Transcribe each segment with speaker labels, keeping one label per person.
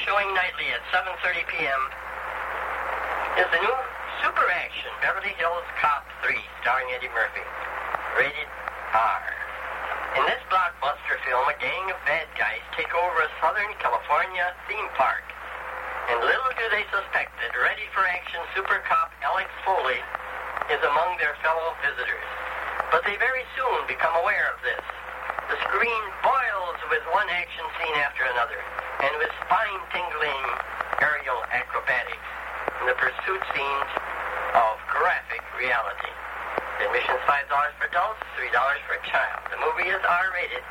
Speaker 1: Thursday at 7.30 p.m. is the new super action Beverly Hills Cop 3 starring Eddie Murphy. Rated R. In this blockbuster film, a gang of bad guys take over a Southern California theme park. And little do they suspect that ready for action super cop Alex Foley is among their fellow visitors. But they very soon become aware of this. The screen boils with one action scene after another, and with spine-tingling aerial acrobatics and the pursuit scenes of graphic reality. Admission's $5 for adults, $3 for a child. The movie is R-rated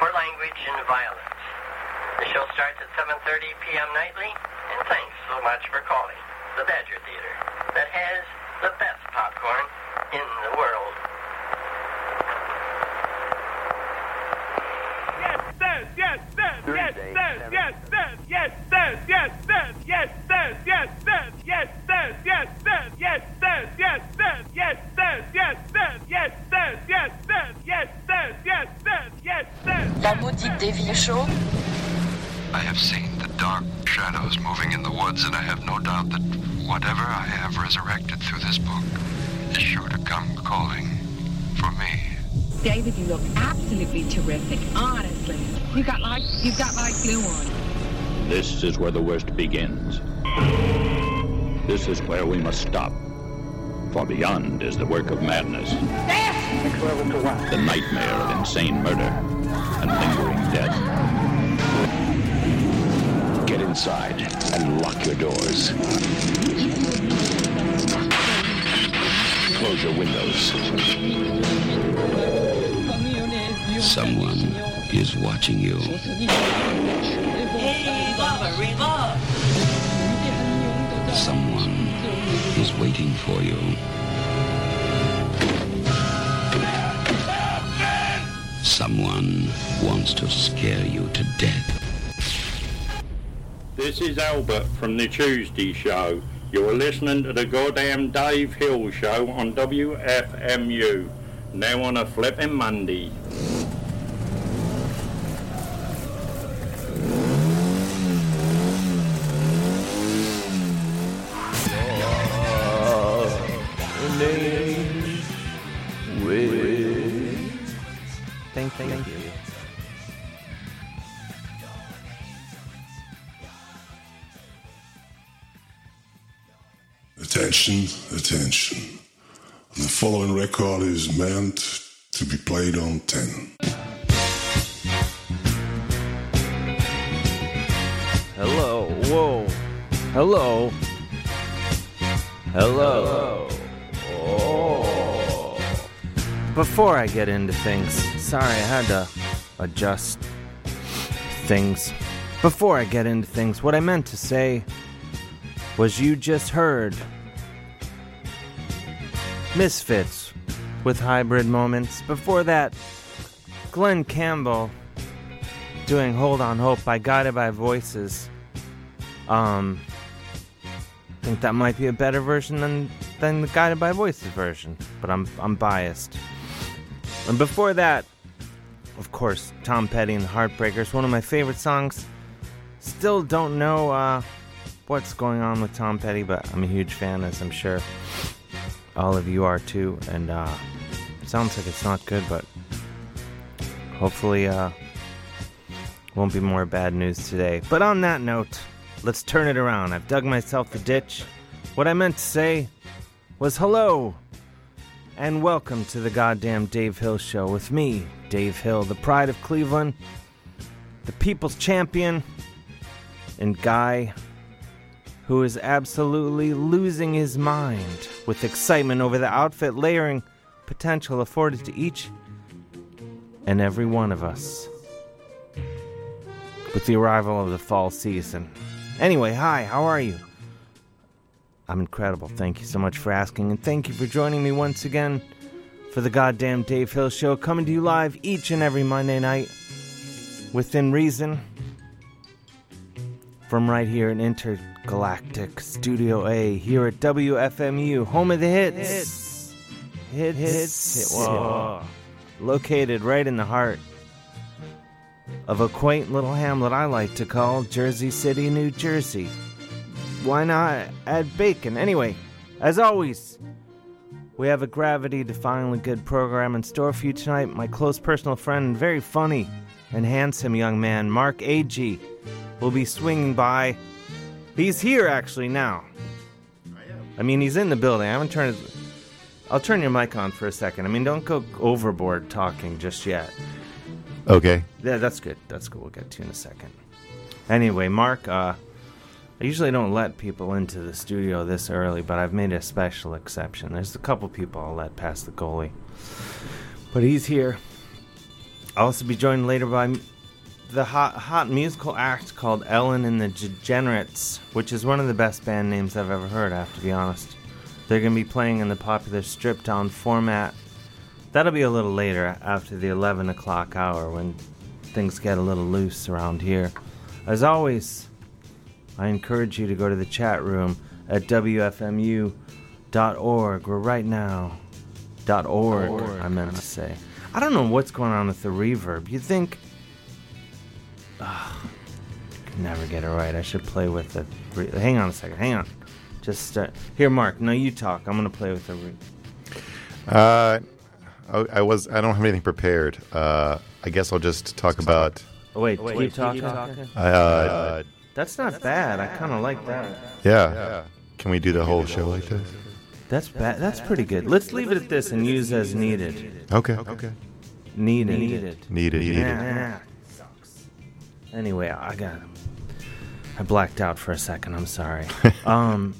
Speaker 1: for language and violence. The show starts at 7.30 p.m. nightly, and thanks so much for calling the Badger Theater that has the best popcorn in the world.
Speaker 2: yes, yes, yes, yes, yes, yes, yes, yes, yes, yes, yes, yes, yes, yes, yes, yes, yes, yes, yes, yes, yes, yes, yes, yes, yes, yes, yes, yes, yes, yes, yes, yes, yes, yes, yes.
Speaker 3: La maudite des villes chaudes.
Speaker 4: I have seen the dark shadows moving in the woods, and I have no doubt that whatever I have resurrected through this book is sure to come calling for me.
Speaker 5: David, you look absolutely terrific. Honestly, you got like you've got like glue on.
Speaker 6: This is where the worst begins. This is where we must stop. For beyond is the work of madness. The nightmare of insane murder and lingering death.
Speaker 7: Get inside and lock your doors. Close your windows. Someone is watching you. Someone is waiting for you. Someone wants to scare you to death.
Speaker 8: This is Albert from the Tuesday Show. You are listening to the goddamn Dave Hill Show on WFMU. Now on a flipping Monday.
Speaker 9: Thank, thank, you.
Speaker 10: Attention, attention. The following record is meant to be played on 10.
Speaker 11: Hello. Whoa. Hello. Hello. Before I get into things, sorry, I had to adjust things. Before I get into things, what I meant to say was you just heard Misfits with Hybrid Moments. Before that, Glenn Campbell doing Hold on Hope by Guided by Voices. Um, I think that might be a better version than than the Guided by Voices version, but I'm I'm biased. And before that, of course, Tom Petty and the Heartbreakers, one of my favorite songs. Still don't know uh, what's going on with Tom Petty, but I'm a huge fan, as I'm sure all of you are too. And uh, sounds like it's not good, but hopefully, uh, won't be more bad news today. But on that note, let's turn it around. I've dug myself a ditch. What I meant to say was hello and welcome to the goddamn Dave Hill Show with me, Dave Hill, the pride of Cleveland, the people's champion, and guy who is absolutely losing his mind with excitement over the outfit layering potential afforded to each and every one of us with the arrival of the fall season. Anyway, hi, how are you? I'm incredible. Thank you so much for asking, and thank you for joining me once again for the goddamn Dave Hill Show, coming to you live each and every Monday night within reason from right here in Intergalactic Studio A here at WFMU, home of the hits. Hits. Hits. hits. Whoa. Located right in the heart of a quaint little hamlet I like to call Jersey City, New Jersey. Why not add bacon? Anyway, as always, we have a gravity defyingly good program in store for you tonight. My close personal friend and very funny and handsome young man, Mark A.G., will be swinging by. He's here actually now. I mean, he's in the building. I haven't turned his. I'll turn your mic on for a second. I mean, don't go overboard talking just yet.
Speaker 12: Okay.
Speaker 11: Yeah, that's good. That's good. We'll get to in a second. Anyway, Mark, uh, I usually don't let people into the studio this early, but I've made a special exception. There's a couple people I'll let past the goalie, but he's here. I'll also be joined later by m- the hot, hot musical act called Ellen and the Degenerates, which is one of the best band names I've ever heard. I have to be honest. They're going to be playing in the popular strip down format. That'll be a little later after the 11 o'clock hour when things get a little loose around here. As always, I encourage you to go to the chat room at WFMU.org. We're right now. Dot org,
Speaker 13: Org,
Speaker 11: I meant to say. I don't know what's going on with the reverb. You'd think. Ugh, could never get it right. I should play with the. Re- hang on a second. Hang on. Just uh, here, Mark. No, you talk. I'm gonna play with the. Re-
Speaker 12: Uh, I, I was. I don't have anything prepared. Uh, I guess I'll just talk about.
Speaker 11: oh, wait,
Speaker 13: Oh, wait,
Speaker 11: keep
Speaker 13: keep
Speaker 11: talking.
Speaker 13: talking.
Speaker 12: Uh, Uh,
Speaker 11: that's not bad. I kind of like that.
Speaker 12: Yeah. Can we do the whole show like this?
Speaker 11: That's bad. That's pretty good. Let's leave it at this and use as needed.
Speaker 12: Okay. Okay.
Speaker 11: Needed.
Speaker 12: Needed. Needed.
Speaker 11: Yeah,
Speaker 12: Needed.
Speaker 11: yeah. Anyway, I got. I blacked out for a second. I'm sorry. um.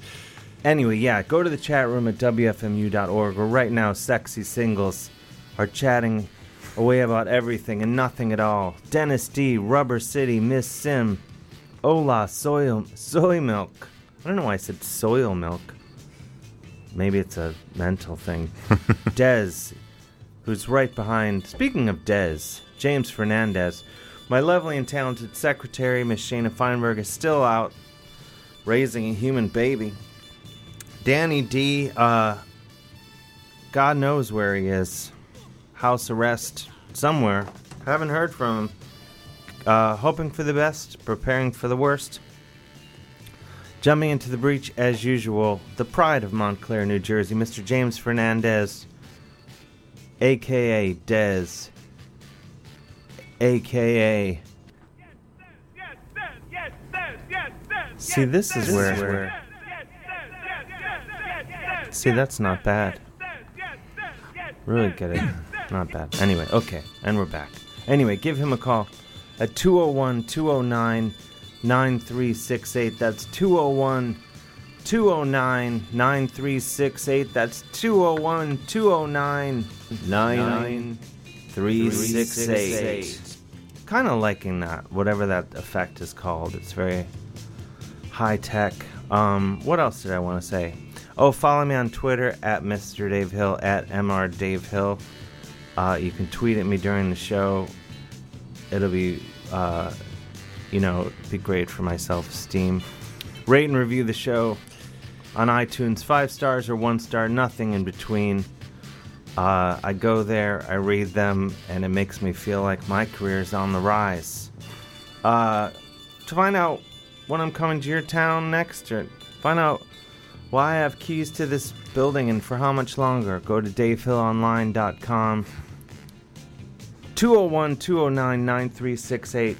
Speaker 11: Anyway, yeah, go to the chat room at WFMU.org. We're right now, sexy singles are chatting away about everything and nothing at all. Dennis D, Rubber City, Miss Sim, Ola, Soy, soy Milk. I don't know why I said soil milk. Maybe it's a mental thing. Dez, who's right behind. Speaking of Dez, James Fernandez, my lovely and talented secretary, Miss Shana Feinberg, is still out raising a human baby. Danny D, uh, God knows where he is. House arrest somewhere. Haven't heard from him. Uh, hoping for the best, preparing for the worst. Jumping into the breach as usual, the pride of Montclair, New Jersey, Mr. James Fernandez, aka Dez, aka. See, this is where. See, that's not bad. Really good. at- Not bad. Anyway, okay, and we're back. Anyway, give him a call at 201 209 9368. That's 201 209 9368. That's 201 209 9368. Kind of liking that, whatever that effect is called. It's very high tech. Um, what else did I want to say? Oh, follow me on Twitter at Mr. Dave Hill at Mr. Dave Hill. Uh, you can tweet at me during the show. It'll be, uh, you know, it'd be great for my self esteem. Rate and review the show on iTunes, five stars or one star, nothing in between. Uh, I go there, I read them, and it makes me feel like my career is on the rise. Uh, to find out when I'm coming to your town next, or find out why I have keys to this building and for how much longer, go to davehillonline.com. 201 209 9368.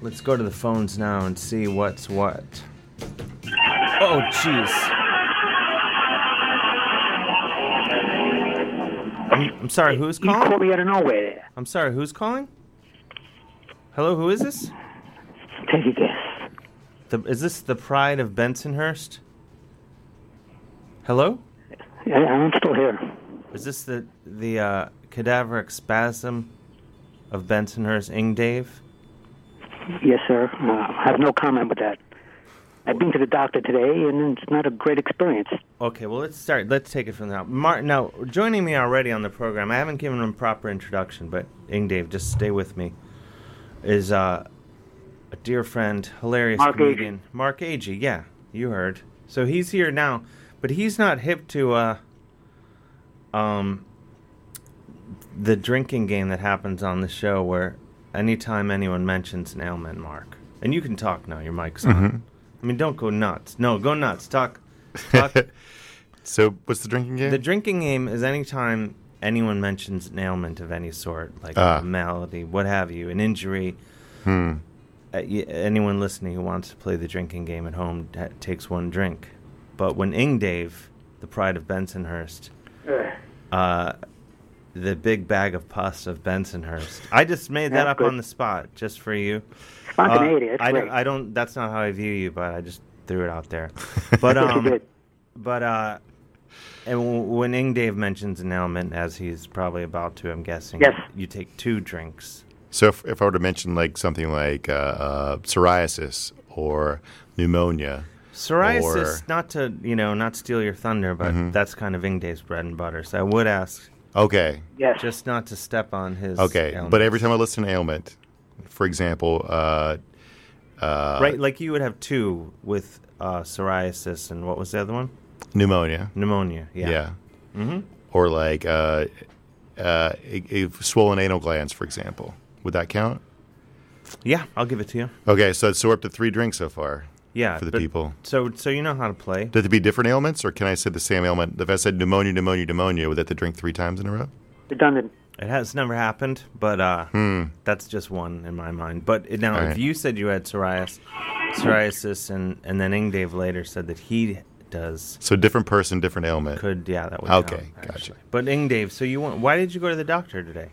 Speaker 11: Let's go to the phones now and see what's what. Oh, jeez. I'm, I'm sorry, who's calling? You called me out of nowhere. I'm sorry, who's calling? Hello, who is this? Take a guess. The, is this the pride of Bensonhurst? Hello?
Speaker 14: Yeah, I'm still here.
Speaker 11: Is this the the uh, cadaveric spasm of Bensonhurst Ingdave?
Speaker 14: Yes, sir. Uh, I have no comment with that. I've been to the doctor today, and it's not a great experience.
Speaker 11: Okay, well let's start. Let's take it from now. Martin, now joining me already on the program, I haven't given him a proper introduction, but Ingdave, just stay with me. Is uh, a dear friend, hilarious
Speaker 14: Mark Agee.
Speaker 11: comedian, Mark Agee. Yeah, you heard. So he's here now, but he's not hip to uh, um, the drinking game that happens on the show where anytime anyone mentions an ailment, Mark. And you can talk now. Your mic's on.
Speaker 12: Mhm.
Speaker 11: I mean, don't go nuts. No, go nuts. Talk. Talk.
Speaker 12: so, what's the drinking game?
Speaker 11: The drinking game is anytime anyone mentions an ailment of any sort, like
Speaker 12: Ah.
Speaker 11: a malady, what have you, an injury.
Speaker 12: Hmm.
Speaker 11: Uh, y- anyone listening who wants to play the drinking game at home t- takes one drink. But when Ing Dave, the pride of Bensonhurst,
Speaker 14: Eh.
Speaker 11: uh, the big bag of pus of Bensonhurst, I just made that
Speaker 14: That's
Speaker 11: up
Speaker 14: good.
Speaker 11: on the spot just for you. Uh,
Speaker 14: Spontaneity, that's
Speaker 11: I, don't,
Speaker 14: great.
Speaker 11: I don't. That's not how I view you, but I just threw it out there. But
Speaker 14: Yes, you
Speaker 11: um,
Speaker 14: did.
Speaker 11: but uh, and w- when Ing Dave mentions an ailment, as he's probably about to, I'm guessing.
Speaker 14: Yes.
Speaker 11: You take two drinks.
Speaker 12: So if, if I were to mention like something like uh, uh, psoriasis or pneumonia,
Speaker 11: Psoriasis,
Speaker 12: or-
Speaker 11: not to you know, not steal your thunder, but
Speaker 12: Mhm.
Speaker 11: that's kind of Ingdave's bread and butter. So I would ask,
Speaker 12: okay,
Speaker 14: yes,
Speaker 11: just not to step on his.
Speaker 12: okay,
Speaker 11: ailment.
Speaker 12: but every time I list an ailment, for example, uh, uh,
Speaker 11: right, like you would have two with uh, psoriasis and what was the other one?
Speaker 12: pneumonia,
Speaker 11: Pneumonia, yeah. Mhm.
Speaker 12: or like uh, uh, i- i- swollen anal glands, for example. Would that count?
Speaker 11: Yeah, I'll give it to you.
Speaker 12: Okay, so so we're up to three drinks so far.
Speaker 11: Yeah,
Speaker 12: for the
Speaker 11: but-
Speaker 12: people.
Speaker 11: So so you know how to play.
Speaker 12: Do there be different ailments, or can I say the same ailment? If I said pneumonia, pneumonia, pneumonia, would that have to drink three times in a row?
Speaker 14: redundant.
Speaker 11: It has never happened, but uh,
Speaker 12: Hmm.
Speaker 11: that's just one in my mind. But it- now,
Speaker 12: All
Speaker 11: if
Speaker 12: right.
Speaker 11: you said you had psoriasis, psoriasis, and and then Ingdave later said that he does.
Speaker 12: So different person, different ailment.
Speaker 11: Could yeah, that would
Speaker 12: Okay,
Speaker 11: count, gotcha. But Ingdave, so you want? Why did you go to the doctor today?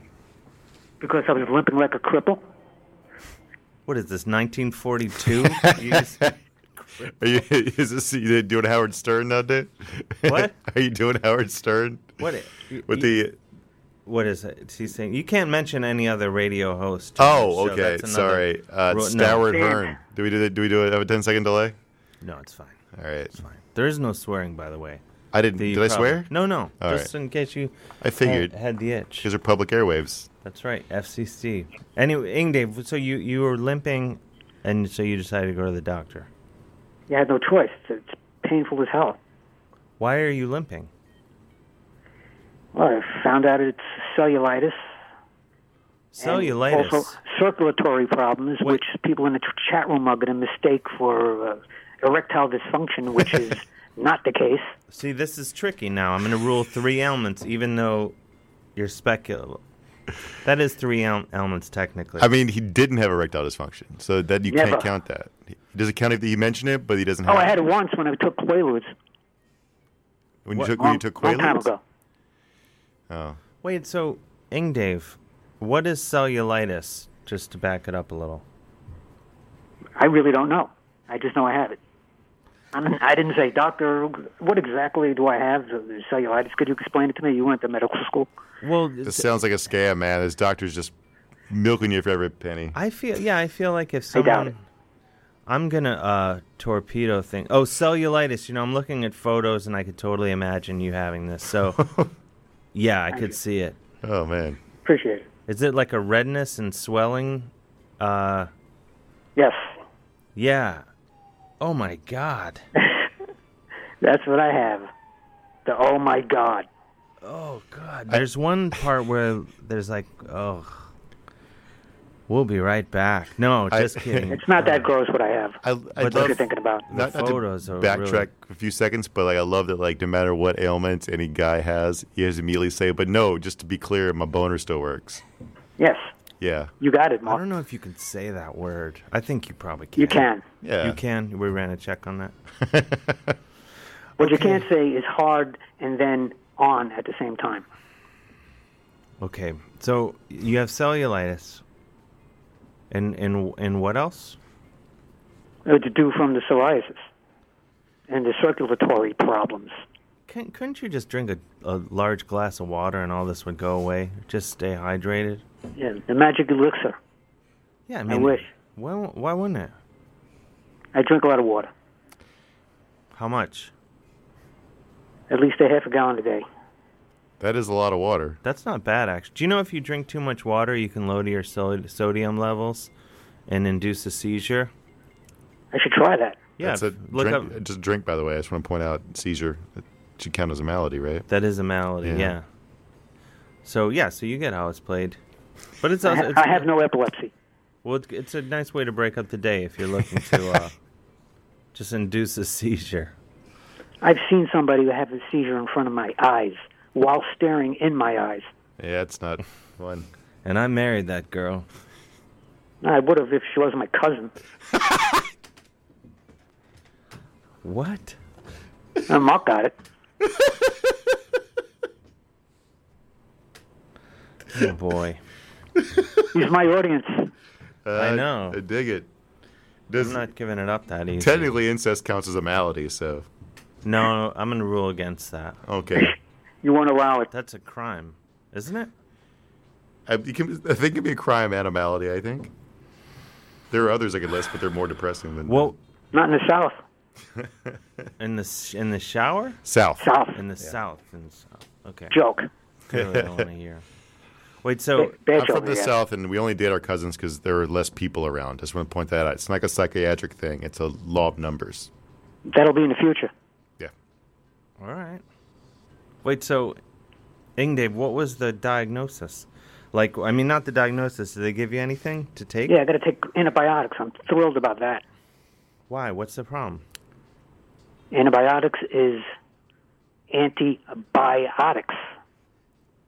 Speaker 14: Because I was limping like a cripple.
Speaker 11: What is this, 1942? You just-
Speaker 12: Are you, is this you doing Howard Stern now, Dave?
Speaker 11: What?
Speaker 12: Are you doing Howard Stern?
Speaker 11: what? i-
Speaker 12: With
Speaker 11: you-
Speaker 12: the
Speaker 11: What is it? He's saying you can't mention any other radio host.
Speaker 12: oh,
Speaker 11: So
Speaker 12: okay,
Speaker 11: that's another
Speaker 12: sorry, uh,
Speaker 11: ro- no.
Speaker 12: Stoward Hearn. Do we do that? Do we do it? Have a 10 second delay?
Speaker 11: No, it's fine.
Speaker 12: All right.
Speaker 11: There is no swearing, by the way.
Speaker 12: I didn't.
Speaker 11: The
Speaker 12: Did I
Speaker 11: problem-
Speaker 12: swear?
Speaker 11: No, no.
Speaker 12: All
Speaker 11: just
Speaker 12: right.
Speaker 11: in case you.
Speaker 12: I figured.
Speaker 11: had, had the itch.
Speaker 12: These are public airwaves.
Speaker 11: That's right, FCC. Anyway, Ingdave, so you you were limping, and so you decided to go to the doctor.
Speaker 14: You had no choice. It's painful as hell.
Speaker 11: Why are you limping?
Speaker 14: Well, I found out it's cellulitis. and
Speaker 11: Cellulitis.
Speaker 14: Also, circulatory problems, which people in the tr- chat room are going to mistake for uh, erectile dysfunction, which is not the case.
Speaker 11: See, this is tricky now. I'm going to rule three ailments, even though you're speculative. That is three ail- ailments technically.
Speaker 12: I mean, he didn't have erectile dysfunction, so that you
Speaker 14: Never.
Speaker 12: can't count that. He doesn't count if he mentioned it, but he doesn't
Speaker 14: Oh,
Speaker 12: have.
Speaker 14: I had it once when I took Quaaludes.
Speaker 12: when you
Speaker 14: What-
Speaker 12: took when you
Speaker 14: long-
Speaker 12: took
Speaker 14: long time
Speaker 12: Quaaludes.
Speaker 14: ago.
Speaker 12: Oh,
Speaker 11: Wait, so Ingdave, what is cellulitis? Just to back it up a little.
Speaker 14: I really don't know. I just know I have it. I'm, I didn't say, Doctor, what exactly do I have? The Cellulitis? Could you explain it to me? You went to medical school.
Speaker 11: Well,
Speaker 12: this sounds like a scam, man. This doctor's just milking you for every penny.
Speaker 11: I feel yeah, I feel like if
Speaker 14: I doubt
Speaker 11: someone I'm gonna uh torpedo thing. Oh, cellulitis. You know, I'm looking at photos and I could totally imagine you having this. So yeah, I could see it.
Speaker 12: Oh man.
Speaker 14: Appreciate it.
Speaker 11: Is it like a redness and swelling? Uh
Speaker 14: Yes,
Speaker 11: yeah. Oh my god.
Speaker 14: that's what I have. The oh my God.
Speaker 11: Oh god. There's one part where there's like oh We'll be right back. No,
Speaker 12: I-
Speaker 11: just kidding.
Speaker 14: It's not that gross what I have.
Speaker 12: I, I
Speaker 11: But
Speaker 14: what
Speaker 12: love
Speaker 14: you're thinking about.
Speaker 11: The
Speaker 12: not, not
Speaker 11: photos
Speaker 12: to
Speaker 11: are
Speaker 12: backtrack
Speaker 11: really-
Speaker 12: a few seconds, but like I love that like no matter what ailment any guy has, he has to immediately say, "But no, just to be clear, my boner still works."
Speaker 14: Yes,
Speaker 12: Yeah,
Speaker 14: you got it,
Speaker 11: I
Speaker 14: Mark.
Speaker 11: don't know if you can say that word. I think you probably can.
Speaker 14: You can.
Speaker 12: yeah.
Speaker 11: You can. We ran a check on that.
Speaker 14: What you can't say is hard and then on at the same time.
Speaker 11: Okay. So you have cellulitis. And and and what else?
Speaker 14: It's due from the psoriasis and the circulatory problems.
Speaker 11: Can, couldn't you just drink a, a large glass of water and all this would go away? Just stay hydrated.
Speaker 14: Yeah, the magic elixir.
Speaker 11: Yeah, I
Speaker 14: I
Speaker 11: mean,
Speaker 14: wish.
Speaker 11: Why wou- why wouldn't it?
Speaker 14: I drink a lot of water,
Speaker 11: How much?
Speaker 14: at least a half a gallon a day.
Speaker 12: that is a lot of water.
Speaker 11: That's not bad actually. Do you know if you drink too much water, you can lower your sol- sodium levels and induce a seizure?
Speaker 14: I should try that.
Speaker 11: Yeah.
Speaker 12: That's a
Speaker 11: look
Speaker 12: drink, uh,
Speaker 11: up.
Speaker 12: just drink. By the way, I just want to point out seizure it should count as a malady, right?
Speaker 11: That is a malady.
Speaker 12: Yeah.
Speaker 11: Oh, yeah. So yeah, so you get how it's played. But it's
Speaker 14: I,
Speaker 11: also
Speaker 14: ha-
Speaker 11: it's,
Speaker 14: I have no epilepsy.
Speaker 11: well, it's- it's a nice way to break up the day if you're looking to uh, just induce a seizure.
Speaker 14: I've seen somebody have a seizure in front of my eyes while staring in my eyes.
Speaker 11: Yeah, it's not fun. And I married that girl.
Speaker 14: I would have if she wasn't my cousin.
Speaker 11: What?
Speaker 14: Uh, Mark got it.
Speaker 11: Oh boy.
Speaker 14: He's my audience.
Speaker 11: I know.
Speaker 12: Uh, I dig it. Does, I'm
Speaker 11: not giving it up that easy.
Speaker 12: Technically, incest counts as a malady, so.
Speaker 11: No, I'm going to rule against that.
Speaker 12: Okay.
Speaker 14: You won't allow it.
Speaker 11: That's a crime, isn't it?
Speaker 12: I, you can, I think it can be a crime and a malady, I think. There are others I could list, but they're more depressing than
Speaker 11: Well,
Speaker 14: not in the south.
Speaker 11: in the sh- in the shower.
Speaker 12: South. South.
Speaker 11: In the south. In the south. Okay.
Speaker 14: Joke.
Speaker 11: I really don't want to hear. Wait, so
Speaker 12: I'm from the south, and we only date our cousins because there are less people around. Just want to point that out. It's not like a psychiatric thing; it's a law of numbers.
Speaker 14: That'll be in the future.
Speaker 11: All right. Wait, so Ingdave, what was the diagnosis? Like, I mean, not the diagnosis. Did they give you anything to take?
Speaker 14: Yeah, I got to take antibiotics. I'm thrilled about that.
Speaker 11: Why? What's the problem?
Speaker 14: Antibiotics is antibiotics.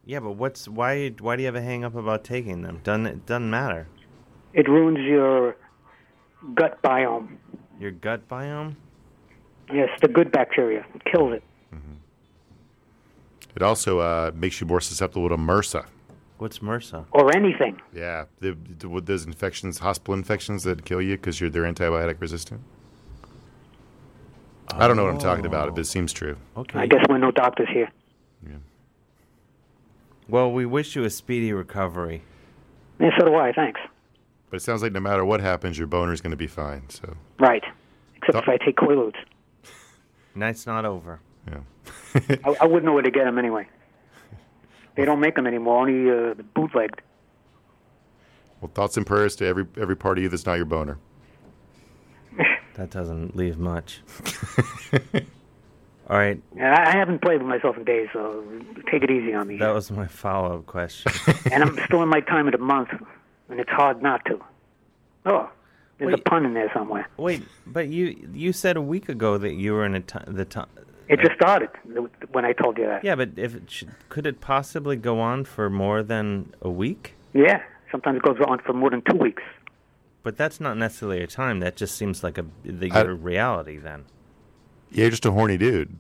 Speaker 11: Yeah, but what's why? Why do you have a hang up about taking them? Doesn't it doesn't matter.
Speaker 14: It ruins your gut biome.
Speaker 11: Your gut biome.
Speaker 14: Yes, the good bacteria It kills it.
Speaker 12: It also uh, makes you more susceptible to MRSA.
Speaker 11: What's MRSA?
Speaker 14: Or anything.
Speaker 12: Yeah, the, the, with those infections, hospital infections that kill you because you're they're antibiotic resistant. I don't know what I'm talking about, but it seems true.
Speaker 11: Okay.
Speaker 14: I guess we're no doctors here.
Speaker 11: Well, we wish you a speedy recovery.
Speaker 14: And so do I. Thanks.
Speaker 12: But it sounds like no matter what happens, your boner's going to be fine. So
Speaker 14: Right. Except if I take Quaaludes,
Speaker 11: Night's not over.
Speaker 14: I, I wouldn't know where to get them anyway. They don't make them anymore. Only uh, bootlegged.
Speaker 12: Well, thoughts and prayers to every every part of you that's not your boner.
Speaker 11: That doesn't leave much. All right,
Speaker 14: And I, I haven't played with myself in days, so take it easy on me.
Speaker 11: that was my follow-up question.
Speaker 14: and I'm still in my time of the month, and it's hard not to. Oh, there's a pun in there somewhere.
Speaker 11: Wait, but you you said a week ago that you were in a ti the time.
Speaker 14: It just started when I told you that.
Speaker 11: Yeah, but if it should, could it possibly go on for more than a week?
Speaker 14: Yeah, sometimes it goes on for more than two weeks.
Speaker 11: But that's not necessarily a time. That just seems like a the
Speaker 12: I-
Speaker 11: your reality then.
Speaker 12: Yeah, you're just a horny dude.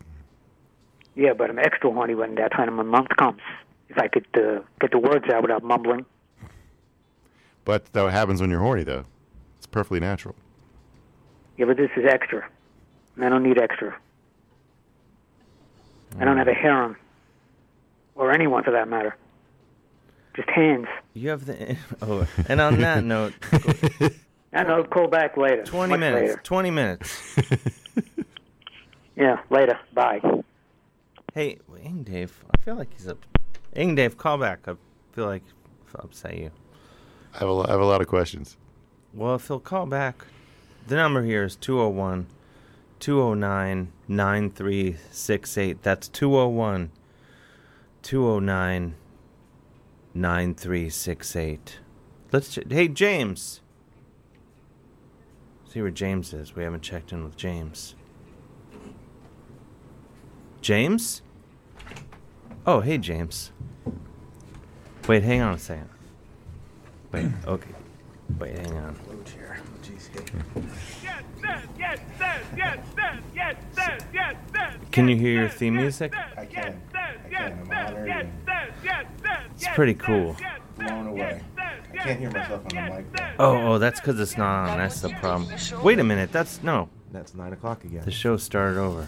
Speaker 14: Yeah, but I'm extra horny when that time of my month comes. If I could uh, get the words out without mumbling.
Speaker 12: But that happens when you're horny, though. It's perfectly natural.
Speaker 14: Yeah, but this is extra. And I don't need extra. I
Speaker 11: Mm.
Speaker 14: don't have a harem. Or anyone for that matter. Just hands.
Speaker 11: You have the oh, and on that note,
Speaker 14: I know, call back later.
Speaker 11: twenty
Speaker 14: Much
Speaker 11: minutes.
Speaker 14: later.
Speaker 11: Twenty minutes.
Speaker 14: Yeah, later. Bye.
Speaker 11: Hey, Ingdave, I feel like he's up. Ingdave, call back. I feel like I've upset you.
Speaker 12: I have a, I have a lot of questions.
Speaker 11: Well, if he'll call back, the number here is 201 209 9368. That's 201 209 9368. Let's. Ch- hey, James! See where James is. We haven't checked in with James. James? Oh, hey, James. Wait, hang on a second. Wait, okay. Wait, hang on. Can you hear your theme music?
Speaker 13: I can. I can. I'm honored.
Speaker 11: It's pretty cool.
Speaker 13: and blown away. I can't hear myself on the mic. though.
Speaker 11: Oh, oh, that's because it's not on. That's the problem. Wait a minute. That's no.
Speaker 15: That's nine o'clock again.
Speaker 11: The show started over.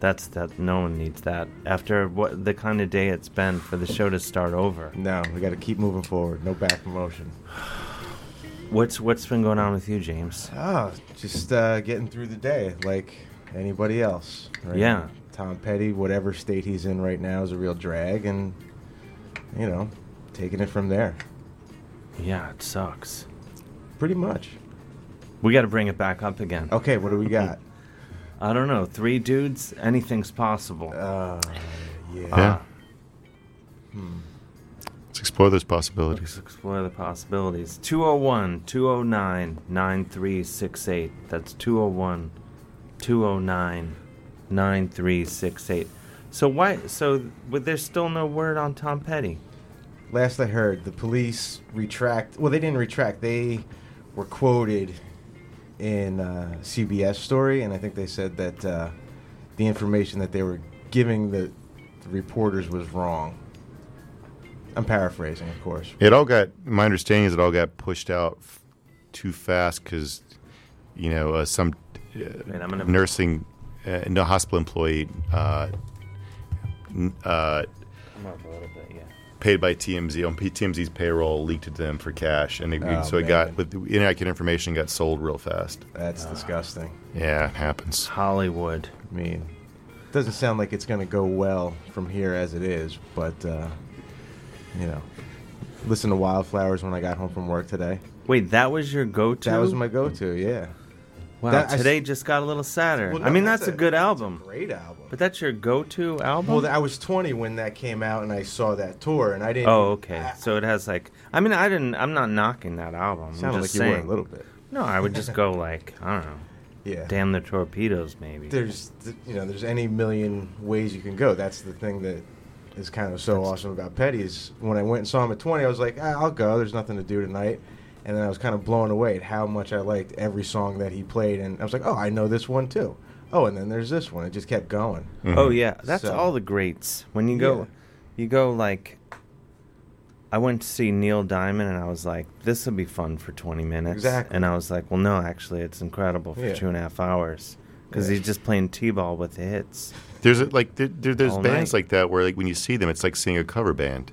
Speaker 11: That's that. No one needs that. After what the kind of day it's been for the show to start over.
Speaker 15: No, we got to keep moving forward. No back motion.
Speaker 11: What's what's been going on with you, James?
Speaker 15: Oh, just uh, getting through the day like anybody else. right?
Speaker 11: Yeah.
Speaker 15: Tom Petty, whatever state he's in right now, is a real drag, and you know, taking it from there.
Speaker 11: Yeah, it sucks.
Speaker 15: Pretty much.
Speaker 11: We got to bring it back up again.
Speaker 15: Okay, what do we got?
Speaker 11: I don't know. Three dudes. Anything's possible.
Speaker 15: Uh, yeah.
Speaker 12: Yeah.
Speaker 15: Hmm.
Speaker 12: It's explore those possibilities.
Speaker 11: Explore the possibilities. 201 209 9368. That's 201 209 9368. So why? So well, there's still no word on Tom Petty.
Speaker 15: Last I heard, the police retract. Well, they didn't retract. They were quoted in uh, CBS story, and I think they said that uh, the information that they were giving the, the reporters was wrong. I'm paraphrasing, of course.
Speaker 12: It all got. My understanding is it all got pushed out f- too fast because, you know, uh, some uh,
Speaker 11: Man, I'm gonna-
Speaker 12: nursing, uh, no hospital employee, uh, n- uh,
Speaker 11: I'm up a little bit, yeah.
Speaker 12: paid by TMZ on P- TMZ's payroll leaked to them for cash, and it,
Speaker 15: Oh,
Speaker 12: so it
Speaker 15: man.
Speaker 12: got with the inaccurate information got sold real fast.
Speaker 15: That's disgusting.
Speaker 12: Yeah, it happens.
Speaker 11: Hollywood.
Speaker 15: I mean, it doesn't sound like it's going to go well from here as it is, but, uh, you know, listen to Wildflowers when I got home from work today.
Speaker 11: Wait, that was your go-to.
Speaker 15: That was my go to, yeah.
Speaker 11: Wow,
Speaker 15: That- I s-
Speaker 11: today just got a little sadder.
Speaker 15: Well,
Speaker 11: I
Speaker 15: no,
Speaker 11: mean,
Speaker 15: that's
Speaker 11: that's,
Speaker 15: a-
Speaker 11: a good album.
Speaker 15: great album.
Speaker 11: But that's your go-to album.
Speaker 15: Well, I was 20 when that came out and I saw that tour, and I didn't.
Speaker 11: oh, okay. so it has like. I mean, I didn't. I'm not knocking that album. I'm
Speaker 15: Sounded
Speaker 11: just
Speaker 15: like you were a
Speaker 11: saying-
Speaker 15: little bit.
Speaker 11: No, I would just go like I don't know.
Speaker 15: Yeah.
Speaker 11: Damn the torpedoes, maybe.
Speaker 15: there's th- you know there's any million ways you can go. That's the thing that is kind of so awesome about Petty is when I went and saw him at 20, I was like, ah, I'll go. There's nothing to do tonight, and then I was kind of blown away at how much I liked every song that he played, and I was like, oh, I know this one too. Oh, and then there's this one. It just kept going.
Speaker 11: Oh yeah, that's
Speaker 15: So-
Speaker 11: all the greats. When you go, you go like. I went to see Neil Diamond, and I was like, "This will be fun for 20 minutes."
Speaker 15: Exactly.
Speaker 11: And I was like, "Well, no, actually, it's incredible for
Speaker 12: Yeah.
Speaker 11: two and a half hours because
Speaker 12: Yeah.
Speaker 11: he's just playing t-ball with the hits."
Speaker 12: There's a, like there, there- there's
Speaker 11: All
Speaker 12: bands like that where like when you see them, it's like seeing a cover band,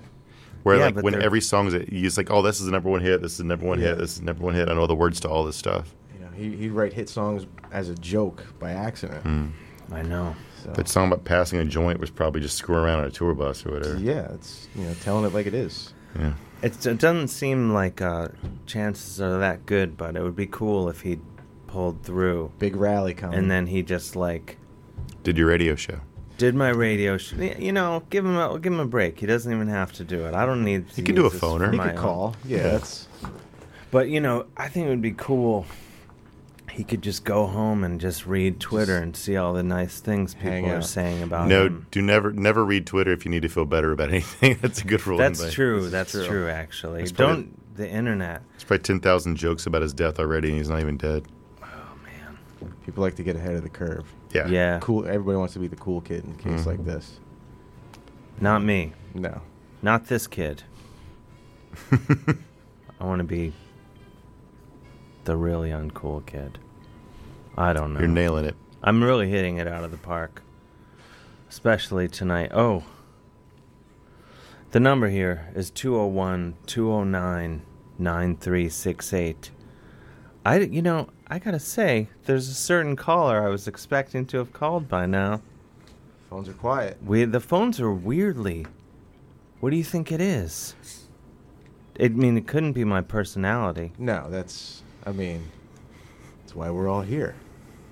Speaker 12: where
Speaker 11: Yeah,
Speaker 12: like
Speaker 11: but
Speaker 12: when
Speaker 11: they're-
Speaker 12: every song is it's like oh this is the number one hit, this is the number one
Speaker 15: Yeah.
Speaker 12: hit, this is the number one hit. I know the words to all this stuff.
Speaker 15: You know, he he'd write hit songs as a joke by accident.
Speaker 11: Mm. I know.
Speaker 15: So,
Speaker 12: That song about passing a joint was probably just screwing around on a tour bus or whatever.
Speaker 15: yeah, it's you know telling it like it is.
Speaker 12: Yeah.
Speaker 11: It's, it doesn't seem like uh, chances are that good, but it would be cool if he pulled through.
Speaker 15: Big rally coming.
Speaker 11: And then he just like
Speaker 12: Did your radio show?
Speaker 11: did my radio. Sh- you know, give him a give him a break. He doesn't even have to do it. I don't need. to
Speaker 12: He could do
Speaker 11: use
Speaker 12: a
Speaker 11: this for
Speaker 12: phoner. He
Speaker 11: my
Speaker 12: could
Speaker 11: own-
Speaker 12: call. Yeah, Yeah. that's-
Speaker 11: But you know, I think it would be cool. He could just go home and just read Twitter and see all the nice things
Speaker 12: Hang
Speaker 11: people are
Speaker 12: out.
Speaker 11: saying about
Speaker 12: no,
Speaker 11: him.
Speaker 12: do never never read Twitter if you need to feel better about anything. That's a good rule.
Speaker 11: That's
Speaker 12: anyway.
Speaker 11: true. That's true. actually,
Speaker 12: That's probably-
Speaker 11: don't the internet.
Speaker 12: It's probably ten thousand jokes about his death already, and he's not even dead.
Speaker 11: Oh,
Speaker 15: People like to get ahead of the curve.
Speaker 12: Yeah.
Speaker 11: Yeah.
Speaker 15: Cool. Everybody wants to be the cool kid in a case
Speaker 12: Mhm.
Speaker 15: like this.
Speaker 11: Mm-hmm. Not me.
Speaker 15: No.
Speaker 11: Not this kid. I want to be the really uncool kid. I don't know.
Speaker 12: You're nailing it.
Speaker 11: I'm really hitting it out of the park. Especially tonight. Oh. The number here is 201 209 9368. I, you know, I gotta say, there's a certain caller I was expecting to have called by now.
Speaker 15: Phones are quiet.
Speaker 11: We the phones are weirdly. What do you think it is? I mean, it couldn't be my personality.
Speaker 15: No, that's. I mean, that's why we're all here.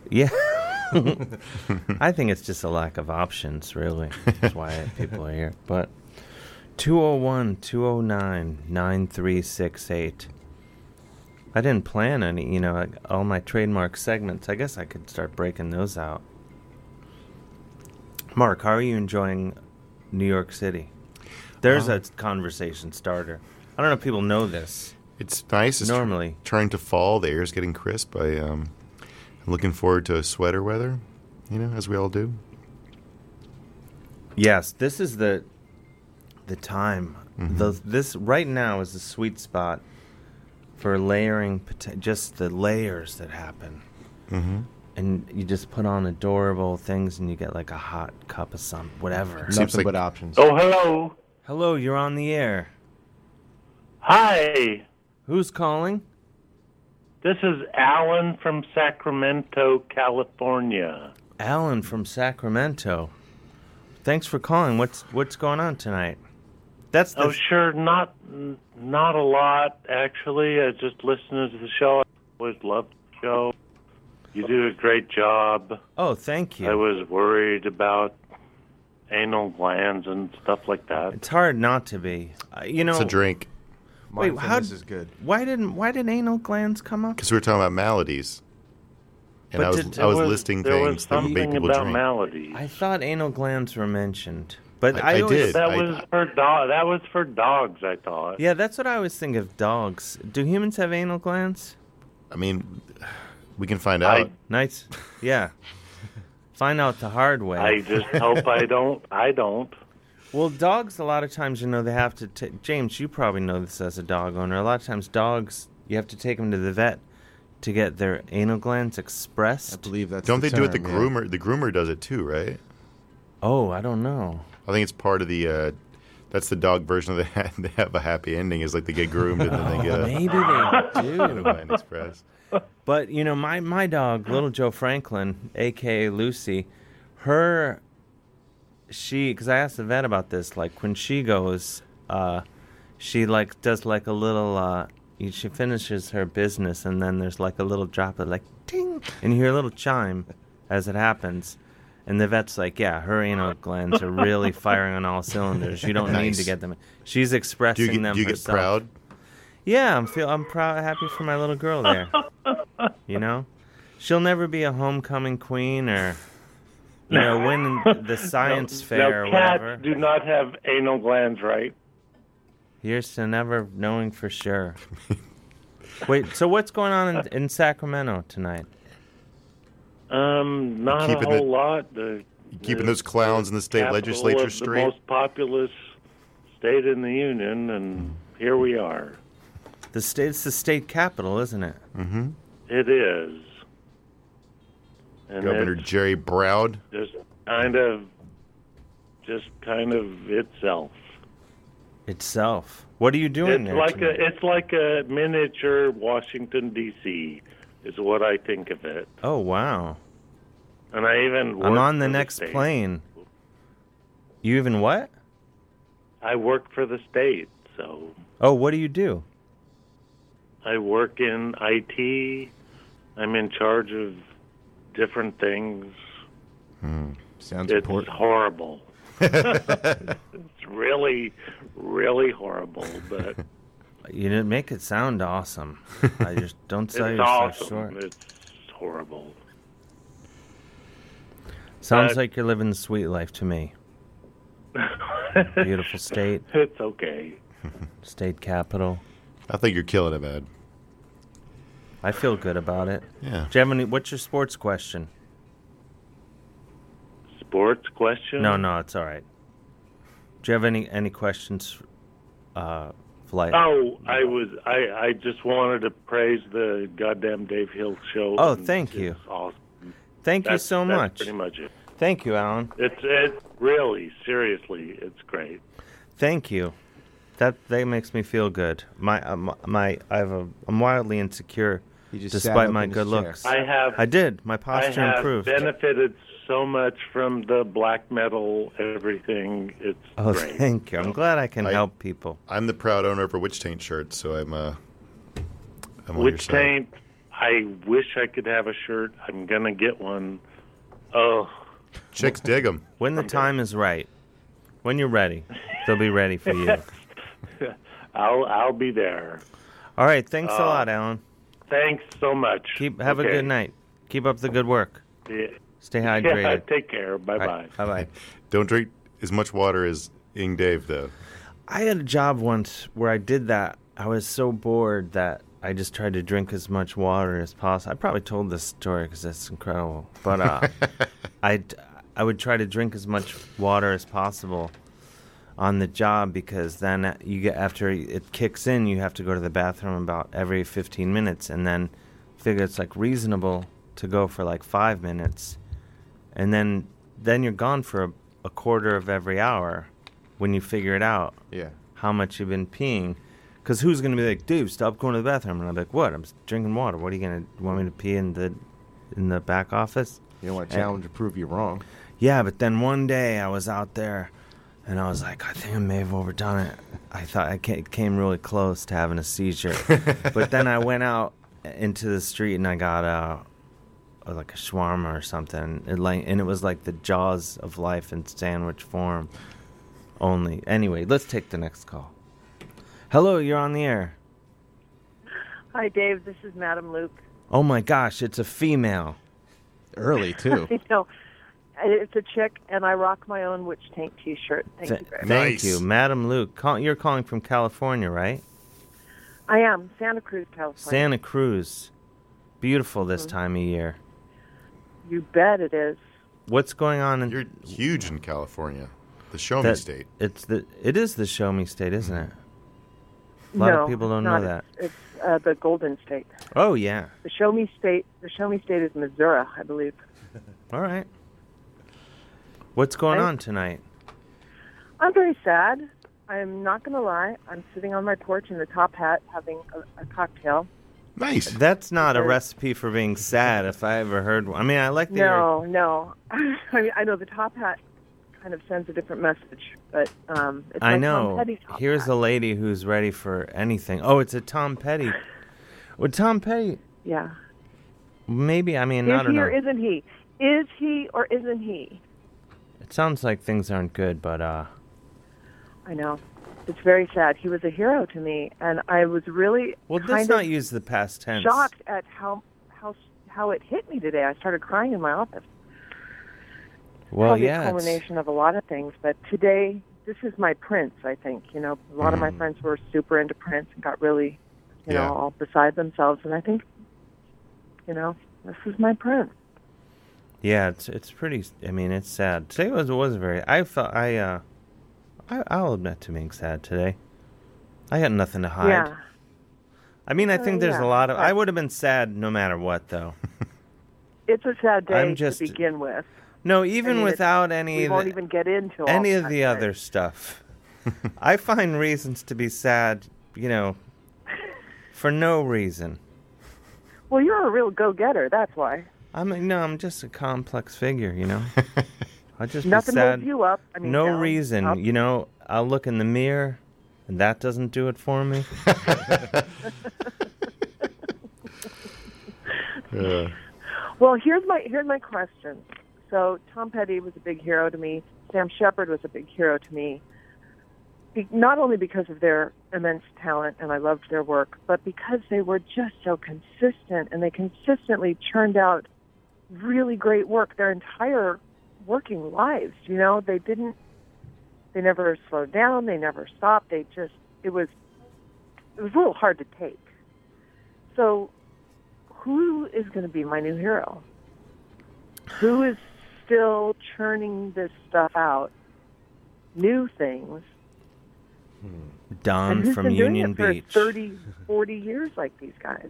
Speaker 11: Yeah. I think it's just a lack of options, really. That's why people are here. But 201 209 9368. I didn't plan any, you know, like, all my trademark segments. I guess I could start breaking those out. Mark, how are you enjoying New York City? There's a conversation starter. I don't know if people know this.
Speaker 12: It's nice. It's
Speaker 11: Normally.
Speaker 12: trying to fall. The air's getting crisp. I um, I'm looking forward to sweater weather. You know, as we all do.
Speaker 11: Yes, this is the the time.
Speaker 12: Mm-hmm.
Speaker 11: The, this right now is the sweet spot for layering, pota- just the layers that happen,
Speaker 12: Mm-hmm.
Speaker 11: and you just put on adorable things, and you get like a hot cup of some whatever.
Speaker 15: Nothing Seems like- but options.
Speaker 9: Oh, hello.
Speaker 11: Hello, you're on the air.
Speaker 9: Hi.
Speaker 11: Who's calling?
Speaker 9: This is Alan from Sacramento, California.
Speaker 11: Alan from Sacramento. Thanks for calling. What's what's going on tonight? That's the
Speaker 9: Oh, sure. Not n- not a lot, actually. I just listened to the show. I always loved the show. You do a great job.
Speaker 11: Oh, thank you.
Speaker 9: I was worried about anal glands and stuff like that.
Speaker 11: It's hard not to be. Uh, you know,
Speaker 12: It's a drink.
Speaker 11: Wait, how
Speaker 12: Mindfulness is good.
Speaker 11: Why didn't why did anal glands come up?
Speaker 12: Because we were talking about maladies. And
Speaker 11: But
Speaker 12: I was,
Speaker 11: did-
Speaker 12: I was,
Speaker 11: there was-
Speaker 12: listing
Speaker 11: there was
Speaker 12: things that would make
Speaker 11: something
Speaker 12: people
Speaker 11: about
Speaker 12: drink.
Speaker 9: maladies.
Speaker 11: I thought anal glands were mentioned, but
Speaker 12: I-
Speaker 11: I,
Speaker 12: I
Speaker 11: always,
Speaker 12: did.
Speaker 9: That was for dog. That was for dogs. I thought.
Speaker 11: yeah, that's what I always think of dogs. Do humans have anal glands?
Speaker 12: I mean, we can find
Speaker 11: I-
Speaker 12: out.
Speaker 11: Nice. Yeah. Find out the hard way.
Speaker 9: I just hope I don't. I don't.
Speaker 11: Well, dogs, a lot of times, you know, they have to. ta James, you probably know this as a dog owner. A lot of times, dogs, you have to take them to the vet to get their anal glands expressed. I
Speaker 15: believe that's.
Speaker 12: Don't they do it the groomer? The groomer does it too, right?
Speaker 11: Oh, I don't know.
Speaker 12: I think it's part of the. Uh, that's the dog version of the. ha- They have a happy ending. Is like they get groomed and then they get.
Speaker 11: Maybe they
Speaker 12: Anal gland
Speaker 11: do.
Speaker 12: express.
Speaker 11: But you know, my my dog, little Joe Franklin, aka Lucy, her, she, because I asked the vet about this, like when she goes, uh, she like does like a little, uh, you- she finishes her business, and then there's like a little droplet, like ting, and you hear a little chime as it happens. And the vet's like, yeah, her anal glands are really firing on all cylinders. You don't need to
Speaker 12: Nice.
Speaker 11: get them. She's expressing
Speaker 12: get-
Speaker 11: them.
Speaker 12: do you get
Speaker 11: herself.
Speaker 12: proud?
Speaker 11: Yeah, I'm feel I'm proud, happy for my little girl there. you know, she'll never be a homecoming queen or, you know, win the science
Speaker 9: No,
Speaker 11: fair
Speaker 9: no,
Speaker 11: or
Speaker 9: cats
Speaker 11: whatever.
Speaker 9: do not have anal glands, right?
Speaker 11: Here's to never knowing for sure. Wait, so what's going on in, in Sacramento tonight?
Speaker 9: Um, not a
Speaker 11: Keeping the-
Speaker 9: whole lot. The,
Speaker 11: keeping
Speaker 9: the-
Speaker 11: those clowns in the state
Speaker 9: capital
Speaker 11: legislature
Speaker 9: of
Speaker 12: straight?
Speaker 9: The most populous state in the union, and here we are.
Speaker 11: The state, it's the state capital, isn't it? Mm-hmm.
Speaker 9: It is. And
Speaker 12: Governor
Speaker 9: it's
Speaker 12: Jerry Browd.
Speaker 9: just kind of, just kind of itself.
Speaker 11: Itself. What are you doing
Speaker 9: it's
Speaker 11: there?
Speaker 9: like
Speaker 11: tonight?
Speaker 9: a it's like a miniature Washington D.C. is what I think of it.
Speaker 11: oh wow!
Speaker 9: And I even
Speaker 11: I'm
Speaker 9: work
Speaker 11: on the
Speaker 9: for
Speaker 11: next
Speaker 9: state.
Speaker 11: plane. You even what?
Speaker 9: I work for the state, so
Speaker 11: Oh, what do you do?
Speaker 9: I work in IT. I'm in charge of different things.
Speaker 15: Sounds
Speaker 9: it's
Speaker 15: important.
Speaker 9: horrible. it's really, really horrible. But
Speaker 11: You didn't make it sound awesome. I just don't
Speaker 9: it's
Speaker 11: sell yourself
Speaker 9: awesome.
Speaker 11: short.
Speaker 9: It's horrible.
Speaker 11: Sounds
Speaker 9: Uh,
Speaker 11: like you're living the sweet life to me. Beautiful state,
Speaker 9: It's okay.
Speaker 11: state capital.
Speaker 12: I think you're killing it, man.
Speaker 11: I feel good about it.
Speaker 12: Yeah.
Speaker 11: Do you have any? What's your sports question?
Speaker 9: Sports question?
Speaker 11: No, no, it's all right. Do you have any any questions? Uh, flight.
Speaker 9: Oh, I was I, I just wanted to praise the goddamn Dave Hill show.
Speaker 11: Oh,
Speaker 9: and
Speaker 11: thank
Speaker 9: it's
Speaker 11: you.
Speaker 9: Awesome.
Speaker 11: Thank you
Speaker 9: That's-
Speaker 11: so
Speaker 9: that's
Speaker 11: much.
Speaker 9: Pretty much it.
Speaker 11: Thank you, Alan.
Speaker 9: It's it's really seriously, it's great.
Speaker 11: Thank you. That that makes me feel good. My uh, my, my I have a, I'm wildly insecure.
Speaker 15: just sat
Speaker 11: despite
Speaker 15: up
Speaker 11: my
Speaker 15: in his
Speaker 11: good
Speaker 15: chair.
Speaker 11: looks.
Speaker 9: I have.
Speaker 11: I did. My posture
Speaker 9: I have
Speaker 11: improved.
Speaker 9: Benefited so much from the black metal, everything. It's
Speaker 11: Oh,
Speaker 9: great.
Speaker 11: thank you. I'm glad I can help people.
Speaker 12: I'm the proud owner of a witch taint shirt, so I'm. Uh, I'm on your
Speaker 9: Which
Speaker 12: side.
Speaker 9: taint? I wish I could have a shirt. I'm gonna get one. Oh,
Speaker 12: Chicks dig them.
Speaker 11: When the time is right, when you're ready, they'll be ready for you.
Speaker 9: I'll I'll be there.
Speaker 11: All right. Thanks a
Speaker 9: Uh,
Speaker 11: lot, Alan.
Speaker 9: Thanks so much.
Speaker 11: Keep have a
Speaker 9: Okay.
Speaker 11: good night. Keep up the good work.
Speaker 9: Yeah.
Speaker 11: Stay
Speaker 9: Yeah,
Speaker 11: hydrated.
Speaker 9: take care. Bye bye.
Speaker 11: Bye bye.
Speaker 12: Don't drink as much water as Ing Dave, though.
Speaker 11: I had a job once where I did that. I was so bored that I just tried to drink as much water as possible. I probably told this story because it's incredible. But uh, I I would try to drink as much water as possible on the job because then you get after it kicks in, you have to go to the bathroom about every 15 minutes, and then figure it's like reasonable to go for like five minutes, and then then you're gone for a, a quarter of every hour when you figure it out.
Speaker 15: Yeah.
Speaker 11: How much you've been peeing. Because who's going to be like, dude, stop going to the bathroom? And I'm like, what? I'm s- drinking water. What are you going to want me to pee in the in the back office?
Speaker 15: You don't want to
Speaker 11: And-
Speaker 15: challenge or prove you wrong.
Speaker 11: yeah, but then one day I was out there and I was like, I think I may have overdone it. I thought I ca- came really close to having a seizure. but then I went out into the street and I got uh, uh, like a shawarma or something. It like, and it was like the jaws of life in sandwich form only. Anyway, let's take the next call. Hello, you're on the air.
Speaker 16: Hi, Dave. This is Madam Luke.
Speaker 11: Oh my gosh, it's a female. Early
Speaker 16: you know, it's a chick, and I rock my own witch tank T-shirt. Thank
Speaker 11: Th-
Speaker 16: you very much.
Speaker 11: thank you, Madam Luke. Call, you're calling from California, right?
Speaker 16: I am Santa Cruz, California.
Speaker 11: Santa Cruz. Beautiful this
Speaker 16: Mm-hmm.
Speaker 11: time of year.
Speaker 16: You bet it is.
Speaker 11: What's going on in
Speaker 12: You're huge in California. The show me
Speaker 11: that-
Speaker 12: state. Mm-hmm.
Speaker 11: It's the it is the show me state, isn't it? A lot
Speaker 16: no,
Speaker 11: of people don't
Speaker 16: not.
Speaker 11: know that.
Speaker 16: It's uh, the Golden State.
Speaker 11: Oh yeah.
Speaker 16: The Show Me State. The Show Me State is Missouri, I believe.
Speaker 11: All right. What's going
Speaker 16: Right.
Speaker 11: on tonight?
Speaker 16: I'm very sad. I'm not going to lie. I'm sitting on my porch in the top hat having a, a cocktail.
Speaker 12: Nice.
Speaker 11: That's not a
Speaker 16: Because-
Speaker 11: recipe for being sad if I ever heard one. I mean, I like that you're
Speaker 16: No, no. I mean, I know the top hat kind of sends a different message, but um, it's
Speaker 11: I
Speaker 16: like
Speaker 11: know.
Speaker 16: Tom Petty.
Speaker 11: Here's a lady who's ready for anything. Oh, it's a Tom Petty. Well, Tom Petty,
Speaker 16: Yeah.
Speaker 11: maybe. I mean, I
Speaker 16: Is
Speaker 11: don't
Speaker 16: he
Speaker 11: know.
Speaker 16: or isn't he? Is he or isn't he?
Speaker 11: it sounds like things aren't good, but uh,
Speaker 16: I know. It's very sad. He was a hero to me, and I was really
Speaker 11: well,
Speaker 16: kind
Speaker 11: let's
Speaker 16: of
Speaker 11: not use the past tense.
Speaker 16: shocked at how how how it hit me today. I started crying in my office.
Speaker 11: Well,
Speaker 16: Probably a
Speaker 11: yeah. it's-
Speaker 16: culmination of a lot of things, but today this is my Prince. I think you know a lot of my friends were super into Prince and got really, you
Speaker 11: Mm. Yeah.
Speaker 16: know, all beside themselves, and I think, you know, this is my Prince.
Speaker 11: Yeah, it's it's pretty. I mean, it's sad. Today was was very. I felt I uh, I, I'll admit to being sad today. I got nothing to hide.
Speaker 16: Yeah.
Speaker 11: I mean, I
Speaker 16: Uh,
Speaker 11: think there's
Speaker 16: yeah,
Speaker 11: a lot of. I would have been sad no matter what, though.
Speaker 16: It's a sad day
Speaker 11: I'm just-
Speaker 16: to begin with.
Speaker 11: No, even
Speaker 16: I mean, it's-
Speaker 11: without any
Speaker 16: we
Speaker 11: of
Speaker 16: won't
Speaker 11: the-
Speaker 16: even get into all
Speaker 11: any of
Speaker 16: that.
Speaker 11: the other stuff. I find reasons to be sad, you know, for no reason.
Speaker 16: Well, you're a real go-getter. That's why.
Speaker 11: I'm no, I'm just a complex figure, you know. I just be
Speaker 16: Nothing
Speaker 11: sad.
Speaker 16: holds you up. I mean,
Speaker 11: no
Speaker 16: down,
Speaker 11: reason,
Speaker 16: up.
Speaker 11: you know. I'll look in the mirror, and that doesn't do it for me.
Speaker 12: Yeah.
Speaker 16: Well, here's my here's my question. So Tom Petty was a big hero to me. Sam Shepard was a big hero to me. Be- not only because of their immense talent and I loved their work, but because they were just so consistent and they consistently churned out really great work their entire working lives. You know, they didn't they never slowed down, they never stopped. They just it was it was a little hard to take. So who is going to be my new hero? Who is still churning this stuff out, new things, and
Speaker 11: Don
Speaker 16: who's
Speaker 11: from
Speaker 16: been doing
Speaker 11: Union
Speaker 16: it for
Speaker 11: Beach.
Speaker 16: 30, 40 years like these guys?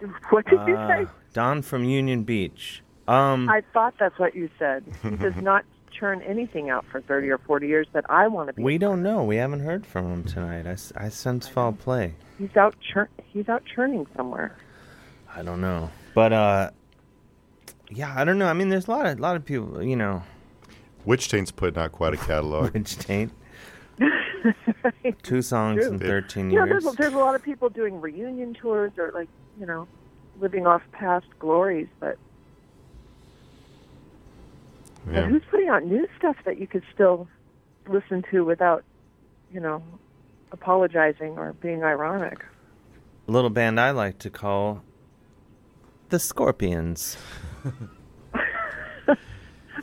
Speaker 16: What did you
Speaker 11: Uh,
Speaker 16: say?
Speaker 11: Don from Union Beach. Um,
Speaker 16: I thought that's what you said. He does not churn anything out for 30 or 40 years that I want to be.
Speaker 11: we don't know. We haven't heard from him tonight. I, s- I sense foul play.
Speaker 16: He's out churn. He's out churning somewhere.
Speaker 11: I don't know, but uh, yeah, I don't know. I mean, there's a lot of lot of people, you know.
Speaker 12: Witch Taint's putting out quite a catalog.
Speaker 11: Witch Taint. Two songs in
Speaker 12: True.
Speaker 11: 13
Speaker 16: You know,
Speaker 11: years.
Speaker 16: there's a, there's a lot of people doing reunion tours or like you know, living off past glories, but But who's putting out new stuff that you could still listen to without, you know, apologizing or being ironic?
Speaker 11: little band I like to call the Scorpions.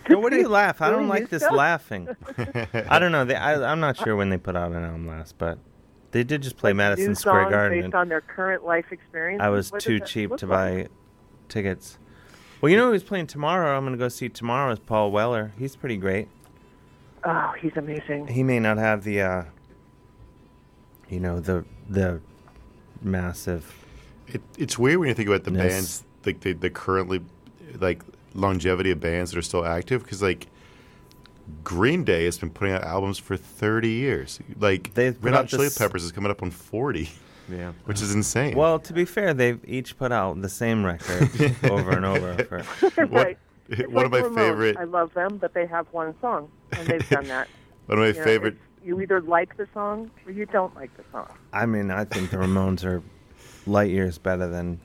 Speaker 11: Now, what do you laugh? I don't
Speaker 16: Really
Speaker 11: like
Speaker 16: new
Speaker 11: this
Speaker 16: stuff?
Speaker 11: laughing. I don't know. They, I, I'm not sure when they put out an album last, but they did just play Madison
Speaker 16: new
Speaker 11: Square
Speaker 16: songs
Speaker 11: Garden.
Speaker 16: based
Speaker 11: and
Speaker 16: on their current life experience.
Speaker 11: I was
Speaker 16: What does
Speaker 11: too
Speaker 16: that
Speaker 11: cheap
Speaker 16: look
Speaker 11: to
Speaker 16: like?
Speaker 11: buy tickets. Well, you know who's playing tomorrow? I'm going to go see tomorrow is Paul Weller. He's pretty great.
Speaker 16: Oh, he's amazing.
Speaker 11: He may not have the, uh, you know, the the massive.
Speaker 12: It, it's weird when you think about the
Speaker 11: Yes.
Speaker 12: bands, like the, the currently, like longevity of bands that are still active, because like Green Day has been putting out albums for 30 years. Like
Speaker 11: They've put
Speaker 12: Red Hot
Speaker 11: out
Speaker 12: Chili
Speaker 11: this-
Speaker 12: Peppers is coming up on 40.
Speaker 11: Yeah.
Speaker 12: Which is insane.
Speaker 11: Well, to be fair, they've each put out the same record over and over. For,
Speaker 16: right.
Speaker 12: One
Speaker 16: It's like
Speaker 12: of my
Speaker 16: the Ramones.
Speaker 12: favorite-
Speaker 16: I love them, but they have one song, and they've done that.
Speaker 11: One of my
Speaker 16: You know,
Speaker 11: favorite-
Speaker 16: it's- You either like the song or you don't like the song.
Speaker 11: I mean, I think the Ramones are light years better than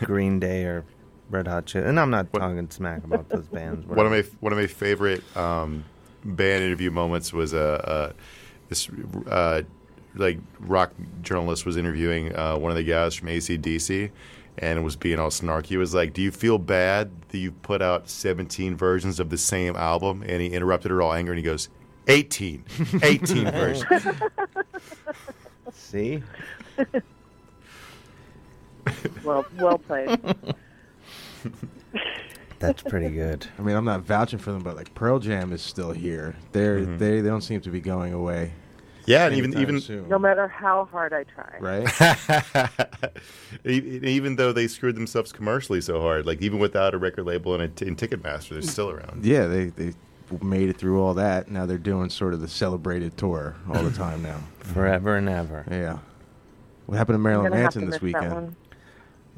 Speaker 11: Green Day or Red Hot Chili. And I'm not talking smack about those bands.
Speaker 12: One of my one of my favorite um, band interview moments was uh, uh, this uh, like rock journalist was interviewing uh, one of the guys from ACDC and was being all snarky. He was like, "Do you feel bad that you've put out 17 versions of the same album?" And he interrupted her all anger and he goes, "18, 18 versions."
Speaker 11: See,
Speaker 16: well, well played.
Speaker 11: That's pretty good.
Speaker 15: I mean, I'm not vouching for them, but like Pearl Jam is still here. They're
Speaker 11: Mm-hmm.
Speaker 15: they they don't seem to be going away.
Speaker 12: Yeah, and even
Speaker 15: anytime
Speaker 12: even
Speaker 15: soon.
Speaker 16: No matter how hard I try.
Speaker 12: right? E- even though they screwed themselves commercially so hard, like even without a record label and, a t- and Ticketmaster, they're still around.
Speaker 15: Yeah, they they made it through all that. Now they're doing sort of the celebrated tour all the time now,
Speaker 11: forever and ever.
Speaker 15: Yeah. What happened to
Speaker 16: I'm
Speaker 15: Marilyn
Speaker 16: gonna have
Speaker 15: Manson
Speaker 16: to
Speaker 15: this
Speaker 16: miss that
Speaker 15: weekend?
Speaker 16: one.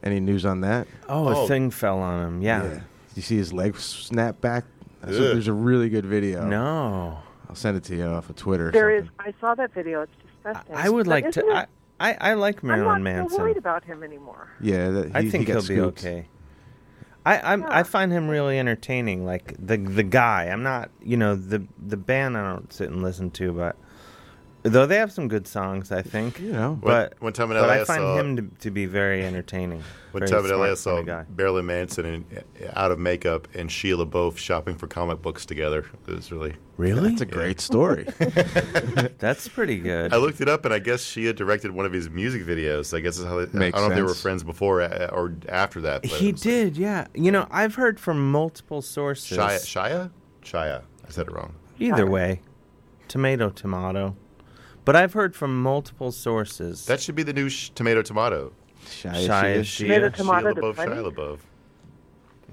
Speaker 15: Any news on that?
Speaker 11: Oh, a thing fell on him. Yeah.
Speaker 15: Did you see his leg snap back? That's
Speaker 11: Ugh.
Speaker 15: a, there's a really good video.
Speaker 11: No.
Speaker 15: I'll send it to you off of Twitter.
Speaker 16: There is. I saw that video. It's disgusting.
Speaker 11: I would
Speaker 16: But
Speaker 11: like
Speaker 16: isn't
Speaker 11: to.
Speaker 16: it-
Speaker 11: I, I, I like
Speaker 16: I'm not
Speaker 11: Marilyn
Speaker 16: so
Speaker 11: Manson.
Speaker 16: worried about him anymore.
Speaker 15: Yeah, that, he,
Speaker 11: I think
Speaker 15: he
Speaker 11: will
Speaker 15: got
Speaker 11: be
Speaker 15: scooped.
Speaker 11: okay. I I'm, I find him really entertaining, like the the guy. I'm not, you know, the the band. I don't sit and listen to, but though they have some good songs, I think. You
Speaker 15: know,
Speaker 11: but
Speaker 12: One- one time uh, in
Speaker 11: but
Speaker 12: LA
Speaker 11: I
Speaker 12: I
Speaker 11: find
Speaker 12: saw-
Speaker 11: him to, to be very entertaining.
Speaker 12: One
Speaker 11: very
Speaker 12: time in LA, I
Speaker 11: smart
Speaker 12: saw
Speaker 11: kind of guy.
Speaker 12: Marilyn Manson and, uh, out of makeup and Sheila both shopping for comic books together. It was really
Speaker 11: Really?
Speaker 15: That's a great story.
Speaker 11: That's pretty good.
Speaker 12: I looked it up, and I guess Shia directed one of his music videos. I guess that's how they,
Speaker 11: Makes
Speaker 12: I don't know if they were
Speaker 11: sense.
Speaker 12: friends before uh, or after that. But
Speaker 11: He did, yeah. You know, I've heard from multiple sources.
Speaker 12: Shia, Shia, Shia. I said it wrong.
Speaker 11: Either way, tomato, tomato. But I've heard from multiple sources.
Speaker 12: That should be the new sh- tomato, tomato.
Speaker 11: Shia, Shia, Shia.
Speaker 16: Tomato, tomato,
Speaker 12: Shia LaBeouf,
Speaker 16: that's
Speaker 12: Shia LaBeouf.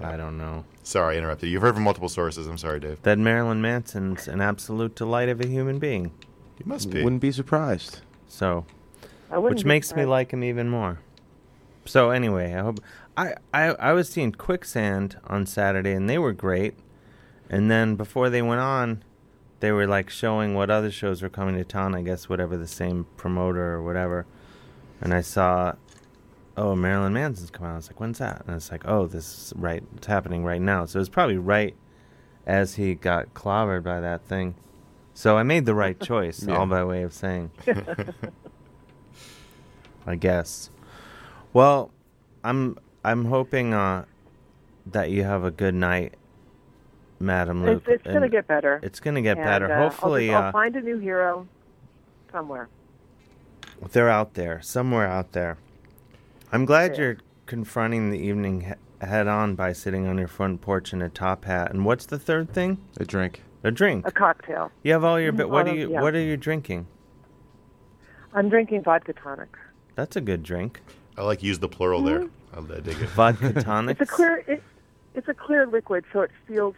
Speaker 11: I don't know.
Speaker 12: Sorry, I interrupted. You've heard from multiple sources. I'm sorry, Dave.
Speaker 11: That Marilyn Manson's an absolute delight of a human being.
Speaker 12: He must
Speaker 11: be.
Speaker 15: Wouldn't be surprised.
Speaker 11: So,
Speaker 16: I wouldn't
Speaker 11: which
Speaker 16: be
Speaker 11: makes me
Speaker 16: surprised.
Speaker 11: like him even more. So anyway, I hope I, I I was seeing Quicksand on Saturday and they were great. And then before they went on, they were like showing what other shows were coming to town, I guess whatever the same promoter or whatever. And I saw oh, Marilyn Manson's coming out. I was like, when's that? And it's like, oh, this is right it's happening right now. So it's probably right as he got clobbered by that thing. So I made the right choice,
Speaker 13: Yeah.
Speaker 11: all by way of saying. I guess. Well, I'm I'm hoping uh, that you have a good night, Madam Luke.
Speaker 16: It's, it's going to
Speaker 11: and
Speaker 16: get better.
Speaker 11: It's going to get
Speaker 16: And,
Speaker 11: better.
Speaker 16: uh, I'll
Speaker 11: Hopefully,
Speaker 16: just- I'll,
Speaker 11: uh,
Speaker 16: find a new hero somewhere.
Speaker 11: they're out there somewhere out there. I'm glad you're confronting the evening he- head on by sitting on your front porch in a top hat. And what's the third thing?
Speaker 15: A drink.
Speaker 11: A drink.
Speaker 16: A cocktail.
Speaker 11: You have all your. But what
Speaker 16: All
Speaker 11: are
Speaker 16: of-
Speaker 11: you?
Speaker 16: Oh, yeah.
Speaker 11: What are you drinking?
Speaker 16: I'm drinking vodka tonic.
Speaker 11: That's a good drink.
Speaker 12: I like use the plural there. I, I dig it.
Speaker 11: Vodka tonic.
Speaker 16: Mm-hmm. It's a clear. It, it's a clear liquid, so it feels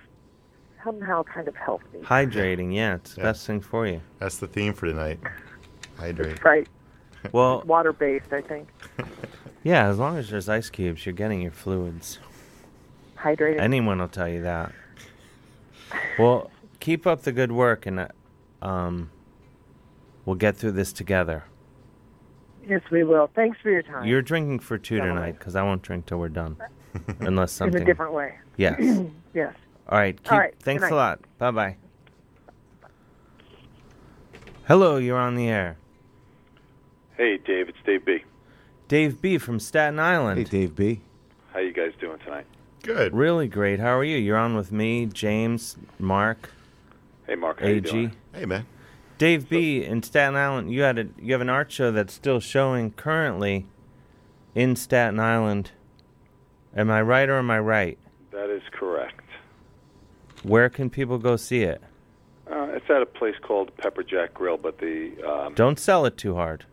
Speaker 16: somehow kind of healthy.
Speaker 11: Hydrating. Yeah, it's the best thing for you.
Speaker 12: That's the theme for tonight. Hydrate.
Speaker 16: Right.
Speaker 11: Well,
Speaker 16: Water based, I think.
Speaker 11: yeah. As long as there's ice cubes, you're getting your fluids.
Speaker 16: Hydrated.
Speaker 11: Anyone will tell you that. Well, keep up the good work, and uh, um, we'll get through this together.
Speaker 16: yes, we will. Thanks for your time.
Speaker 11: You're drinking for two
Speaker 16: Gentlemen.
Speaker 11: tonight because I won't drink till we're done, unless
Speaker 16: in
Speaker 11: something.
Speaker 16: a different way.
Speaker 11: Yes.
Speaker 16: yes.
Speaker 11: All right. Keep,
Speaker 16: All right, good
Speaker 11: Thanks a
Speaker 16: night.
Speaker 11: lot. Bye bye. Hello, you're on the air.
Speaker 17: Hey, Dave, it's Dave B.
Speaker 11: Dave B from Staten Island. Hey,
Speaker 15: Dave B.
Speaker 17: How you guys doing tonight?
Speaker 12: Good.
Speaker 11: Really great. How are you? You're on with me, James, Mark.
Speaker 17: Hey, Mark. How you
Speaker 11: AG.
Speaker 17: doing?
Speaker 12: Hey, man.
Speaker 11: Dave B in Staten Island. You had a you have an art show that's still showing currently in Staten Island. Am I right or am I right?
Speaker 17: That is correct.
Speaker 11: Where can people go see it?
Speaker 17: Uh, it's at a place called Pepper Jack Grill, but the um,
Speaker 11: Don't sell it too hard.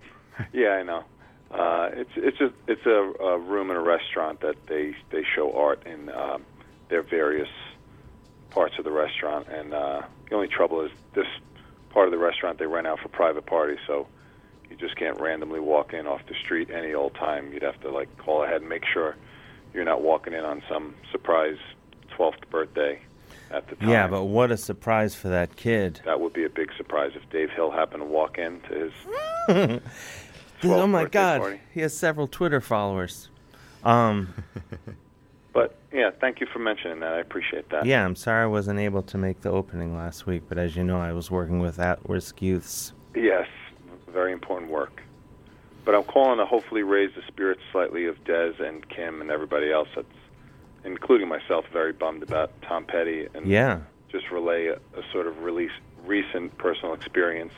Speaker 17: yeah, I know. Uh, it's it's a it's a, a room in a restaurant that they they show art in um, their various parts of the restaurant, and uh, the only trouble is this part of the restaurant they rent out for private parties, so you just can't randomly walk in off the street any old time. You'd have to like call ahead and make sure you're not walking in on some surprise 12th birthday at the time.
Speaker 11: Yeah, but what a surprise for that kid.
Speaker 17: That would be a big surprise if Dave Hill happened to walk in to his.
Speaker 11: oh my
Speaker 17: birthday
Speaker 11: Oh god.
Speaker 17: party.
Speaker 11: He has several Twitter followers. Um
Speaker 17: But Yeah, thank you for mentioning that. I appreciate that.
Speaker 11: Yeah, I'm sorry I wasn't able to make the opening last week, but as you know, I was working with at risk youths.
Speaker 17: Yes, very important work. But I'm calling to hopefully raise the spirits slightly of Dez and Kim and everybody else that's, including myself, very bummed about Tom Petty and
Speaker 11: Yeah.
Speaker 17: just relay a, a sort of release, recent personal experience.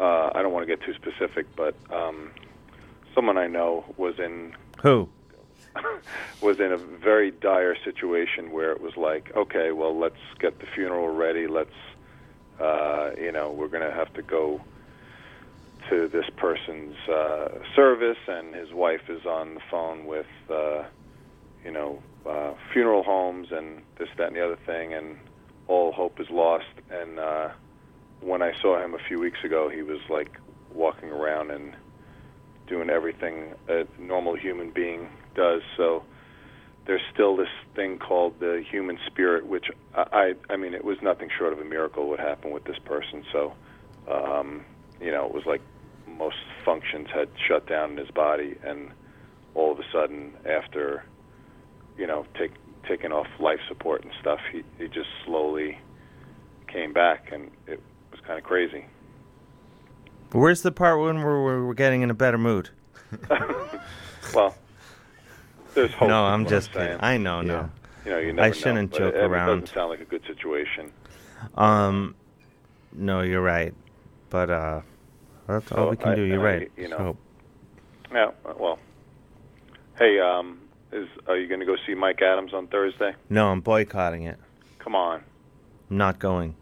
Speaker 17: Uh, I don't want to get too specific, but um, someone I know was in
Speaker 11: Who?
Speaker 17: was in a very dire situation where it was like, okay, well, let's get the funeral ready. Let's, uh, you know, we're going to have to go to this person's uh, service, and his wife is on the phone with, uh, you know, uh, funeral homes and this, that, and the other thing, and all hope is lost. And uh, when I saw him a few weeks ago, he was like walking around and doing everything a normal human being does. So there's still this thing called the human spirit, which I, I, I mean, it was nothing short of a miracle what happened with this person. So, um, you know, it was like most functions had shut down in his body, and all of a sudden, after, you know, take, taking off life support and stuff, he, he just slowly came back, and it was kind of crazy.
Speaker 11: Where's the part when we're, we're getting in a better mood?
Speaker 17: Well, there's hope.
Speaker 11: no,
Speaker 17: is
Speaker 11: I'm
Speaker 17: Oh, what
Speaker 11: just
Speaker 17: saying.
Speaker 11: kidding. I know, no.
Speaker 17: You know, you never
Speaker 11: I shouldn't
Speaker 17: know, but
Speaker 11: joke
Speaker 17: it, it
Speaker 11: around.
Speaker 17: doesn't sound like a good situation.
Speaker 11: Um, no, you're right. But uh, that's all
Speaker 17: So
Speaker 11: we can
Speaker 17: I-
Speaker 11: do. You're
Speaker 17: I-
Speaker 11: right.
Speaker 17: you know.
Speaker 11: So,
Speaker 17: Yeah. Well, hey, um, is are you going to go see Mike Adams on Thursday?
Speaker 11: no, I'm boycotting it.
Speaker 17: Come on.
Speaker 11: I'm not going.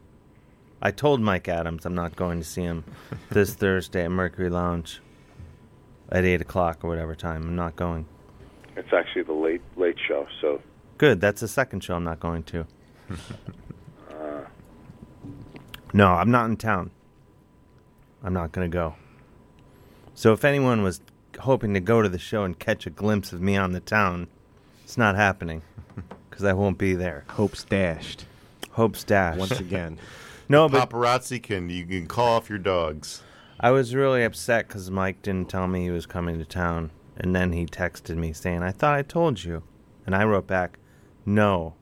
Speaker 11: I told Mike Adams I'm not going to see him this Thursday at Mercury Lounge at eight o'clock or whatever time. I'm not going.
Speaker 17: It's actually the late late show. So,
Speaker 11: Good. That's the second show I'm not going to.
Speaker 17: uh,
Speaker 11: No, I'm not in town. I'm not going to go. So if anyone was hoping to go to the show and catch a glimpse of me on the town, it's not happening because I won't be there.
Speaker 15: Hope's dashed.
Speaker 11: Hope's dashed
Speaker 15: Once again.
Speaker 11: no, but
Speaker 12: paparazzi can you can call off your dogs.
Speaker 11: I was really upset because Mike didn't tell me he was coming to town, and then he texted me saying, "I thought I told you," and I wrote back, "No."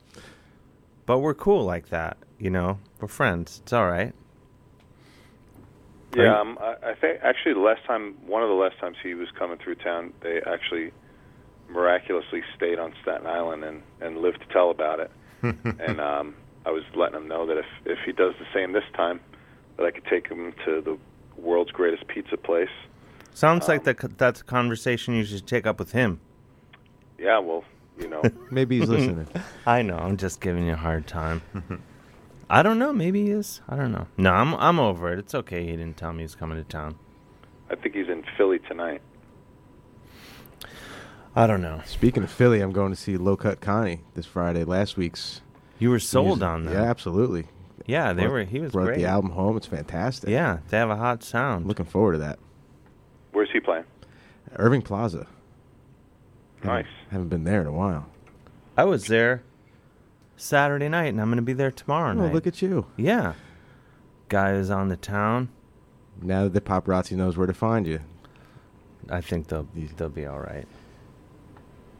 Speaker 11: But we're cool like that, you know. We're friends. It's all right. Are you-
Speaker 17: yeah, um, I, I think actually the last time, one of the last times he was coming through town, they actually miraculously stayed on Staten Island and and lived to tell about it.
Speaker 15: Hmm.
Speaker 17: and um, I was letting him know that if if he does the same this time, that I could take him to the world's greatest pizza place.
Speaker 11: Sounds
Speaker 17: um,
Speaker 11: like the, c- that's a conversation you should take up with him.
Speaker 17: Yeah, well, you know,
Speaker 15: Maybe he's listening.
Speaker 11: I know. I'm just giving you a hard time. I don't know. Maybe he is. I don't know. No, I'm I'm over it. It's okay. He didn't tell me he's coming to town.
Speaker 17: I think he's in Philly tonight.
Speaker 11: I don't know.
Speaker 15: Speaking of Philly, I'm going to see Low Cut Connie this Friday. Last week's.
Speaker 11: You were sold on them.
Speaker 15: Yeah, absolutely.
Speaker 11: Yeah, they
Speaker 15: Brought-
Speaker 11: were. He was
Speaker 15: brought
Speaker 11: great.
Speaker 15: the album home. It's fantastic.
Speaker 11: Yeah, they have a hot sound.
Speaker 15: Looking forward to that.
Speaker 17: Where's he playing?
Speaker 15: Irving Plaza.
Speaker 17: Nice.
Speaker 15: Haven't been there in a while.
Speaker 11: I was there Saturday night, and I'm going to be there tomorrow
Speaker 15: Oh,
Speaker 11: night.
Speaker 15: look at you.
Speaker 11: Yeah. Guy is on the town.
Speaker 15: Now that the paparazzi knows where to find you.
Speaker 11: I think they'll they'll be all right.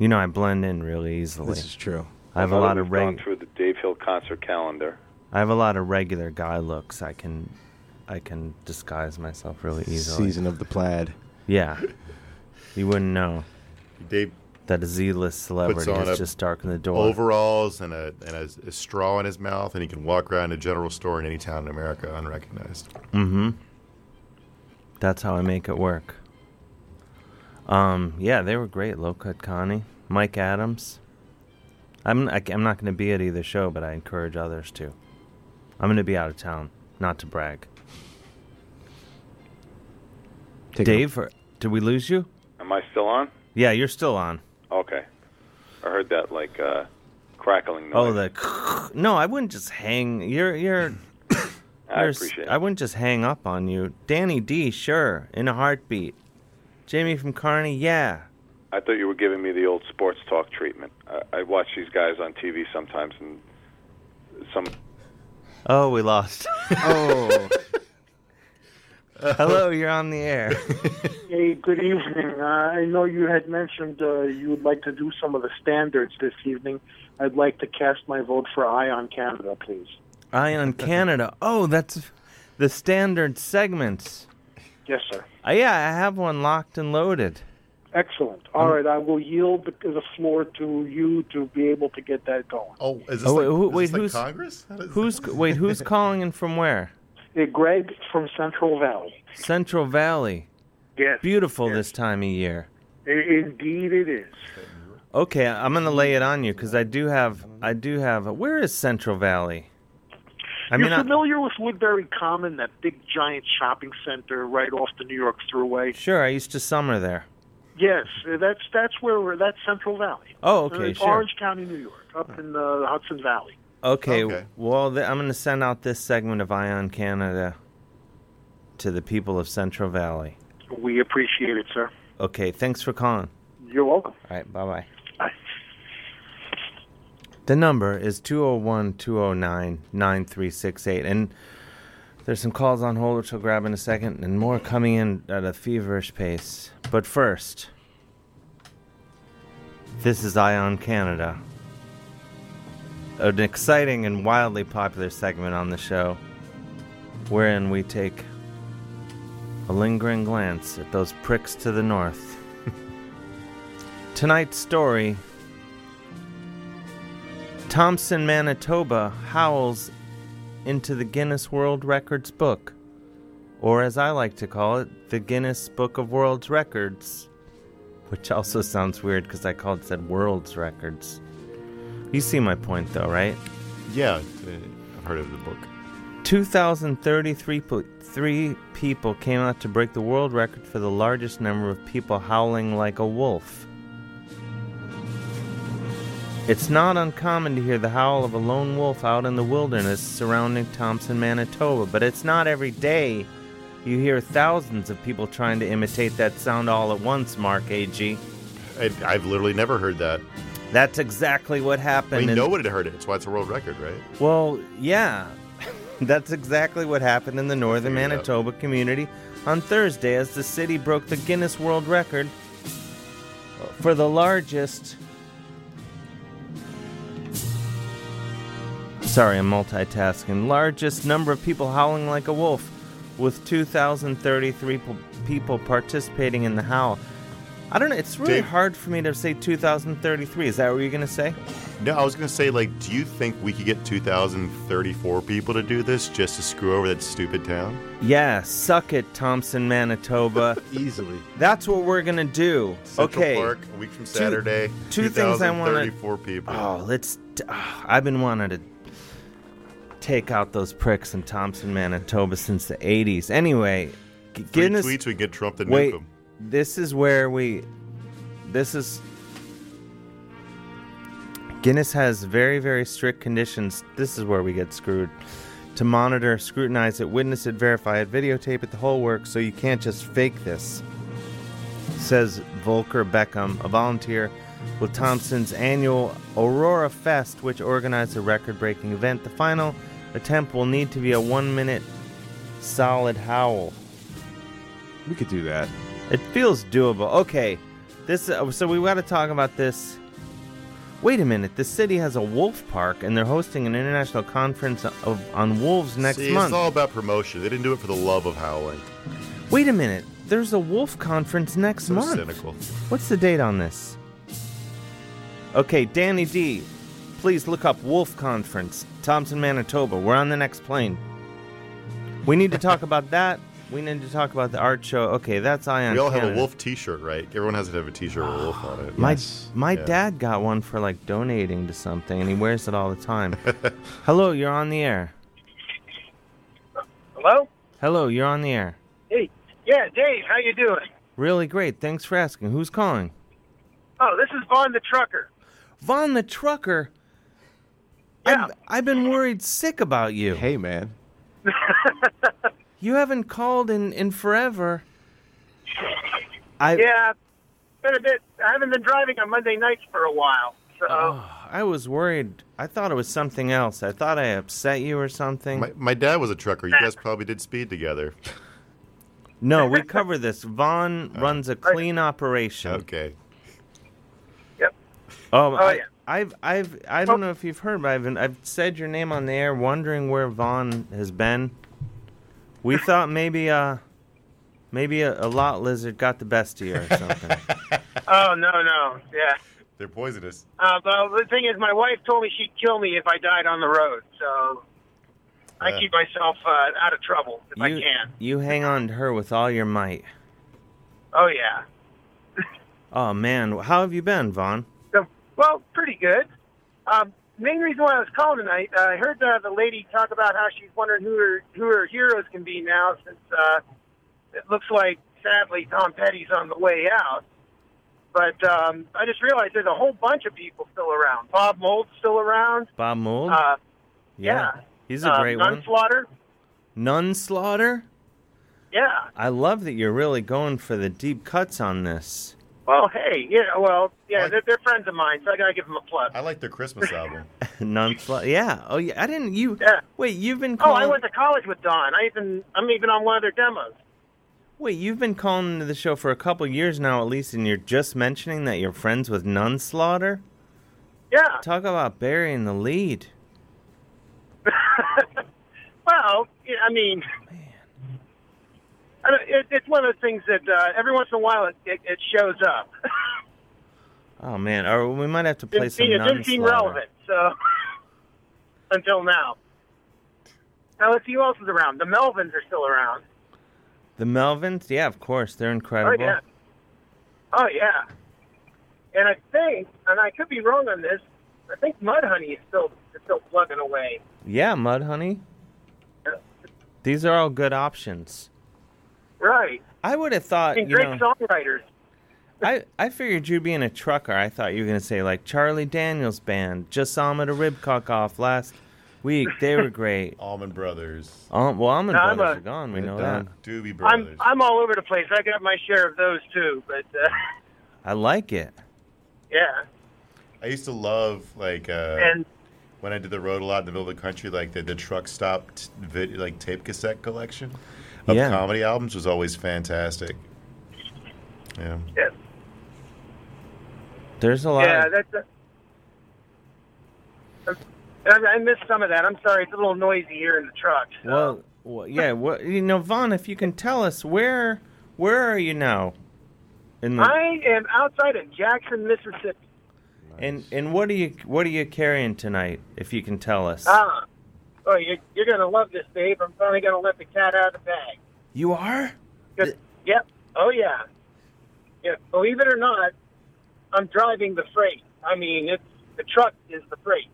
Speaker 11: You know, I blend in really easily.
Speaker 15: This is true.
Speaker 11: I have a
Speaker 17: Now that
Speaker 11: lot of
Speaker 17: we've gone
Speaker 11: reg-
Speaker 17: through the Dave Hill concert calendar.
Speaker 11: I have a lot of regular guy looks. I can I can disguise myself really easily.
Speaker 15: Season of the plaid.
Speaker 11: Yeah. You wouldn't know.
Speaker 12: Dave
Speaker 11: that a Z-list
Speaker 12: Puts
Speaker 11: celebrity
Speaker 12: on a
Speaker 11: is just dark in the door.
Speaker 12: overalls and a and a, a straw in his mouth, and he can walk around a general store in any town in America unrecognized.
Speaker 11: Mm-hmm. That's how I make it work. Um, yeah, they were great. Low Cut Connie, Mike Adams. I'm I, am not going to be at either show, but I encourage others to. I'm going to be out of town, not to brag.
Speaker 15: Take
Speaker 11: Dave, or- did we lose you?
Speaker 17: Am I still on?
Speaker 11: Yeah, you're still on.
Speaker 17: Okay. I heard that like uh, crackling noise.
Speaker 11: Oh, the no, I wouldn't just hang. You're you're.
Speaker 17: I
Speaker 11: you're s-
Speaker 17: appreciate it.
Speaker 11: I wouldn't just hang up on you, Danny D. Sure, in a heartbeat. Jamie from Carney, yeah.
Speaker 17: I thought you were giving me the old sports talk treatment. I, I watch these guys on TV sometimes, and some
Speaker 11: Oh, we lost.
Speaker 15: oh.
Speaker 11: Hello, you're on the air.
Speaker 18: Hey, good evening. Uh, I know you had mentioned uh, you would like to do some of the standards this evening. I'd like to cast my vote for Ion Canada, please.
Speaker 11: Ion Canada. Oh, that's the standard segments.
Speaker 18: Yes, sir.
Speaker 11: Uh, yeah, I have one locked and loaded.
Speaker 18: Excellent.
Speaker 12: Mm-hmm.
Speaker 18: All right, I will yield the, the floor to you to be able to get that going.
Speaker 12: Oh, is
Speaker 11: Oh, wait, who- wait, who's
Speaker 12: Congress?
Speaker 11: Who's wait? Who's calling and from where?
Speaker 18: Greg from Central Valley.
Speaker 11: Central Valley.
Speaker 18: Yes.
Speaker 11: Beautiful this time of year.
Speaker 18: I- Indeed, it is.
Speaker 11: Okay, I'm gonna lay it on you because I do have I do have. where is Central Valley? I mean,
Speaker 18: You're
Speaker 11: I-
Speaker 18: familiar with Woodbury Common, that big giant shopping center right off the New York Thruway?
Speaker 11: sure, I used to summer there.
Speaker 18: Yes, that's that's where we're. That's Central Valley.
Speaker 11: Oh, okay,
Speaker 18: It's
Speaker 11: sure.
Speaker 18: uh, Orange County, New York, up in uh, the Hudson Valley.
Speaker 11: Okay, well, th- I'm going to send out this segment of Ion Canada to the people of Central Valley.
Speaker 18: We appreciate it, sir.
Speaker 11: Okay, thanks for calling.
Speaker 18: You're welcome.
Speaker 11: All right, bye bye. The number is 201 209 9368. And there's some calls on hold, which we'll grab in a second, and more coming in at a feverish pace. But first, this is Ion Canada, an exciting and wildly popular segment on the show wherein we take a lingering glance at those pricks to the north. Tonight's story Thompson, Manitoba howls into the Guinness World Records book, or as I like to call it, the Guinness Book of World Records, which also sounds weird because I called said World's Records. You see my point, though, right?
Speaker 12: Yeah, I've heard of the book.
Speaker 11: 2,033 po- three people came out to break the world record for the largest number of people howling like a wolf. It's not uncommon to hear the howl of a lone wolf out in the wilderness surrounding Thompson, Manitoba, but it's not every day you hear thousands of people trying to imitate that sound all at once, Mark A.G.
Speaker 12: I, I've literally never heard that.
Speaker 11: That's exactly what happened.
Speaker 12: I mean,
Speaker 11: in-
Speaker 12: nobody had heard it. That's why it's a world record, right?
Speaker 11: Well, yeah. That's exactly what happened in the northern
Speaker 12: Figured it out.
Speaker 11: Manitoba community on Thursday as the city broke the Guinness World Record for the largest. Sorry, I'm multitasking. Largest number of people howling like a wolf, with 2,033 po- people participating in the howl. I don't know. It's really
Speaker 12: Dave-
Speaker 11: hard for me to say 2,033. Is that what you're going to say?
Speaker 12: No, I was going to say, like, do you think we could get 2,034 people to do this just to screw over that stupid town?
Speaker 11: Yeah, suck it, Thompson, Manitoba.
Speaker 12: Easily.
Speaker 11: That's what we're gonna do.
Speaker 12: Central
Speaker 11: okay.
Speaker 12: Park, a week from Saturday,
Speaker 11: Two, two things I want to.
Speaker 12: 2,034 people.
Speaker 11: Oh, let's. ah, I've been wanting to take out those pricks in Thompson, Manitoba since the '80s. Anyway, g-
Speaker 12: Three
Speaker 11: Guinness.
Speaker 12: tweets, we get Trump to nuke
Speaker 11: wait,
Speaker 12: him.
Speaker 11: this is where we. This is. Guinness has very, very strict conditions. This is where we get screwed. To monitor, scrutinize it, witness it, verify it, videotape it, the whole works, so you can't just fake this. Says Volker Beckham, a volunteer with Thompson's annual Aurora Fest, which organized a record breaking event. The final attempt will need to be a one minute solid howl.
Speaker 15: We could do that.
Speaker 11: It feels doable. Okay, this. Uh, so we got to talk about this. Wait a minute. The city has a wolf park, and they're hosting an international conference of, on wolves next
Speaker 12: See,
Speaker 11: month.
Speaker 12: It's all about promotion. They didn't do it for the love of howling.
Speaker 11: Wait a minute. There's a wolf conference next
Speaker 12: So
Speaker 11: month.
Speaker 12: cynical.
Speaker 11: What's the date on this? Okay, Danny D, please look up Wolf Conference, Thompson, Manitoba. We're on the next plane. We need to talk about that. We need to talk about the art show. Okay, that's Ion.
Speaker 12: we all have a
Speaker 11: Canada.
Speaker 12: wolf T-shirt, right? Everyone has to have a T-shirt with a wolf on it.
Speaker 11: My
Speaker 12: Yes.
Speaker 11: my
Speaker 12: Yeah.
Speaker 11: dad got one for like donating to something, and he wears it all the time. Hello, you're on the air.
Speaker 19: Hello?
Speaker 11: Hello, you're on the air.
Speaker 19: Hey, yeah, Dave, how you doing?
Speaker 11: Really great. Thanks for asking. Who's calling?
Speaker 19: Oh, this is Vaughn the trucker.
Speaker 11: Vaughn the trucker. Yeah. I've, I've been worried sick about you. Hey man. you haven't called in in forever. I
Speaker 19: yeah, been a bit. I haven't been driving on Monday nights for a while, so
Speaker 11: I was worried. I thought it was something else. I thought I upset you or something.
Speaker 12: My, my dad was a trucker. You guys probably did speed together.
Speaker 11: No, we cover this. Vaughn runs a clean operation. Okay.
Speaker 19: Yep.
Speaker 11: Oh,
Speaker 19: Oh,
Speaker 11: I,
Speaker 19: yeah.
Speaker 11: I've, I've, I don't know if you've heard, but I've, been, I've said your name on the air, wondering where Vaughn has been. We thought maybe, uh, maybe a, a lot lizard got the best of you or something.
Speaker 19: Oh no no yeah.
Speaker 12: They're poisonous.
Speaker 19: Uh, well, the thing is, my wife told me she'd kill me if I died on the road, so I
Speaker 11: Yeah.
Speaker 19: keep myself uh, out of trouble if
Speaker 11: you,
Speaker 19: I can.
Speaker 11: you hang on to her with all your might.
Speaker 19: Oh yeah.
Speaker 11: Oh man, how have you been, Vaughn?
Speaker 19: So, well, pretty good. Um, main reason why I was calling tonight, uh, I heard uh, the lady talk about how she's wondering who her who her heroes can be now, since uh, it looks like sadly Tom Petty's on the way out. But um, I just realized there's a whole bunch of people still around. Bob Mould's still around.
Speaker 11: Bob Mould?
Speaker 19: Uh,
Speaker 11: Oh, yeah.
Speaker 19: yeah.
Speaker 11: He's a
Speaker 19: uh,
Speaker 11: great one.
Speaker 19: Gunslaughter.
Speaker 11: Nun slaughter?
Speaker 19: Yeah.
Speaker 11: I love that you're really going for the deep cuts on this.
Speaker 19: Well, hey, yeah, well, yeah, they're, they're friends of mine, so I gotta give them a plus. I like their Christmas album.
Speaker 11: Nun slaughter. Yeah. Oh yeah. I didn't. You. Wait. You've been.
Speaker 19: oh,
Speaker 11: Calling,
Speaker 19: I went to college with Don. I even, I'm even on one of their demos.
Speaker 11: Wait. You've been calling into the show for a couple years now, at least, and you're just mentioning that you're friends with Nun slaughter.
Speaker 19: Yeah.
Speaker 11: Talk about burying the lead.
Speaker 19: Well, yeah, I mean, I don't, it, it's one of those things that uh, every once in a while it, it, it shows up.
Speaker 11: Oh man. Or we might have to play
Speaker 19: Didn't
Speaker 11: some
Speaker 19: seem, it
Speaker 11: Nun
Speaker 19: didn't seem
Speaker 11: slaughter.
Speaker 19: relevant, so until now. Now let's see who else is around. The Melvins are still around. Oh,
Speaker 11: The Melvins. Yeah. Of course. They're incredible.
Speaker 19: yeah. Oh yeah. And I think, and I could be wrong on this, I think Mudhoney is still is still plugging away.
Speaker 11: Yeah, Mud Honey.
Speaker 19: Yeah.
Speaker 11: These are all good options.
Speaker 19: Right.
Speaker 11: I would have thought,
Speaker 19: And
Speaker 11: Uh, you
Speaker 19: great
Speaker 11: know,
Speaker 19: songwriters.
Speaker 11: I, I figured you being a trucker, I thought you were going to say, like, Charlie Daniels Band. Just saw them at a rib cock off last week. They were great.
Speaker 12: Almond Brothers.
Speaker 11: Um, well, Almond
Speaker 19: No, I'm
Speaker 11: Brothers
Speaker 19: a-
Speaker 11: are gone. We
Speaker 12: Yeah,
Speaker 11: know that.
Speaker 12: Don Doobie
Speaker 19: I'm I'm all over the place. I got my share of those too, but uh,
Speaker 11: I like it.
Speaker 19: yeah.
Speaker 12: I used to love like uh,
Speaker 19: And-
Speaker 12: when I did the road a lot in the middle of the country, like the, the truck stop t- vid- like tape cassette collection of
Speaker 11: Yeah.
Speaker 12: comedy albums was always fantastic. Yeah.
Speaker 19: Yeah.
Speaker 11: There's a lot.
Speaker 19: Yeah, that's. A, I I missed some of that. I'm sorry. It's a little noisy here in the truck.
Speaker 11: Well, well, yeah. Well, you know, Vaughn, if you can tell us, where where are you now? In the,
Speaker 19: I am outside of Jackson, Mississippi.
Speaker 11: and and what are you what are you carrying tonight? If you can tell us,
Speaker 19: Ah. Oh, you're, you're going to love this, Dave. I'm finally going to let the cat out of the bag.
Speaker 11: you are.
Speaker 19: Just- Yep. Oh yeah. Yeah. Believe it or not, I'm driving the freight. I mean, it's the truck is the freight.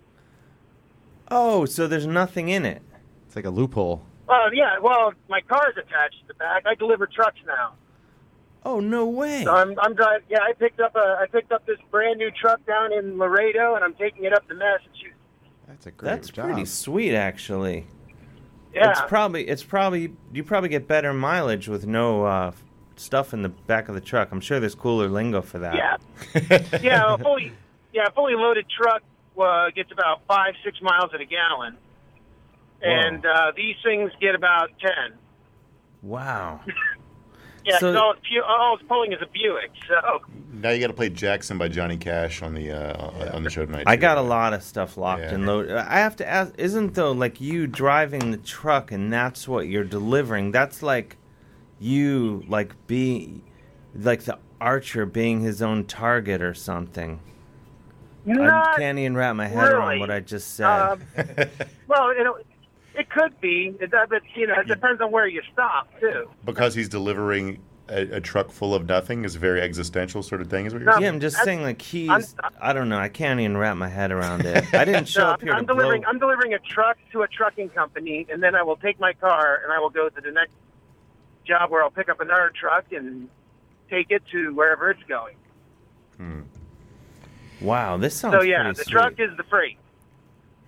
Speaker 11: Oh, so there's nothing in it.
Speaker 15: It's like a loophole.
Speaker 19: Well, yeah. Well, my car's attached to the back. I deliver trucks now.
Speaker 11: Oh no way.
Speaker 19: So I'm, I'm driving. Yeah, I picked up a I picked up this brand new truck down in Laredo, and I'm taking it up to Massachusetts.
Speaker 15: That's
Speaker 11: a great That's pretty sweet, actually.
Speaker 19: Yeah.
Speaker 11: It's probably it's probably you probably get better mileage with no uh, stuff in the back of the truck. I'm sure there's cooler lingo for that.
Speaker 19: Yeah. yeah, a fully yeah a fully loaded truck uh, gets about five six miles at a gallon, and uh, these things get about ten.
Speaker 11: Wow.
Speaker 19: Yeah, 'cause
Speaker 12: So-
Speaker 19: all, it's pu- all it's pulling is a Buick. So
Speaker 12: Now you got to play Jackson by Johnny Cash on the uh, on the show tonight.
Speaker 11: I
Speaker 12: too.
Speaker 11: got a lot of stuff locked and loaded. I have to ask, isn't though like you driving the truck and that's what you're delivering? That's like you like being like the archer being his own target or something. I
Speaker 19: Not
Speaker 11: can't even wrap my head around
Speaker 19: really.
Speaker 11: what I just said.
Speaker 19: Um, well, you know, it could be, It- uh, but you know, it depends on where you stop too.
Speaker 12: because he's delivering a, a truck full of nothing is a very existential sort of thing. Is what you're
Speaker 11: yeah, I'm just saying, like he's. I don't know. I can't even wrap my head around it. I didn't show
Speaker 19: No,
Speaker 11: up here
Speaker 19: I'm
Speaker 11: to
Speaker 19: delivering.
Speaker 11: blow.
Speaker 19: I'm delivering a truck to a trucking company, and then I will take my car and I will go to the next job where I'll pick up another truck and take it to wherever it's going.
Speaker 11: Hmm. Wow, this sounds.
Speaker 19: so yeah,
Speaker 11: pretty
Speaker 19: the
Speaker 11: sweet.
Speaker 19: truck is the freight.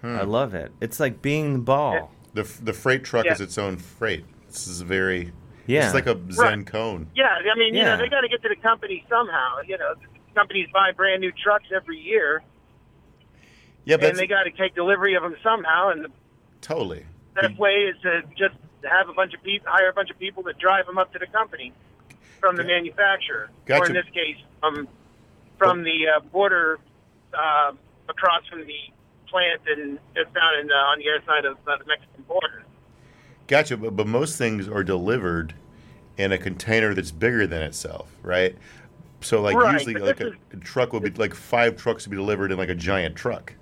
Speaker 11: I love it. It's like being the ball.
Speaker 12: The f- the freight truck
Speaker 19: Yeah.
Speaker 12: is its own freight. This is very
Speaker 11: Yeah.
Speaker 12: It's like a Zen cone.
Speaker 19: Yeah, I mean, you know,
Speaker 12: Yeah.
Speaker 19: they got to get to the company somehow. You know, companies buy brand new trucks every year,
Speaker 12: Yeah, but
Speaker 19: and they
Speaker 12: it's-
Speaker 19: got to take delivery of them somehow, and the
Speaker 12: totally.
Speaker 19: best way is to just to have a bunch of people hire a bunch of people that drive them up to the company from the manufacturer, or
Speaker 12: Gotcha.
Speaker 19: in this case, um, from the uh, border uh, across from the plant and just down in, uh, on the other side of uh, the Mexican border.
Speaker 12: Gotcha. But, but most things are delivered in a container that's bigger than itself, right? So like
Speaker 19: Right,
Speaker 12: usually
Speaker 19: but
Speaker 12: like
Speaker 19: this
Speaker 12: a, a truck would be like five trucks would be delivered in like a giant truck,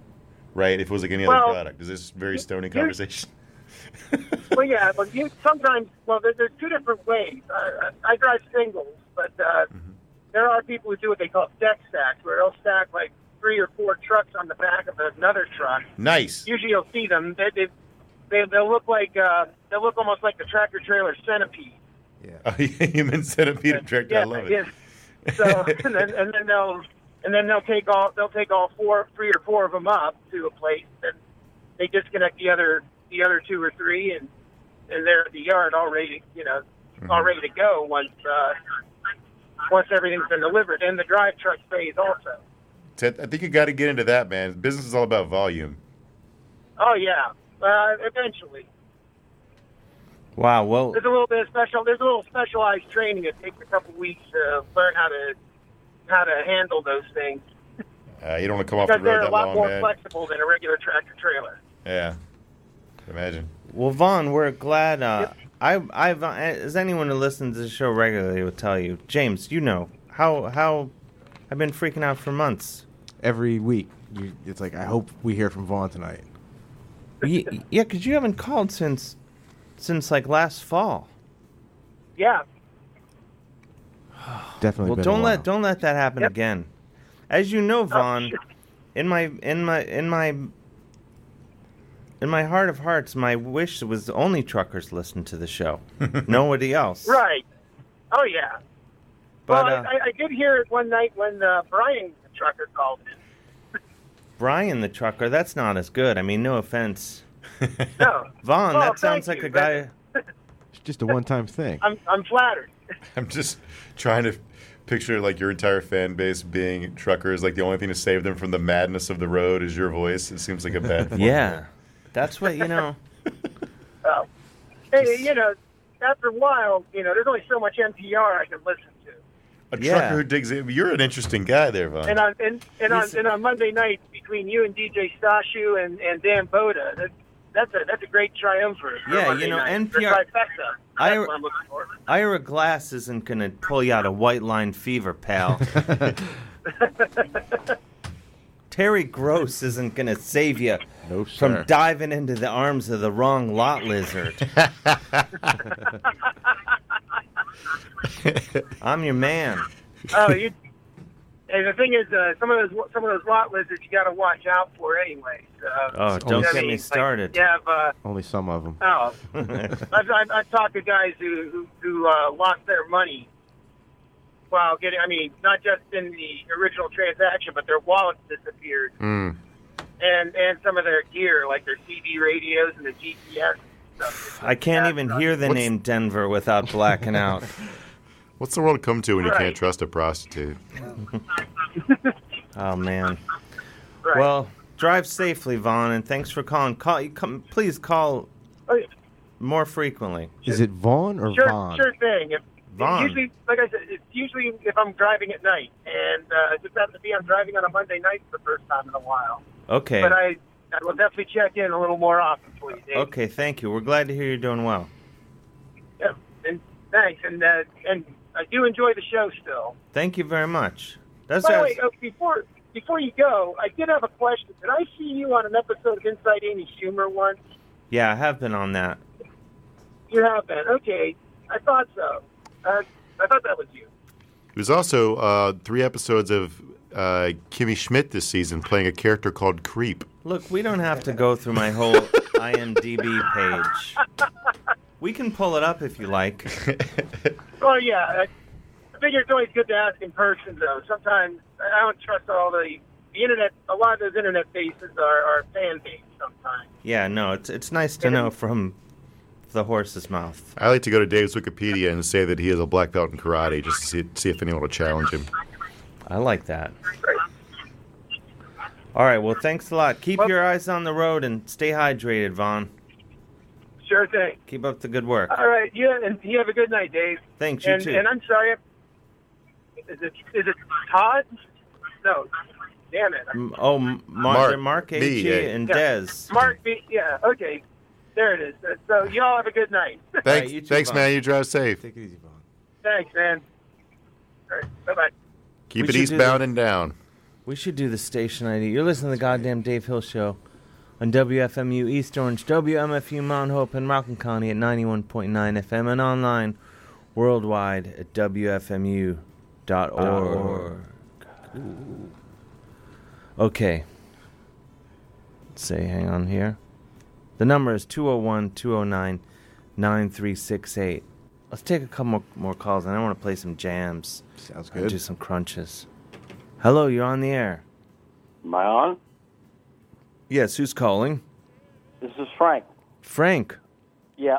Speaker 12: right? If it was like any
Speaker 19: Well,
Speaker 12: other product, is this very stony
Speaker 19: you're-
Speaker 12: conversation?
Speaker 19: well, yeah, but you sometimes well, there, there's two different ways. I, I, I drive singles, but uh, there are people who do what they call deck stacks, where they'll stack like three or four trucks on the back of another truck.
Speaker 12: Nice.
Speaker 19: Usually, you'll see them. They they, they they'll look like uh, they'll look almost like the tractor trailer centipede.
Speaker 12: Oh, human centipede attractor. I love it.
Speaker 19: Yes. So and then, and then they'll and then they'll take all they'll take all four, three or four of them up to a place, and they disconnect the other the other two or three, and and they're at the yard all ready, you know,
Speaker 12: Mm-hmm.
Speaker 19: all ready to go once uh, once everything's been delivered, and the drive truck stays also.
Speaker 12: Ted, I think you got to get into that, man. Business is all about volume.
Speaker 19: Oh yeah, uh, eventually.
Speaker 11: Wow.
Speaker 12: Oh.
Speaker 11: Well,
Speaker 19: There's a little bit of special. There's a little specialized training. It takes a couple weeks to learn how to how to handle those things.
Speaker 12: Uh, you don't want to come off the
Speaker 19: because they're
Speaker 12: road
Speaker 19: a
Speaker 12: that
Speaker 19: lot
Speaker 12: long,
Speaker 19: more
Speaker 12: man.
Speaker 19: flexible than a regular tractor trailer.
Speaker 12: Yeah. Imagine.
Speaker 11: well, Vaughn, we're glad. Uh, I, I've, as anyone who listens to the show regularly will tell you, James, you know how how I've been freaking out for months.
Speaker 15: Every week, you, it's like I hope we hear from Vaughn tonight.
Speaker 11: Ye- yeah, because you haven't called since since like last fall.
Speaker 19: Yeah.
Speaker 15: Definitely.
Speaker 11: Well,
Speaker 15: been a
Speaker 11: don't
Speaker 15: while.
Speaker 11: let don't let that happen again. As you
Speaker 19: Oh,
Speaker 11: know, Vaughn, in my in my in my in my heart of hearts, my wish was the only truckers listened to the show, nobody else.
Speaker 19: Right. Oh yeah.
Speaker 11: But
Speaker 19: well,
Speaker 11: uh,
Speaker 19: I, I did hear it one night when uh, Brian the trucker called in.
Speaker 11: Brian the trucker, that's not as good. I mean, no offense.
Speaker 19: No.
Speaker 11: Vaughn,
Speaker 19: Well,
Speaker 11: that sounds like
Speaker 19: thank
Speaker 11: a
Speaker 19: you,
Speaker 11: guy.
Speaker 15: It's just a one-time thing.
Speaker 19: I'm I'm flattered.
Speaker 12: I'm just trying to picture like your entire fan base being truckers. Like the only thing to save them from the madness of the road is your voice. It seems like a bad. formula.
Speaker 11: Yeah, that's what you know.
Speaker 19: Hey, you know, after a while, you know, there's only so much NPR I can listen to.
Speaker 12: A
Speaker 11: Yeah.
Speaker 12: trucker who digs in. You're an interesting guy there, Von.
Speaker 19: And on and, and on and on Monday nights between you and DJ Stashu and, and Dan Boda, that, that's a that's a great triumvirate. for
Speaker 11: Yeah,
Speaker 19: Monday
Speaker 11: you know,
Speaker 19: night, or
Speaker 11: NPR
Speaker 19: trifecta. That's
Speaker 11: I-
Speaker 19: what I'm looking for.
Speaker 11: Ira Glass isn't gonna pull you out of white line fever, pal. Terry Gross isn't gonna save you
Speaker 15: sir.
Speaker 11: from diving into the arms of the wrong lot lizard. I'm your man.
Speaker 19: Oh, you. And the thing is, uh, some of those some of those lot lizards you got to watch out for, anyway. So,
Speaker 11: Oh, don't
Speaker 19: I
Speaker 11: get
Speaker 19: mean,
Speaker 11: me
Speaker 19: like,
Speaker 11: started.
Speaker 19: you have, uh,
Speaker 15: Only some of them.
Speaker 19: oh, I've, I've, I've talked to guys who who, who uh, lost their money while getting. I mean, not just in the original transaction, but their wallets disappeared,
Speaker 12: Mm.
Speaker 19: and and some of their gear, like their CD radios and the GPS.
Speaker 11: I can't even hear the
Speaker 12: What's-
Speaker 11: name Denver without blacking out.
Speaker 12: What's the world come to when you
Speaker 19: Right.
Speaker 12: can't trust a prostitute?
Speaker 11: oh man. Well, drive safely, Vaughn, and thanks for calling. Call, you come, please call
Speaker 19: Oh, yeah.
Speaker 11: more frequently.
Speaker 15: Is it Vaughn or
Speaker 19: Sure,
Speaker 15: Vaughn?
Speaker 19: sure thing. If,
Speaker 11: Vaughn.
Speaker 19: Usually, like I said, it's usually if I'm driving at night, and uh, it just happens to be I'm driving on a Monday night for the first time in a while.
Speaker 11: Okay.
Speaker 19: But I, I will definitely check in a little more often for you, Dave.
Speaker 11: Okay, thank you. We're glad to hear you're doing well.
Speaker 19: Yeah, and thanks, and uh, and I do enjoy the show still.
Speaker 11: Thank you very much. That's
Speaker 19: By
Speaker 11: how-
Speaker 19: the way, oh, before before you go, I did have a question. Did I see you on an episode of Inside Amy Schumer once?
Speaker 11: yeah, I have been on that.
Speaker 19: You have been. Okay, I thought so. Uh, I thought that was you.
Speaker 12: There's also uh, three episodes of uh, Kimmy Schmidt this season playing a character called Creep.
Speaker 11: Look, we don't have to go through my whole IMDb page. We can pull it up if you like.
Speaker 19: Well, yeah. I, I figure it's always good to ask in person, though. Sometimes I I don't trust all the, the internet. A lot of those internet faces are, are fan base sometimes.
Speaker 11: Yeah, no, it's it's nice to know from the horse's mouth.
Speaker 12: I like to go to Dave's Wikipedia and say that he is a black belt in karate just to see, see if anyone will challenge him.
Speaker 11: I like that. All right, well, thanks a lot. Keep your eyes on the road and stay hydrated, Vaughn.
Speaker 19: Sure thing.
Speaker 11: Keep up the good work.
Speaker 19: All right, you and you have a good night, Dave.
Speaker 11: Thanks, you
Speaker 19: and,
Speaker 11: too.
Speaker 19: And I'm sorry. Is it is it Todd? No, damn it.
Speaker 11: M- Oh, M- Mark,
Speaker 19: Mark
Speaker 11: Mark, Mark
Speaker 19: B,
Speaker 11: AG,
Speaker 19: yeah.
Speaker 11: and
Speaker 19: Yeah.
Speaker 11: Dez.
Speaker 19: Mark B. Yeah. Okay. There it is. Uh, So y'all have a good night.
Speaker 12: Thanks, thanks, man. You drive safe. Take it easy.
Speaker 19: Thanks, man. All right. Bye bye.
Speaker 11: We
Speaker 12: Keep it
Speaker 11: should do
Speaker 12: eastbound
Speaker 11: the-
Speaker 12: and down.
Speaker 11: We should do the station ID. You're listening to the goddamn Dave Hill Show on WFMU East Orange, WMFU Mount Hope, and Rockland County at 91.9 FM and online worldwide at WFMU.org. Okay. Say, hang on here. The number is 201 209 9368. Let's take a couple more, more calls, and I want to play some jams. Sounds
Speaker 12: good.
Speaker 11: Do some crunches. Hello, you're on the air.
Speaker 20: Am I on?
Speaker 11: Yes, who's calling?
Speaker 20: This is Frank.
Speaker 11: Frank.
Speaker 20: Yeah.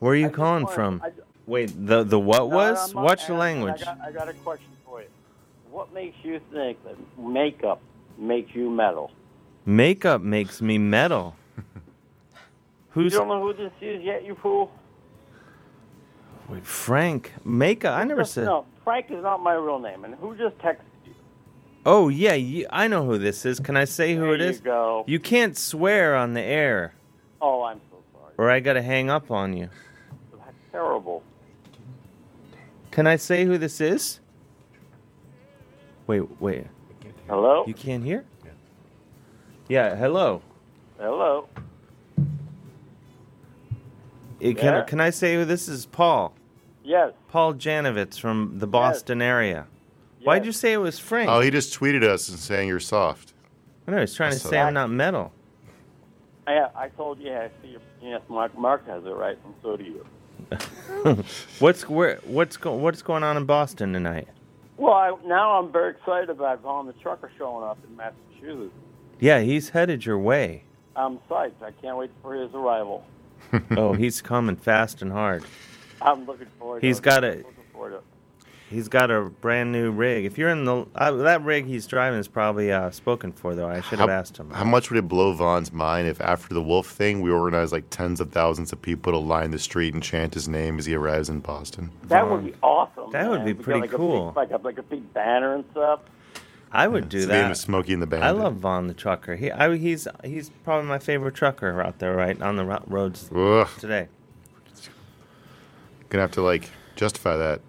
Speaker 11: Where are you calling from? Wait, the the what was?
Speaker 20: I'm not
Speaker 11: Watch the
Speaker 20: asking.
Speaker 11: language.
Speaker 20: I got, I got a question for you. What makes you think that makeup makes you metal?
Speaker 11: Makeup makes me metal. Who's
Speaker 20: you don't know who this is yet, you fool?
Speaker 11: wait, Frank? Makeup? I never
Speaker 20: Just-
Speaker 11: said.
Speaker 20: No, Frank is not my real name. And who just texted?
Speaker 11: Oh yeah, ye- I know who this is. Can I say who it
Speaker 20: you
Speaker 11: is?
Speaker 20: go.
Speaker 11: You can't swear on the air,
Speaker 20: Oh, I'm so
Speaker 11: or I gotta hang up on you.
Speaker 20: terrible.
Speaker 11: Can I say who this is? Wait, wait.
Speaker 20: Hello?
Speaker 11: You can't hear? Yeah, hello.
Speaker 20: Hello.
Speaker 11: Eh, Can,
Speaker 20: Yeah.
Speaker 11: can I say who this is? Paul.
Speaker 20: Yes.
Speaker 11: Paul Janovitz from the Boston area. Why'd you say it was Frank?
Speaker 12: Oh, he just tweeted us and saying you're soft.
Speaker 11: I know, he's trying to
Speaker 12: So-
Speaker 11: say I'm not metal.
Speaker 20: I, I told you. I see. you- Yes, Mark. Mark has it right, and so do you.
Speaker 11: what's where? What's go, What's going on in Boston tonight?
Speaker 20: Well, I, now I'm very excited about Vaughn the Trucker showing up in Massachusetts.
Speaker 11: Yeah, he's headed your way.
Speaker 20: I'm psyched. I can't wait for his arrival.
Speaker 11: oh, he's coming fast and hard.
Speaker 20: I'm looking forward.
Speaker 11: He's
Speaker 20: to
Speaker 11: got
Speaker 20: it.
Speaker 11: a
Speaker 20: Looking forward to it.
Speaker 11: he's got a brand new rig. If you're in the uh, that rig he's driving is probably uh, spoken for though. I should have asked him.
Speaker 12: How much would it blow Vaughn's mind if, after the wolf thing, we organized like tens of thousands of people to line the street and chant his name as he arrives in Boston?
Speaker 20: That would be awesome.
Speaker 12: That would
Speaker 20: man.
Speaker 12: be
Speaker 20: We got,
Speaker 12: pretty
Speaker 20: like, A
Speaker 12: cool.
Speaker 20: big, like a like a big banner and stuff.
Speaker 11: I would do
Speaker 12: It's the name
Speaker 11: that.
Speaker 12: of Smokey and the
Speaker 11: I
Speaker 12: Bandit.
Speaker 11: love Vaughn the trucker. He I, he's he's probably my favorite trucker out there right on the ro- roads
Speaker 12: Ugh.
Speaker 11: today.
Speaker 12: Gonna have to like justify that.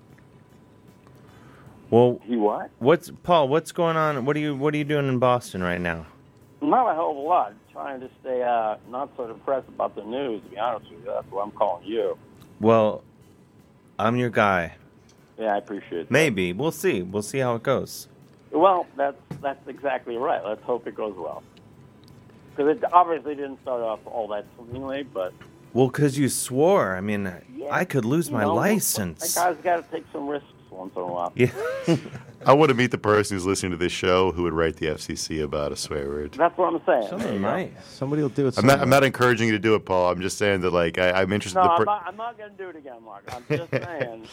Speaker 11: Well,
Speaker 20: he what?
Speaker 11: What's Paul? What's going on? What are you What are you doing in Boston right now?
Speaker 20: Not a hell of a lot. Trying to stay uh, not so depressed about the news. To be honest with you, that's what I'm calling you.
Speaker 11: Well, I'm your guy.
Speaker 20: Yeah, I appreciate.
Speaker 11: Maybe we'll see. We'll see how it goes.
Speaker 20: It. Well, that's that's exactly right. Let's hope it goes well. Because it obviously didn't start off all that swimmingly, but
Speaker 11: Well, 'cause you swore. I mean, I could lose
Speaker 20: you
Speaker 11: my
Speaker 20: know,
Speaker 11: license.
Speaker 20: That guy's got to take some risks once in a while.
Speaker 11: Yeah.
Speaker 12: I want to meet the person who's listening to this show who would write the FCC about a swear word.
Speaker 20: That's what I'm saying. There you go.
Speaker 12: Somebody will do it. I'm not, I'm not encouraging you to do it, Paul. I'm just saying that like I, I'm interested.
Speaker 20: No,
Speaker 12: the
Speaker 20: I'm
Speaker 12: per-
Speaker 20: not, I'm not going to do it again, Mark. I'm just saying,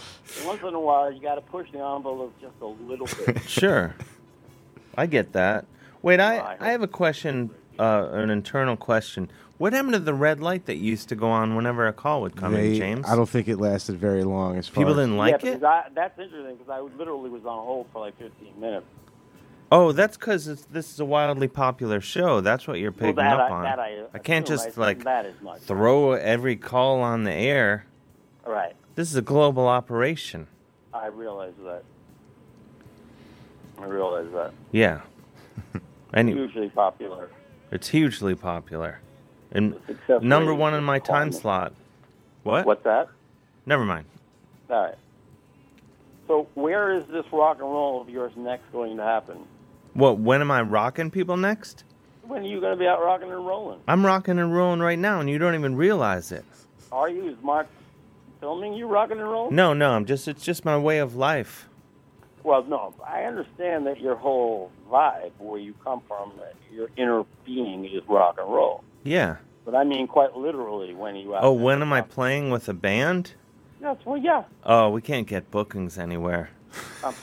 Speaker 20: once in a while, you got to push the envelope just a little bit.
Speaker 11: sure, I get that. Wait, I I have a question, uh, an internal question. What happened to the red light that used to go on whenever a call would come in,
Speaker 15: They-
Speaker 11: James?
Speaker 15: I don't think it lasted very long. As far
Speaker 11: People
Speaker 15: as-
Speaker 11: didn't like
Speaker 20: yeah,
Speaker 11: it.
Speaker 20: because I, that's interesting because I literally was on hold for like 15 minutes.
Speaker 11: Oh, that's because this is a wildly popular show. That's what you're picking
Speaker 20: that
Speaker 11: up
Speaker 20: I-
Speaker 11: on.
Speaker 20: that I uh,
Speaker 11: can't
Speaker 20: assume. I
Speaker 11: just
Speaker 20: assume
Speaker 11: like
Speaker 20: that is much.
Speaker 11: throw every call on the air.
Speaker 20: Right.
Speaker 11: This is a global operation.
Speaker 20: I realize that. I realize that.
Speaker 11: Yeah. Anyway,
Speaker 20: Hugely popular.
Speaker 11: it's hugely popular, and
Speaker 20: Success
Speaker 11: number
Speaker 20: rate
Speaker 11: one in
Speaker 20: is
Speaker 11: my time
Speaker 20: climbing.
Speaker 11: slot. What?
Speaker 20: What's that?
Speaker 11: Never mind.
Speaker 20: All right. So, where is this rock and roll of yours next going to happen?
Speaker 11: What? When am I rocking people next?
Speaker 20: When are you going to be out rocking and rolling?
Speaker 11: I'm rocking and rolling right now, and you don't even realize it.
Speaker 20: Are you? Is Mark filming you rocking and rolling?
Speaker 11: No, no. I'm just. It's just my way of life.
Speaker 20: Well, no, I understand that your whole vibe, where you come from, that your inner being is rock and roll.
Speaker 11: Yeah.
Speaker 20: But I mean, quite literally, when you out
Speaker 11: Oh, when am I playing with a band?
Speaker 20: Yes, well, yeah.
Speaker 11: Oh, we can't get bookings anywhere.
Speaker 20: Um,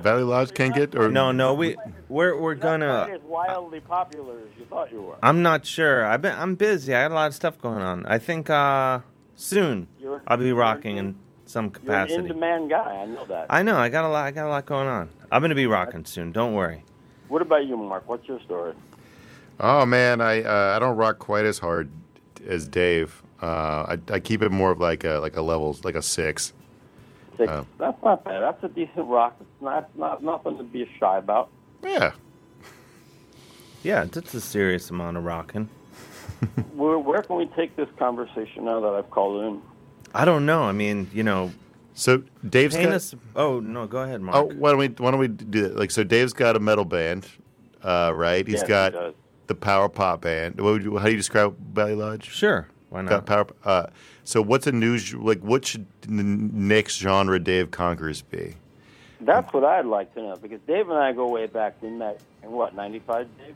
Speaker 12: Valley Lodge can't get or
Speaker 11: No, no, we we're we're
Speaker 20: Not
Speaker 11: gonna.
Speaker 20: as wildly popular as you thought you were.
Speaker 11: I'm not sure. I've been I'm busy. I got a lot of stuff going on. I think uh soon
Speaker 20: You're-
Speaker 11: I'll be rocking in some
Speaker 20: You're an
Speaker 11: capacity.
Speaker 20: in-demand guy. I know that.
Speaker 11: I know. I got a lot. I got a lot going on. I'm gonna be rocking soon. Don't worry.
Speaker 20: What about you, Mark? What's your story?
Speaker 12: Oh man, I uh, I don't rock quite as hard as Dave. Uh, I, I keep it more of like a like a level like a six.
Speaker 20: Six.
Speaker 12: Uh,
Speaker 20: That's not bad. That's a decent rock. It's not not nothing to be shy about.
Speaker 12: yeah.
Speaker 11: Yeah, that's a serious amount of rocking.
Speaker 20: Where, where can we take this conversation now that I've called in?
Speaker 11: I don't know. I mean, you know.
Speaker 12: So Dave's
Speaker 11: paint
Speaker 12: got-
Speaker 11: us- Oh no, go ahead, Mark.
Speaker 12: Oh, why don't we why don't we do that? Like so, Dave's got a metal band, uh, right? He's
Speaker 11: Yes, he
Speaker 12: got
Speaker 11: does.
Speaker 12: the power pop band. What would you, how do you describe Valley Lodge?
Speaker 11: Sure, why
Speaker 12: Got power. Uh, so what's a new g- like? What should the next genre Dave conquers be?
Speaker 20: That's what I'd like to know because Dave and I go way back. We met in what '95, Dave?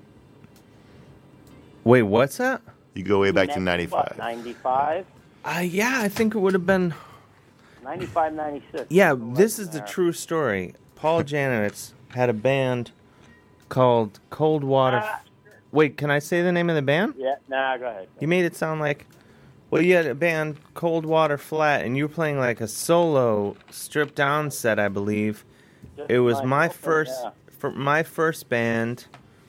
Speaker 11: Wait, what's that?
Speaker 12: You go way back to
Speaker 20: Met in what,
Speaker 12: '95.
Speaker 20: 95,
Speaker 11: Uh, yeah, I think it would have been
Speaker 20: 95, 96.
Speaker 11: Yeah, this is the
Speaker 20: there.
Speaker 11: true story. Paul Janowitz had a band called Cold Water. Wait, can I say the name of the band?
Speaker 20: Uh, Yeah. Nah, go ahead.
Speaker 11: You made it sound like, well, you had a band Cold Water Flat, and you were playing like a solo stripped down set, I believe.
Speaker 20: Just
Speaker 11: It was
Speaker 20: like
Speaker 11: my
Speaker 20: open,
Speaker 11: first,
Speaker 20: yeah.
Speaker 11: for my first band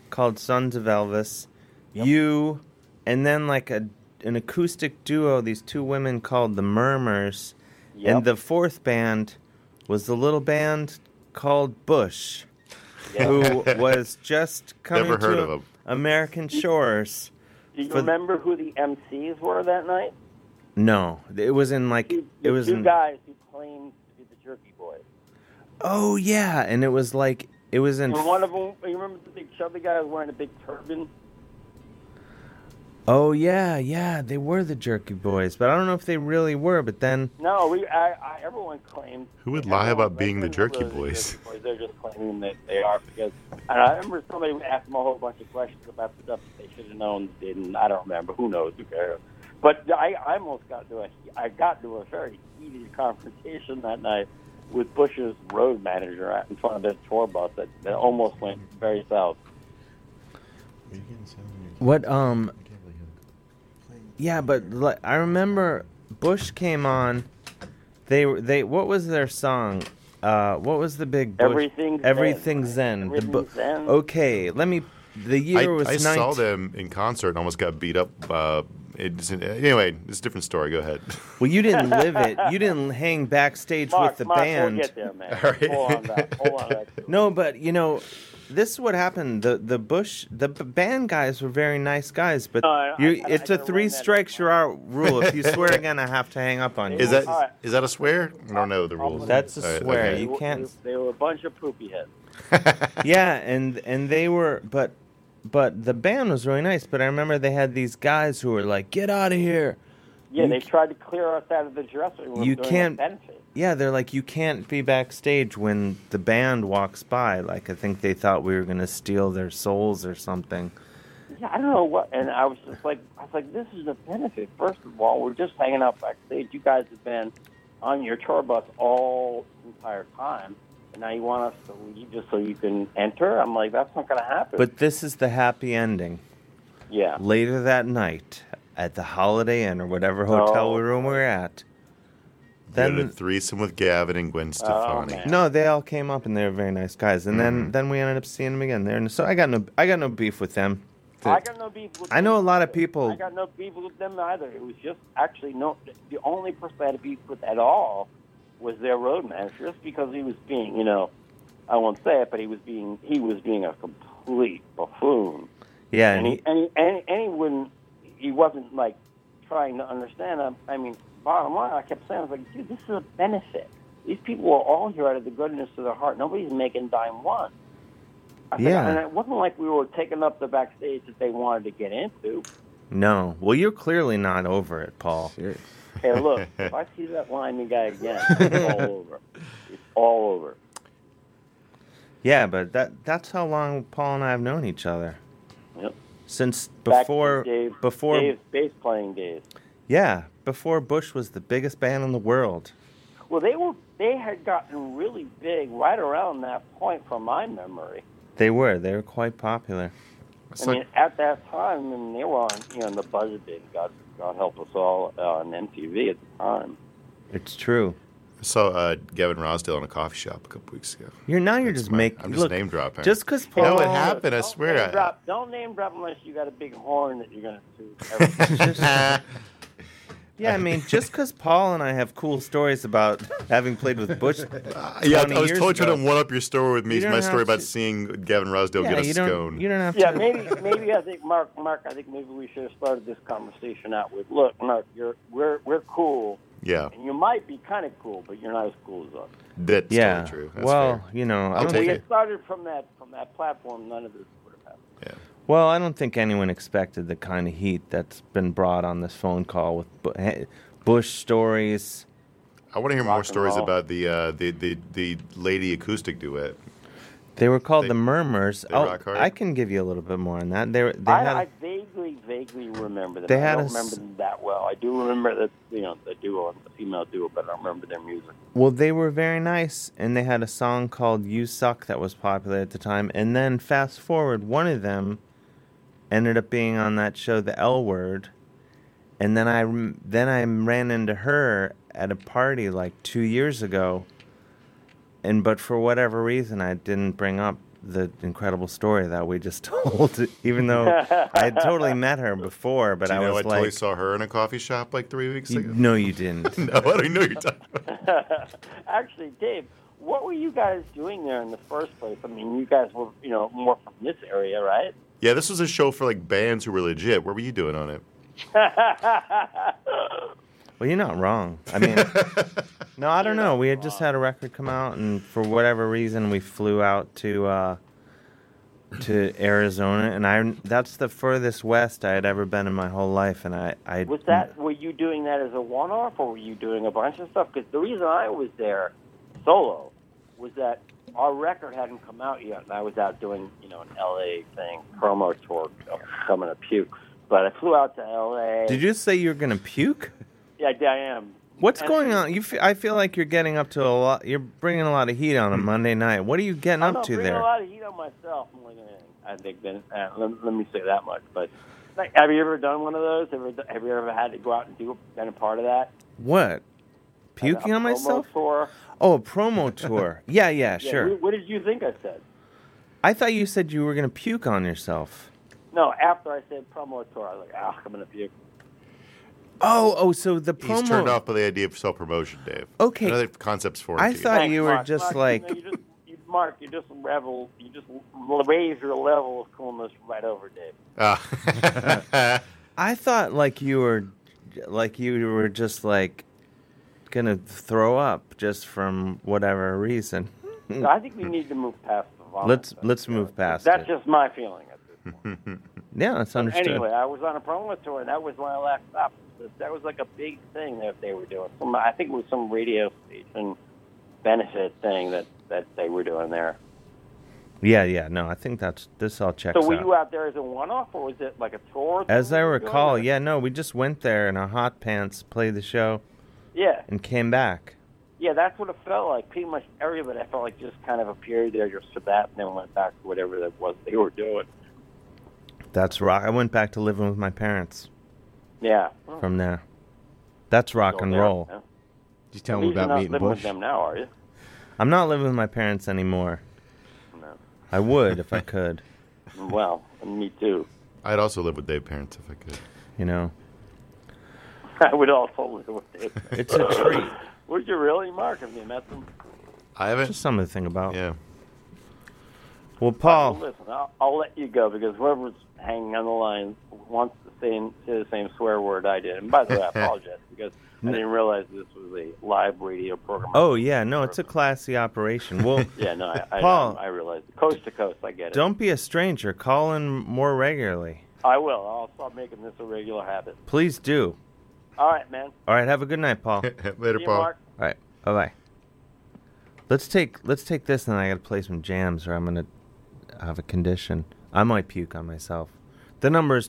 Speaker 11: called Sons of Elvis. You, and then like a an acoustic duo, these two women called the Murmurs,
Speaker 20: Yep.
Speaker 11: and the fourth band was the little band called Bush,
Speaker 20: Yeah.
Speaker 11: who was just coming
Speaker 12: Never heard
Speaker 11: to
Speaker 12: of 'em.
Speaker 11: American shores.
Speaker 20: Do you
Speaker 11: for-
Speaker 20: remember who the MCs were that night?
Speaker 11: No, it was in like it
Speaker 20: The
Speaker 11: was
Speaker 20: two
Speaker 11: in
Speaker 20: guys who claimed to be the Jerky Boys.
Speaker 11: oh yeah, and it was like it was in
Speaker 20: And one of them, you remember the big chubby guy was wearing a big turban?
Speaker 11: oh yeah yeah they were the Jerky Boys, but I don't know if they really were. But then
Speaker 20: No, we, I, I, everyone claimed.
Speaker 12: Who would lie about being the
Speaker 20: everyone
Speaker 12: Jerky
Speaker 20: really
Speaker 12: Boys?
Speaker 20: Jerky Boys. They're just claiming that they are because. And I remember somebody asked them a whole bunch of questions about stuff that they should have known, didn't. I don't remember. Who knows? Who cares? But I, I almost got to a, I got to a very heated confrontation that night with Bush's road manager out in front of their tour bus that, that almost went very south.
Speaker 11: What um Yeah, but like, I remember Bush came on. They were they what was their song? Uh what was the big Bush?
Speaker 20: Everything's Zen,
Speaker 11: Everything Zen. The
Speaker 20: Everything's
Speaker 11: bu-
Speaker 20: Zen.
Speaker 11: Okay, let me the year
Speaker 12: I,
Speaker 11: was
Speaker 12: I
Speaker 11: 19-
Speaker 12: saw them in concert and almost got beat up. Uh, it's, anyway, it's a different story. Go ahead.
Speaker 11: Well, you didn't live it. You didn't hang backstage
Speaker 20: Mark,
Speaker 11: with the
Speaker 20: Mark,
Speaker 11: band.
Speaker 20: We'll get there, man.
Speaker 12: All right.
Speaker 20: Hold on, to that. hold on. to that.
Speaker 11: No, but you know, this is what happened. The the Bush the b- band guys were very nice guys, but
Speaker 20: I-
Speaker 11: you,
Speaker 20: I- I
Speaker 11: it's
Speaker 20: gotta
Speaker 11: a
Speaker 20: run
Speaker 11: three
Speaker 20: that
Speaker 11: strikes you're out rule. If you swear again, I have to hang up on you.
Speaker 12: Is that is that a swear? I don't know the rules.
Speaker 11: That's a
Speaker 12: All right,
Speaker 11: swear.
Speaker 12: okay.
Speaker 11: You can't.
Speaker 20: They were a bunch of poopy heads.
Speaker 11: yeah, and and they were, but but the band was really nice. But I remember they had these guys who were like, "Get out of here!"
Speaker 20: Yeah,
Speaker 11: You
Speaker 20: they tried to clear us out of the dressing room.
Speaker 11: You
Speaker 20: during
Speaker 11: can't.
Speaker 20: The benefit.
Speaker 11: Yeah, they're like, "You can't be backstage when the band walks by." Like I think they thought we were gonna steal their souls or something.
Speaker 20: Yeah, I don't know what. And I was just like, I was like, this is a benefit. First of all, we're just hanging out backstage. You guys have been on your tour bus all entire time, and now you want us to leave just so you can enter? I'm like, that's not going to happen.
Speaker 11: But this is the happy ending.
Speaker 20: yeah,
Speaker 11: Later that night, at the Holiday Inn or whatever hotel
Speaker 20: Oh.
Speaker 11: room we're at,
Speaker 12: Then
Speaker 11: then
Speaker 12: a threesome with Gavin and Gwen
Speaker 20: Oh,
Speaker 12: Stefani.
Speaker 11: No, they all came up and they were very nice guys. And then then we ended up seeing them again there. And so I got no I got no beef with them.
Speaker 20: I got no beef with.
Speaker 11: I know a
Speaker 20: them
Speaker 11: lot of
Speaker 20: either.
Speaker 11: people-
Speaker 20: I got no beef with them either. It was just actually no. The only person I had a beef with at all was their road manager, just because he was being, you know, I won't say it, but he was being he was being a complete buffoon.
Speaker 11: Yeah,
Speaker 20: and
Speaker 11: and
Speaker 20: he and he, and, and he wouldn't. He wasn't like trying to understand. I, I mean, bottom line, I kept saying, I was like, dude, this is a benefit. These people are all here out of the goodness of their heart. Nobody's making dime one. I said,
Speaker 11: Yeah.
Speaker 20: and it wasn't like we were taking up the backstage that they wanted to get into.
Speaker 11: No. Well, you're clearly not over it, Paul.
Speaker 20: Hey, look, if I see that whiny guy again, it's all over. It's all over.
Speaker 11: Yeah, but that that's how long Paul and I have known each other.
Speaker 20: Yep.
Speaker 11: Since
Speaker 20: Back to
Speaker 11: before
Speaker 20: Dave,
Speaker 11: before
Speaker 20: Dave's bass playing days.
Speaker 11: yeah, before Bush was the biggest band in the world.
Speaker 20: Well, they were they had gotten really big right around that point, from my memory.
Speaker 11: They were. They were quite popular.
Speaker 20: I mean, at that time, and they were on, you know, in the Buzzbin, God, God help us all, uh, on MTV at the time.
Speaker 11: It's true.
Speaker 12: I saw uh, Gavin Rosdale in a coffee shop a couple weeks ago.
Speaker 11: You're now you're just making.
Speaker 12: I'm just name dropping.
Speaker 11: Just because
Speaker 12: You
Speaker 11: Paul.
Speaker 12: know what happened? I swear.
Speaker 20: Name
Speaker 12: I-
Speaker 20: drop, don't name drop unless you got a big horn that you're going to
Speaker 11: Yeah, I mean, just because Paul and I have cool stories about having played with Bush.
Speaker 12: Uh, yeah, I
Speaker 11: 20
Speaker 12: was
Speaker 11: years
Speaker 12: told you
Speaker 11: ago.
Speaker 12: to one up your story with me.
Speaker 11: You don't
Speaker 12: My
Speaker 11: have
Speaker 12: story about
Speaker 11: to-
Speaker 12: seeing Gavin Rosdale
Speaker 11: Yeah,
Speaker 12: get a
Speaker 11: you don't-
Speaker 12: scone.
Speaker 11: you don't have
Speaker 20: yeah, maybe maybe I think Mark Mark I think maybe we should have started this conversation out with look Mark you're we're we're cool
Speaker 12: Yeah,
Speaker 20: and you might be kind of cool but you're not as cool as us.
Speaker 12: that's
Speaker 11: yeah.
Speaker 12: totally true. That's
Speaker 11: well,
Speaker 12: fair.
Speaker 11: you know, I
Speaker 20: if
Speaker 11: don't
Speaker 20: we
Speaker 11: think,
Speaker 20: had started from that from that platform none of this would have happened.
Speaker 11: well, I don't think anyone expected the kind of heat that's been brought on this phone call with Bu- eh, Bush stories.
Speaker 12: I want to hear more stories
Speaker 11: roll.
Speaker 12: about the, uh, the the the lady acoustic duet.
Speaker 11: They were called the Murmurs.
Speaker 12: they
Speaker 11: Oh,
Speaker 12: rock hard?
Speaker 11: I can give you a little bit more on that. They were, they
Speaker 20: I,
Speaker 11: had
Speaker 20: I vaguely vaguely remember them.
Speaker 11: They
Speaker 20: I
Speaker 11: had
Speaker 20: don't
Speaker 11: a s-
Speaker 20: remember them that well. I do remember that you know the duo the female duo but I don't remember their music.
Speaker 11: Well, they were very nice, and they had a song called You Suck that was popular at the time. And then, fast forward, one of them ended up being on that show, The L Word. And then I, rem- then I ran into her at a party like two years ago. And but for whatever reason, I didn't bring up the incredible story that we just told, even though I had totally met her before. But
Speaker 12: Do you
Speaker 11: I
Speaker 12: know
Speaker 11: was
Speaker 12: I
Speaker 11: like,
Speaker 12: totally saw her in a coffee shop like three weeks
Speaker 11: You-
Speaker 12: ago.
Speaker 11: no, you didn't.
Speaker 12: no, I don't know you're talking.
Speaker 20: Actually, Dave, what were you guys doing there in the first place? I mean, you guys were, you know, more from this area, right?
Speaker 12: Yeah, this was a show for like bands who were legit. What were you doing on it?
Speaker 11: Well, you're not wrong. I mean, no, I don't know. We had just had a record come out, and for whatever reason, we flew out to uh, to Arizona, and I that's the furthest west I had ever been in my whole life, and I I
Speaker 20: was that were you doing that as a one-off, or were you doing a bunch of stuff? Because the reason I was there solo was that our record hadn't come out yet, and I was out doing, you know, an LA thing promo tour, uh, coming to puke. But I flew out to LA.
Speaker 11: Did you say you were gonna puke?
Speaker 20: Yeah, I am.
Speaker 11: What's
Speaker 20: And-
Speaker 11: going on? You fe- I feel like you're getting up to a lot. You're bringing a lot of heat on a Monday night. What are you getting
Speaker 20: I'm
Speaker 11: up
Speaker 20: not
Speaker 11: to
Speaker 20: bringing
Speaker 11: there?
Speaker 20: a lot of heat on myself. more than anything. I think then uh, let, let me say that much. But like, have you ever done one of those? Ever, have you ever had to go out and do been a part of that?
Speaker 11: What?
Speaker 20: An- a
Speaker 11: Puking on
Speaker 20: promo
Speaker 11: myself?
Speaker 20: Tour?
Speaker 11: Oh, a promo tour. Yeah, yeah,
Speaker 20: Yeah,
Speaker 11: sure.
Speaker 20: wh- What did you think I said?
Speaker 11: I thought you said you were gonna puke on yourself.
Speaker 20: No, after I said promo tour, I was like, ah, I'm gonna puke.
Speaker 11: Oh, oh, so the promo.
Speaker 12: He's turned off by the idea of self promotion, Dave.
Speaker 11: Okay.
Speaker 12: Another concept's foreign.
Speaker 11: I
Speaker 12: to
Speaker 11: thought
Speaker 20: Thanks,
Speaker 11: you were
Speaker 20: Mark.
Speaker 11: just
Speaker 20: Mark,
Speaker 11: like-
Speaker 20: You know, you just, you, Mark, you just revel. You just l- raise your level of coolness right over, Dave.
Speaker 12: Ah.
Speaker 11: I thought like you were, like you were just like, gonna throw up just from whatever reason.
Speaker 20: So I think we need to move past the vomit.
Speaker 11: let's let's move past
Speaker 20: That's
Speaker 11: it.
Speaker 20: just my feeling.
Speaker 11: yeah, that's understood.
Speaker 20: Anyway, I was on a promo tour, and that was my last stop. That was like a big thing that they were doing. Some, I think it was some radio station benefit thing that, that they were doing there.
Speaker 11: yeah, yeah, no, I think that's this all checks
Speaker 20: so were
Speaker 11: out.
Speaker 20: you out there as a one-off, or was it like a tour?
Speaker 11: As
Speaker 20: thing
Speaker 11: I
Speaker 20: you were doing?
Speaker 11: recall, yeah, no, we just went there in our hot pants, played the show,
Speaker 20: Yeah,
Speaker 11: and came back.
Speaker 20: yeah, that's what it felt like. Pretty much everybody, I felt like just kind of appeared there just for that, and then went back to whatever that was they were doing.
Speaker 11: That's rock. I went back to living with my parents
Speaker 20: Yeah.
Speaker 11: from there. That's rock and
Speaker 20: there,
Speaker 11: roll.
Speaker 20: yeah.
Speaker 11: You
Speaker 20: At least you're not living with them now, are you?
Speaker 11: I'm not living with my parents anymore.
Speaker 20: No.
Speaker 11: I would if I could.
Speaker 20: Well, me too.
Speaker 12: I'd also live with Dave parents if I could.
Speaker 11: You know,
Speaker 20: I would also live with them.
Speaker 11: It's a treat.
Speaker 20: Would you really, Mark? Have you met them?
Speaker 12: I haven't.
Speaker 11: Just something to think about.
Speaker 12: Yeah.
Speaker 11: Well, Paul,
Speaker 20: Well, listen, I'll, I'll let you go because whoever's hanging on the line wants to say, say the same swear word I did. And by the way, I apologize because I
Speaker 11: No.
Speaker 20: didn't realize this was a live radio program.
Speaker 11: Oh yeah, no, it's a classy operation. Well,
Speaker 20: Yeah, no, I, I,
Speaker 11: Paul.
Speaker 20: I realize coast to coast. I get it.
Speaker 11: don't be a stranger. Call in more regularly,
Speaker 20: I will. I'll stop making this a regular habit.
Speaker 11: please do.
Speaker 20: All right, man.
Speaker 11: All right, have a good night, Paul.
Speaker 20: Later, See you, Paul. Mark.
Speaker 11: All right, bye bye. Let's take let's take this, and I gotta play some jams, or I'm gonna have a condition. I might puke on myself. The number is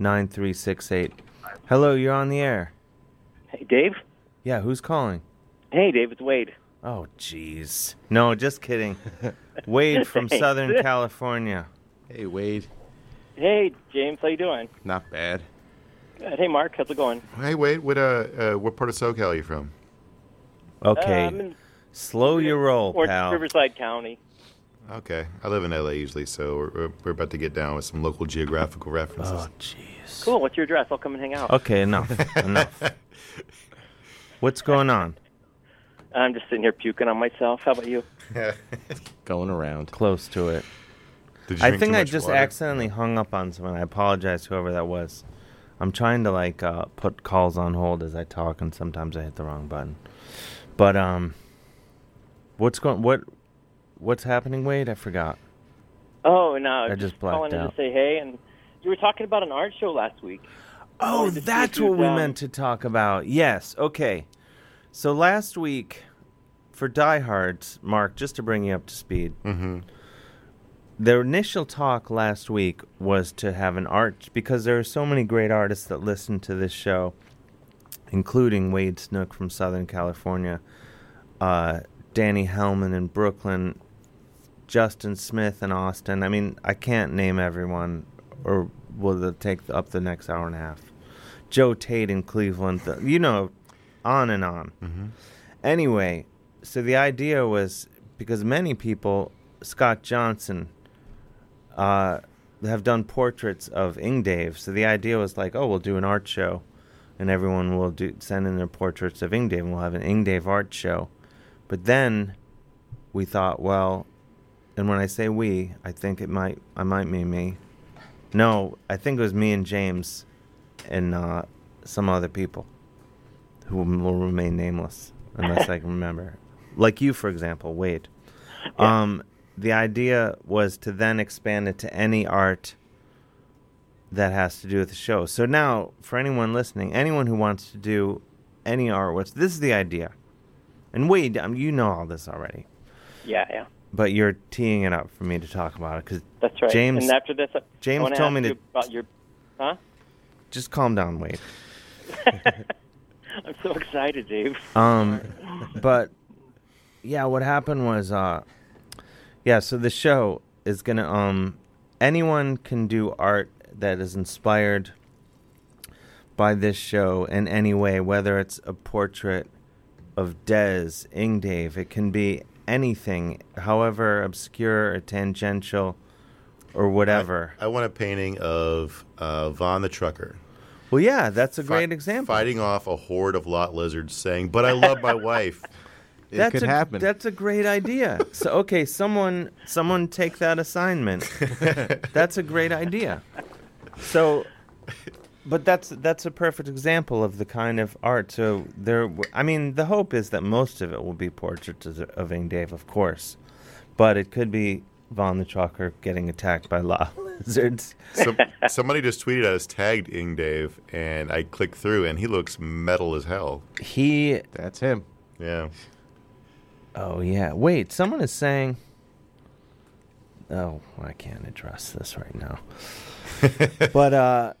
Speaker 11: 201-209-9368. Hello, you're on the air.
Speaker 21: Hey, Dave.
Speaker 11: Yeah, who's calling?
Speaker 21: Hey, Dave, it's Wade.
Speaker 11: Oh, jeez. No, just kidding. Wade from
Speaker 21: Thanks.
Speaker 11: Southern California.
Speaker 21: Hey, Wade. Hey, James, how you doing?
Speaker 12: Not bad.
Speaker 21: Good. Hey, Mark, how's it going?
Speaker 12: Hey, wait, what uh, uh what part of SoCal are you from?
Speaker 11: Okay.
Speaker 21: Um, in
Speaker 11: Slow your roll,
Speaker 21: Orange
Speaker 11: Oh, pal.
Speaker 21: Riverside County.
Speaker 12: Okay, I live in LA usually, so we're- we're, we're about to get down with some local geographical references. Oh,
Speaker 11: jeez.
Speaker 21: Cool. What's your address? I'll come and hang out.
Speaker 11: Okay, enough. enough. What's going on?
Speaker 21: I'm just sitting here puking on myself. How about you?
Speaker 11: Going around. Close to it.
Speaker 21: Did you
Speaker 11: I
Speaker 21: drink
Speaker 11: think
Speaker 21: too
Speaker 11: I
Speaker 21: much
Speaker 11: just
Speaker 21: water?
Speaker 11: accidentally hung up on someone. I apologize, whoever that was. I'm trying to like uh, put calls on hold as I talk, and sometimes I hit the wrong button. But um, what's going? What what's happening, Wade? I forgot.
Speaker 21: Oh no,
Speaker 11: I just blacked
Speaker 21: calling in
Speaker 11: out.
Speaker 21: to say hey, and you were talking about an art show last week.
Speaker 11: Oh,
Speaker 21: Wanted to see
Speaker 11: that's
Speaker 21: if you,
Speaker 11: what we
Speaker 21: um,
Speaker 11: meant to talk about. Yes. Okay. So last week for diehards, Mark, just to bring you up to speed, mm-hmm. their initial talk last week was to have an art because there are so many great artists that listen to this show, including Wade Snook from Southern California, uh, Danny Hellman in Brooklyn, Justin Smith in Austin. I mean, I can't name everyone, or will it take up the next hour and a half? Joe Tate in Cleveland. th- you know, on and on. Anyway, so the idea was because many people, Scott Johnson, uh, have done portraits of Ing Dave. So the idea was like, oh, we'll do an art show, and everyone will do send in their portraits of Ing Dave, and we'll have an Ing Dave art show. But then we thought, well, and when I say we, I think it might I might mean me. No, I think it was me and James, and uh, some other people, who will remain nameless unless I can remember. Like you, for example, Wade. Um, the idea was to then expand it to any art that has to do with the show. So now, for anyone listening, anyone who wants to do any art, what's this is the idea? And Wade, um, you know all this already
Speaker 21: Yeah, yeah.
Speaker 11: but you're teeing it up for me to talk about it because
Speaker 21: That's right.
Speaker 11: James,
Speaker 21: And after this, I- I
Speaker 11: James
Speaker 21: wanna
Speaker 11: told
Speaker 21: ask
Speaker 11: me to
Speaker 21: you about your. Huh?
Speaker 11: just calm down, Wade.
Speaker 21: I'm so excited, Dave.
Speaker 11: Um, but yeah, what happened was, uh, yeah, so the show is gonna um, anyone can do art that is inspired by this show in any way, whether it's a portrait of Dez, Ingdave, it can be anything, however obscure or tangential or whatever.
Speaker 12: I want a painting of uh, Von the trucker.
Speaker 11: Well, yeah, that's a great example.
Speaker 12: Fighting off a horde of lot lizards, saying, "But I love my wife." It
Speaker 11: that's a, That's a great idea. so okay, someone someone take that assignment. that's a great idea. So but that's that's a perfect example of the kind of art. So there, I mean, the hope is that most of it will be portraits of- of Ing Dave, of course, but it could be Von the Chalker getting attacked by law lizards.
Speaker 12: Some, somebody just tweeted at us, tagged Ing Dave, and I clicked through, and he looks metal as hell.
Speaker 11: He.
Speaker 12: That's him. Yeah.
Speaker 11: Oh yeah. Wait, someone is saying. Oh, I can't address this right now. but uh,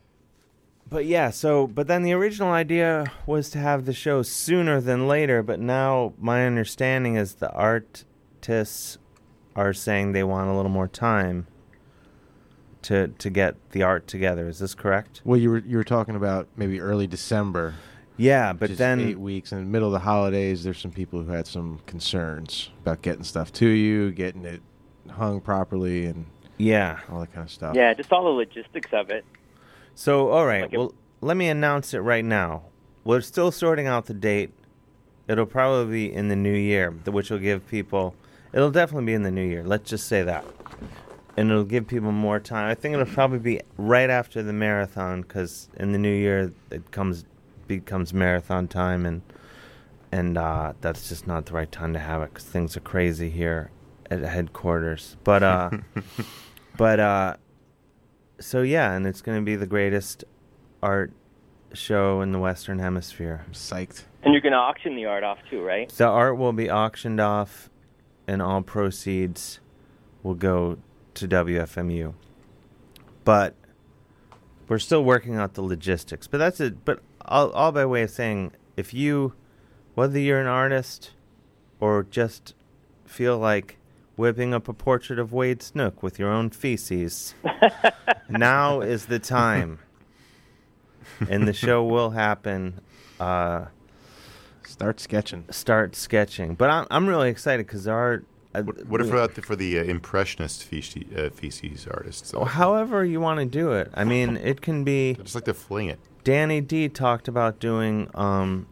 Speaker 11: but yeah. So, but then the original idea was to have the show sooner than later. But now my understanding is the artists are saying they want a little more time. To, to get the art together, is this correct?
Speaker 15: Well, you were you were talking about maybe early December.
Speaker 11: Yeah, but
Speaker 15: Just
Speaker 11: then-
Speaker 15: eight weeks in the middle of the holidays, there's some people who had some concerns about getting stuff to you, getting it hung properly, and
Speaker 11: yeah,
Speaker 15: all that kind of
Speaker 11: uh.
Speaker 15: stuff.
Speaker 21: Yeah, just all the logistics of it.
Speaker 11: So, all right. well, let me announce it right now. We're still sorting out the date. It'll probably be in the new year, th- which will give people. It'll definitely be in the new year. Let's just say that, and it'll give people more time. I think it'll probably be right after the marathon because in the new year it comes becomes marathon time, and and uh, that's just not the right time to have it because things are crazy here at headquarters. But uh, but uh, so yeah, and it's going to be the greatest art show in the Western Hemisphere. I'm
Speaker 15: psyched.
Speaker 21: And you're going to auction the art off too, right?
Speaker 11: The art will be auctioned off, and all proceeds will go to WFMU. But we're still working out the logistics. But that's it. But all, all by way of saying, if you whether you're an artist or just feel like whipping up a portrait of Wade Snook with your own feces, now is the time. And the show will happen. Uh,
Speaker 15: start sketching.
Speaker 11: Start sketching. But I'm, I'm really excited because our. Uh,
Speaker 12: What if about the, for the uh, impressionist feces, uh, feces artists?
Speaker 11: Well, however you want to do it. I mean, it can be. I
Speaker 12: just like to fling it.
Speaker 11: Danny D talked about doing um,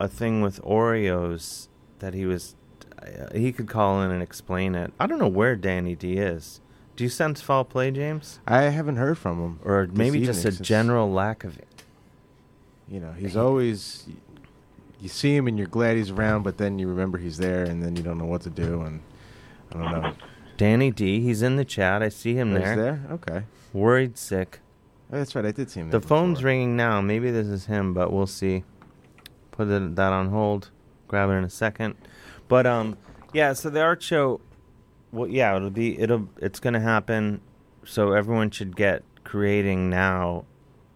Speaker 11: a thing with Oreos that he was. Uh, he could call in and explain it. I don't know where Danny D is. Do you sense foul play, James?
Speaker 15: I haven't heard from him,
Speaker 11: or maybe just a general lack of.
Speaker 15: You know, he's always. You see him and you're glad he's around, but then you remember he's there, and then you don't know what to do, and I don't know.
Speaker 11: Danny D, he's in the chat. I see him
Speaker 15: He's
Speaker 11: there.
Speaker 15: there? Okay.
Speaker 11: Worried sick.
Speaker 15: that's right. I did see him.
Speaker 11: The phone's ringing now. Maybe this is him, but we'll see. Put it, that on hold. Grab it in a second. But um, yeah. So the art show. Well, yeah. It'll be. It'll. It's gonna happen. So everyone should get creating now,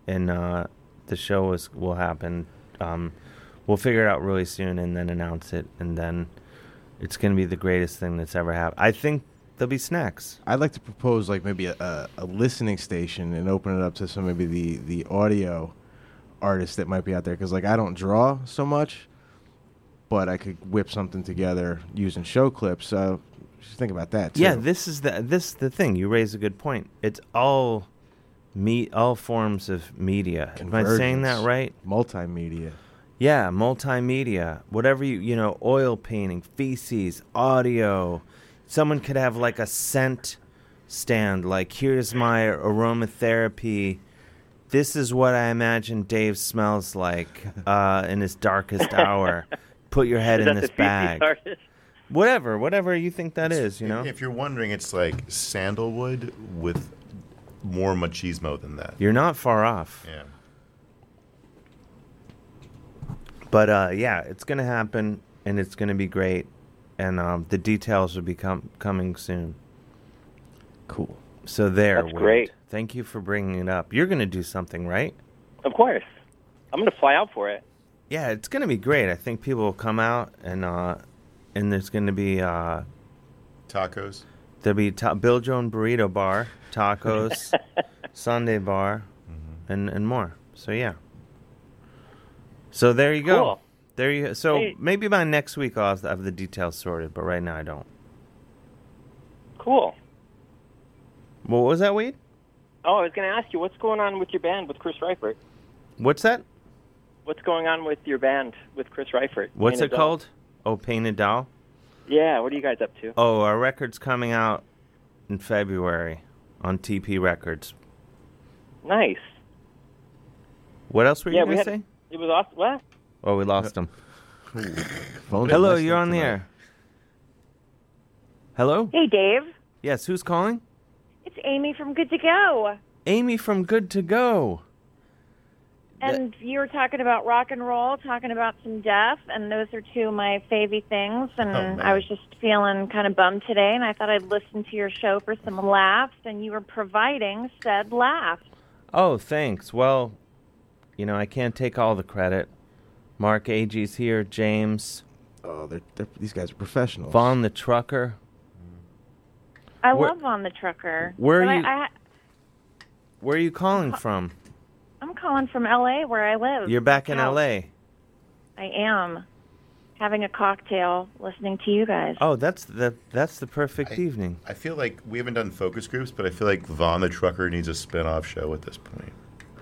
Speaker 11: and uh, the show is will happen. Um, we'll figure it out really soon, and then announce it, and then it's gonna be the greatest thing that's ever happened. I think there'll be snacks.
Speaker 15: I'd like to propose like maybe a, a, a listening station and open it up to some maybe the, the audio artists that might be out there because like I don't draw so much, but I could whip something together using show clips. So just think about that. Too.
Speaker 11: Yeah, this is the this the thing. You raise a good point. It's all meet all forms of media. Am I saying that
Speaker 15: Convergence.
Speaker 11: right?
Speaker 15: Multimedia.
Speaker 11: Yeah, multimedia. Whatever you you know, oil painting, feces, audio. Someone could have like a scent stand. Like here's my aromatherapy. This is what I imagine Dave smells like uh, in his darkest hour. Put your head
Speaker 12: Is
Speaker 11: in
Speaker 12: that
Speaker 11: this
Speaker 12: the feces
Speaker 11: bag.
Speaker 12: artist?
Speaker 11: Whatever, whatever you think that is, you know.
Speaker 12: If you're wondering, it's like sandalwood with more machismo than that.
Speaker 11: You're not far off.
Speaker 12: Yeah.
Speaker 11: But uh, yeah, it's gonna happen, and it's gonna be great, and um, the details will be com- coming soon.
Speaker 15: Cool.
Speaker 11: So there.
Speaker 20: That's
Speaker 11: Wade.
Speaker 20: great.
Speaker 11: Thank you for bringing it up. You're gonna do something, right?
Speaker 20: Of course. I'm going to fly out for it.
Speaker 11: Yeah, it's gonna be great. I think people will come out, and uh, and there's gonna be uh,
Speaker 12: tacos.
Speaker 11: There'll be ta- Bill Joan Burrito Bar, tacos, Sunday Bar, and and more. So yeah. So there you go.
Speaker 20: Cool.
Speaker 11: There you. So
Speaker 20: Hey.
Speaker 11: maybe by next week I'll have the- have the details sorted, but right now I don't.
Speaker 20: Cool.
Speaker 11: Well, what was that, Wade?
Speaker 20: Oh, I was going to ask you, what's going on with your band with Chris Reifert?
Speaker 11: What's that?
Speaker 20: What's going on with your band with Chris Reifert?
Speaker 11: What's
Speaker 20: Painted
Speaker 11: it
Speaker 20: Doll?
Speaker 11: called? Oh, Painted Doll.
Speaker 20: Yeah, what are you guys up to?
Speaker 11: Oh, our record's coming out in February on TP Records.
Speaker 20: Nice.
Speaker 11: What else were
Speaker 20: yeah,
Speaker 11: you
Speaker 20: we
Speaker 11: going to
Speaker 20: had,
Speaker 11: say?
Speaker 20: It was awesome. What?
Speaker 11: Oh, we lost him.
Speaker 15: Phone's
Speaker 11: Hello,
Speaker 15: listening
Speaker 11: you're on the
Speaker 15: tonight.
Speaker 11: air. Hello?
Speaker 22: Hey, Dave.
Speaker 11: Yes, who's calling?
Speaker 22: It's Amy from Good to Go.
Speaker 11: Amy from Good to Go.
Speaker 22: And you were talking about rock and roll, talking about some death, and those are two of my favy things. And
Speaker 11: Oh, man.
Speaker 22: I was just feeling kind of bummed today, and I thought I'd listen to your show for some laughs, and you were providing said laughs.
Speaker 11: Oh, thanks. Well, you know, I can't take all the credit. Mark Agee's here, James.
Speaker 15: Oh, they're, they're these guys are professionals.
Speaker 11: Vaughn the trucker.
Speaker 22: I
Speaker 11: Where-
Speaker 22: love On the Trucker.
Speaker 11: where are
Speaker 22: But I-
Speaker 11: you-
Speaker 22: I,
Speaker 11: Where are you
Speaker 22: Oh,
Speaker 11: calling from?
Speaker 22: I'm calling from L.A., where I live.
Speaker 11: You're back in
Speaker 22: Ouch.
Speaker 11: LA.
Speaker 22: I am having a cocktail, listening to you guys.
Speaker 11: Oh, that's the that's the perfect evening.
Speaker 12: I feel like we haven't done focus groups, but I feel like Vaughn the Trucker needs a spin-off show at this point.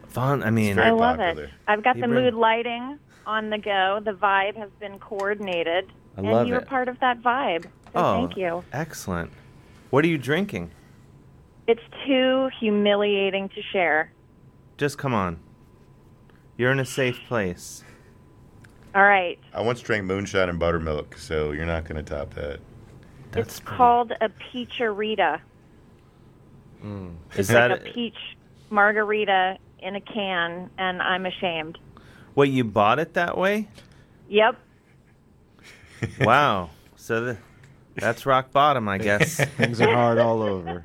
Speaker 11: Vaughn, I mean,
Speaker 22: I love it. I've got
Speaker 12: You
Speaker 22: the
Speaker 12: bring-
Speaker 22: mood lighting on the go. The vibe has been coordinated.
Speaker 11: I love
Speaker 22: and you were
Speaker 11: it.
Speaker 22: part of that vibe. So
Speaker 11: oh,
Speaker 22: thank you.
Speaker 11: Excellent. What are you drinking?
Speaker 22: It's too humiliating to share.
Speaker 11: Just come on. You're in a safe place.
Speaker 22: All right.
Speaker 12: I once drank moonshine and buttermilk, so you're not going to top that.
Speaker 22: it's called a peacherita.
Speaker 11: Is
Speaker 22: it's like
Speaker 11: Mm. that
Speaker 22: a peach margarita in a can, and I'm ashamed.
Speaker 11: wait? You bought it that way?
Speaker 22: Yep.
Speaker 11: wow. So the, that's rock bottom, I guess.
Speaker 15: Things are hard all over.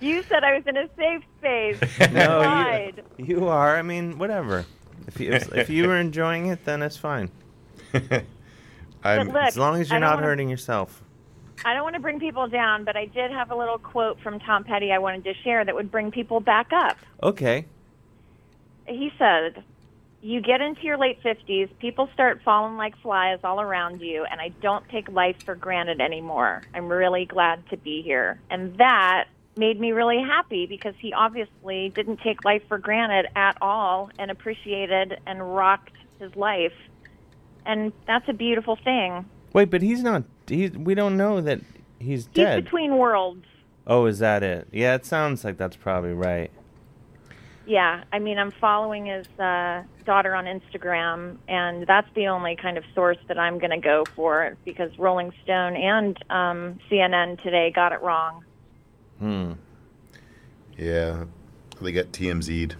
Speaker 22: You said I was in a safe space.
Speaker 11: No,
Speaker 22: Lied.
Speaker 11: you, you are. I mean, whatever. If you if, if you were enjoying it, then it's fine. I'm,
Speaker 22: look,
Speaker 11: as long as you're
Speaker 22: I don't
Speaker 11: not
Speaker 22: wanna-
Speaker 11: hurting yourself.
Speaker 22: I don't want to bring people down, but I did have a little quote from Tom Petty I wanted to share that would bring people back up.
Speaker 11: Okay.
Speaker 22: He said, You get into your late 50s, people start falling like flies all around you, and I don't take life for granted anymore. I'm really glad to be here. And that made me really happy because he obviously didn't take life for granted at all and appreciated and rocked his life. And that's a beautiful thing.
Speaker 11: Wait, but he's not. He's, we don't know that he's
Speaker 22: He's
Speaker 11: dead.
Speaker 22: between worlds.
Speaker 11: Oh, is that it? Yeah, it sounds like that's probably right.
Speaker 22: Yeah, I mean, I'm following his uh, daughter on Instagram, and that's the only kind of source that I'm going to go for because Rolling Stone and um, CNN today got it wrong.
Speaker 12: Hmm. Yeah, they got TMZ'd.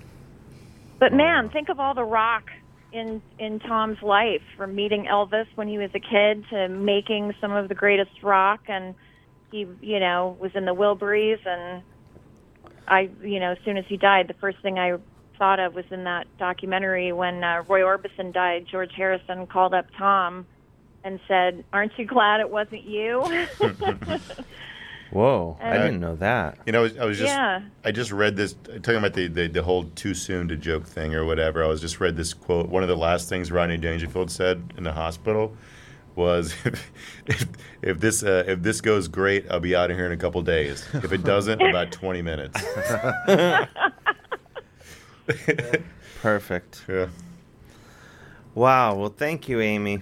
Speaker 22: But man, think of all the rock in in Tom's life, from meeting Elvis when he was a kid to making some of the greatest rock, and he, you know, was in the Wilburys, and I, you know, as soon as he died, the first thing I thought of was in that documentary when uh, Roy Orbison died. George Harrison called up Tom and said, "Aren't you glad it wasn't you?"
Speaker 11: Whoa, I
Speaker 22: And-
Speaker 11: didn't know that.
Speaker 12: You know, I was, I was just
Speaker 22: Yeah.
Speaker 12: I just read this talking about the, the the whole too soon to joke thing or whatever. I was just read this quote. One of the last things Rodney Dangerfield said in the hospital was, "If if, if this uh, if this goes great, I'll be out of here in a couple days. If it doesn't, about twenty minutes."
Speaker 11: Perfect.
Speaker 12: Yeah.
Speaker 11: Wow. Well, thank you, Amy.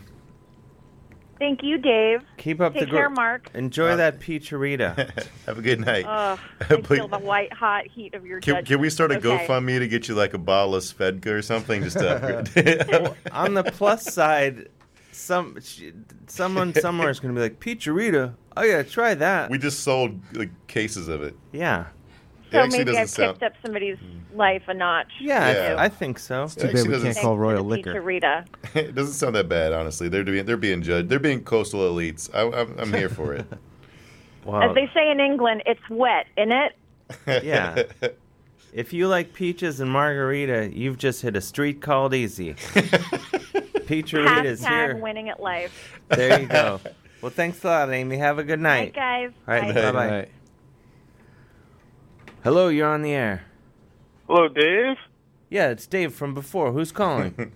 Speaker 22: Thank you, Dave.
Speaker 11: Keep up
Speaker 22: Take
Speaker 11: the good
Speaker 22: care, Mark.
Speaker 11: Enjoy that peachorita.
Speaker 12: Have a good night.
Speaker 22: Oh, I
Speaker 12: Please-
Speaker 22: feel the white hot heat of your.
Speaker 12: Can, can we start a
Speaker 22: judgment. Okay.
Speaker 12: GoFundMe to get you like a bottle of Svedka or something? Just to upgrade?
Speaker 11: On the plus side, some sh- someone somewhere is going to be like peachorita. Oh yeah, try that.
Speaker 12: We just sold like cases of it. E
Speaker 11: Yeah.
Speaker 22: So maybe I've tipped up somebodydy's life a notch.
Speaker 11: Yeah, I-
Speaker 12: Mm. Yeah.
Speaker 11: I, think so.
Speaker 12: It's too bad Actually, we can't
Speaker 22: Thanks
Speaker 12: call
Speaker 22: to
Speaker 12: Royal
Speaker 22: the
Speaker 12: Liquor.
Speaker 22: Pizzeria.
Speaker 12: it doesn't sound that bad, honestly. They're being they're being judged. They're being coastal elites. I, I'm, I'm here for it.
Speaker 11: Uh,
Speaker 22: As they say in England, it's wet, in it?
Speaker 11: yeah. If you like peaches and margarita, you've just hit a street called easy. Peacharita's
Speaker 22: Hashtag
Speaker 11: here.
Speaker 22: winning at life.
Speaker 11: There you go. Well, thanks a lot, Amy. Have a good
Speaker 22: Night,
Speaker 11: night.
Speaker 22: guys.
Speaker 11: All right,
Speaker 22: Bye.
Speaker 11: bye bye. Hello, you're on the air.
Speaker 13: Hello, Dave.
Speaker 11: Yeah, it's Dave from before. Who's calling?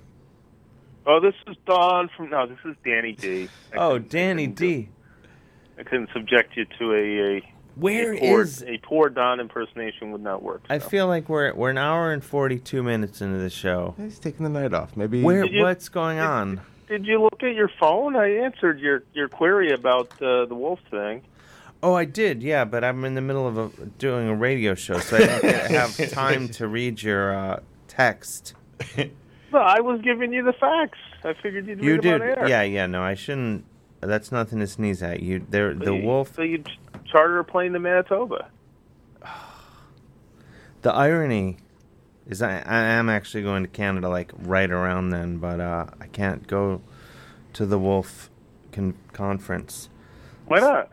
Speaker 13: Oh, this is Don from. No, this is Danny D.
Speaker 11: oh, Danny D.
Speaker 13: I couldn't subject you to a. a
Speaker 11: Where
Speaker 13: a poor,
Speaker 11: is-
Speaker 13: a poor Don impersonation would not work.
Speaker 11: I feel like we're we're an hour and forty two minutes into the show.
Speaker 15: He's taking the night off. Maybe
Speaker 11: Where
Speaker 13: Did you-
Speaker 11: what's going on?
Speaker 13: Did you look at your phone? I answered your your query about uh, the wolf thing.
Speaker 11: Oh, I did, yeah, but I'm in the middle of a, doing a radio show, so I don't get- have time to read your uh, text.
Speaker 13: No, I was giving you the facts. I figured you'd
Speaker 11: You
Speaker 13: read
Speaker 11: did,
Speaker 13: them on air.
Speaker 11: yeah, yeah. No, I shouldn't. That's nothing to sneeze at. You, there, the
Speaker 13: You-
Speaker 11: wolf.
Speaker 13: So you ch- charter a plane to Manitoba.
Speaker 11: The irony is, I, I am actually going to Canada like right around then, but uh, I can't go to the wolf con- conference
Speaker 13: Why not?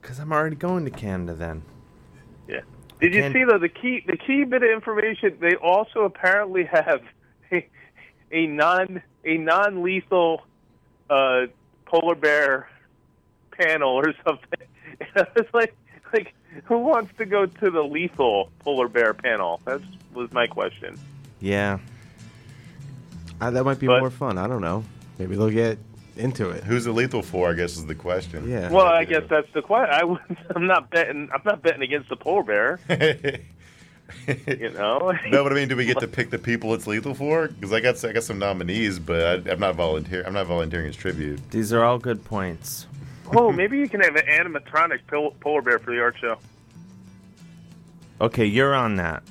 Speaker 11: because I'm already going to Canada then.
Speaker 13: Yeah. Did you
Speaker 11: Can-
Speaker 13: see though the key the key bit of information they also apparently have a, a non a non lethal uh, polar bear panel or something. it's like like who wants to go to the lethal polar bear panel? That was my question.
Speaker 11: Yeah.
Speaker 15: Uh, that might be more fun. I don't know. Maybe they'll get into it.
Speaker 12: Who's it lethal for? I guess is the question.
Speaker 15: Yeah.
Speaker 13: Well, I guess that's the question. I was, I'm not betting. I'm not betting against the polar bear. you know.
Speaker 12: No, but I mean, do we get to pick the people it's lethal for? Because I got I got some nominees, but I, I'm not volunteer. I'm not volunteering as tribute.
Speaker 11: These are all good points.
Speaker 13: Oh, maybe you can have an animatronic pol- polar bear for the art show.
Speaker 11: Okay, you're on that.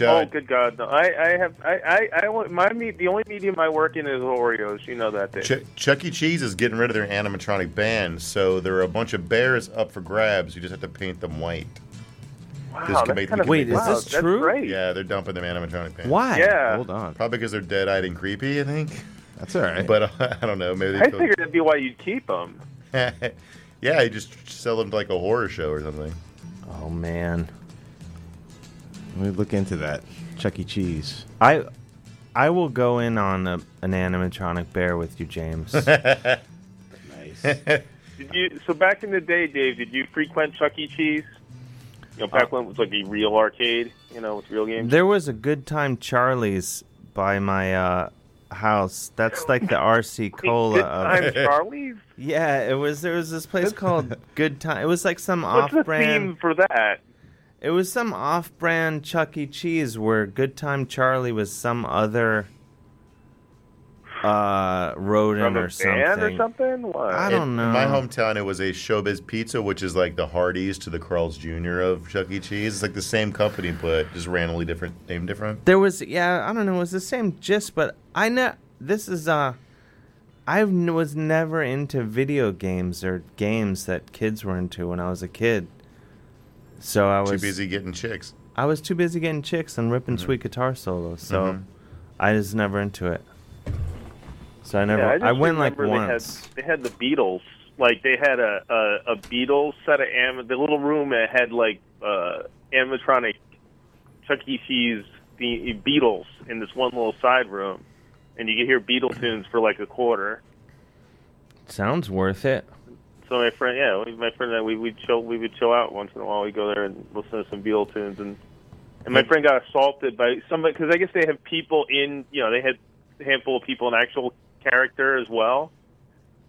Speaker 13: Oh, good God! No, I, I have, I, I, I want my me, the only medium I work in is Oreos. You know that, Dave.
Speaker 12: Ch- Chuck E. Cheese is getting rid of their animatronic ban, so there are a bunch of bears up for grabs. You just have to paint them white.
Speaker 13: Wow,
Speaker 12: This could
Speaker 13: that's
Speaker 12: make-
Speaker 13: kind of-
Speaker 12: we could
Speaker 13: Wait,
Speaker 12: make
Speaker 13: is this Wow, that's true? great.
Speaker 12: Yeah, they're dumping them animatronic ban.
Speaker 13: Why? Yeah.
Speaker 15: Hold on.
Speaker 12: Probably because they're dead-eyed and creepy. I think.
Speaker 15: That's all right.
Speaker 12: But uh, I don't know. Maybe they
Speaker 13: I
Speaker 12: feel-
Speaker 13: figured that'd be why you'd keep them.
Speaker 12: yeah, you just sell them to like a horror show or something.
Speaker 11: Oh man.
Speaker 15: We look into that. Chuck E. Cheese.
Speaker 11: I I will go in on a, an animatronic bear with you, James. nice.
Speaker 13: Did you? So back in the day, Dave, did you frequent Chuck E. Cheese? You know, back when it was like a real arcade, you know, with real games.
Speaker 11: There was a good time Charlie's by my uh, house. That's like the RC Cola.
Speaker 13: Good
Speaker 11: of-
Speaker 13: time, Charlie's.
Speaker 11: Yeah, it was. There was this place called Good Time. It was like some
Speaker 13: What's the
Speaker 11: off-brand.
Speaker 13: theme for that?
Speaker 11: It was some off-brand Chuck E. Cheese where Good Time Charlie was some other uh rodent
Speaker 13: From a
Speaker 11: or
Speaker 13: band or
Speaker 11: something.
Speaker 13: something? What?
Speaker 11: I don't know.
Speaker 12: Uh, In my hometown, it was a Showbiz Pizza, which is like the Hardee's to the Carl's Jr. of Chuck E. Cheese. It's like the same company, but just randomly different, named different.
Speaker 11: There was yeah, I don't know, it was the same gist, but I know this is uh I n- was never into video games or games that kids were into when I was a kid. So I
Speaker 12: Too
Speaker 11: was
Speaker 12: busy getting Mm-hmm. chicks.
Speaker 11: I was too busy getting chicks and ripping sweet guitar solos, so
Speaker 12: Mhm.
Speaker 11: I was never into it. So I never
Speaker 13: Yeah,
Speaker 11: I
Speaker 13: just
Speaker 11: went like
Speaker 13: remember
Speaker 11: once.
Speaker 13: They had, they had the Beatles. Like they had a a, a Beatles set of am. The little room that had like uh, animatronic Chuck E. Cheese the Beatles in this one little side room, and you could hear Beatle tunes for like a quarter.
Speaker 11: Sounds worth it.
Speaker 13: So my friend, yeah, we- my friend and I, we would chill, we would chill out once in a while. We would go there and listen to some Beatle tunes, and and my friend got assaulted by somebody because I guess they have people in, you know, they had a handful of people in actual character as well,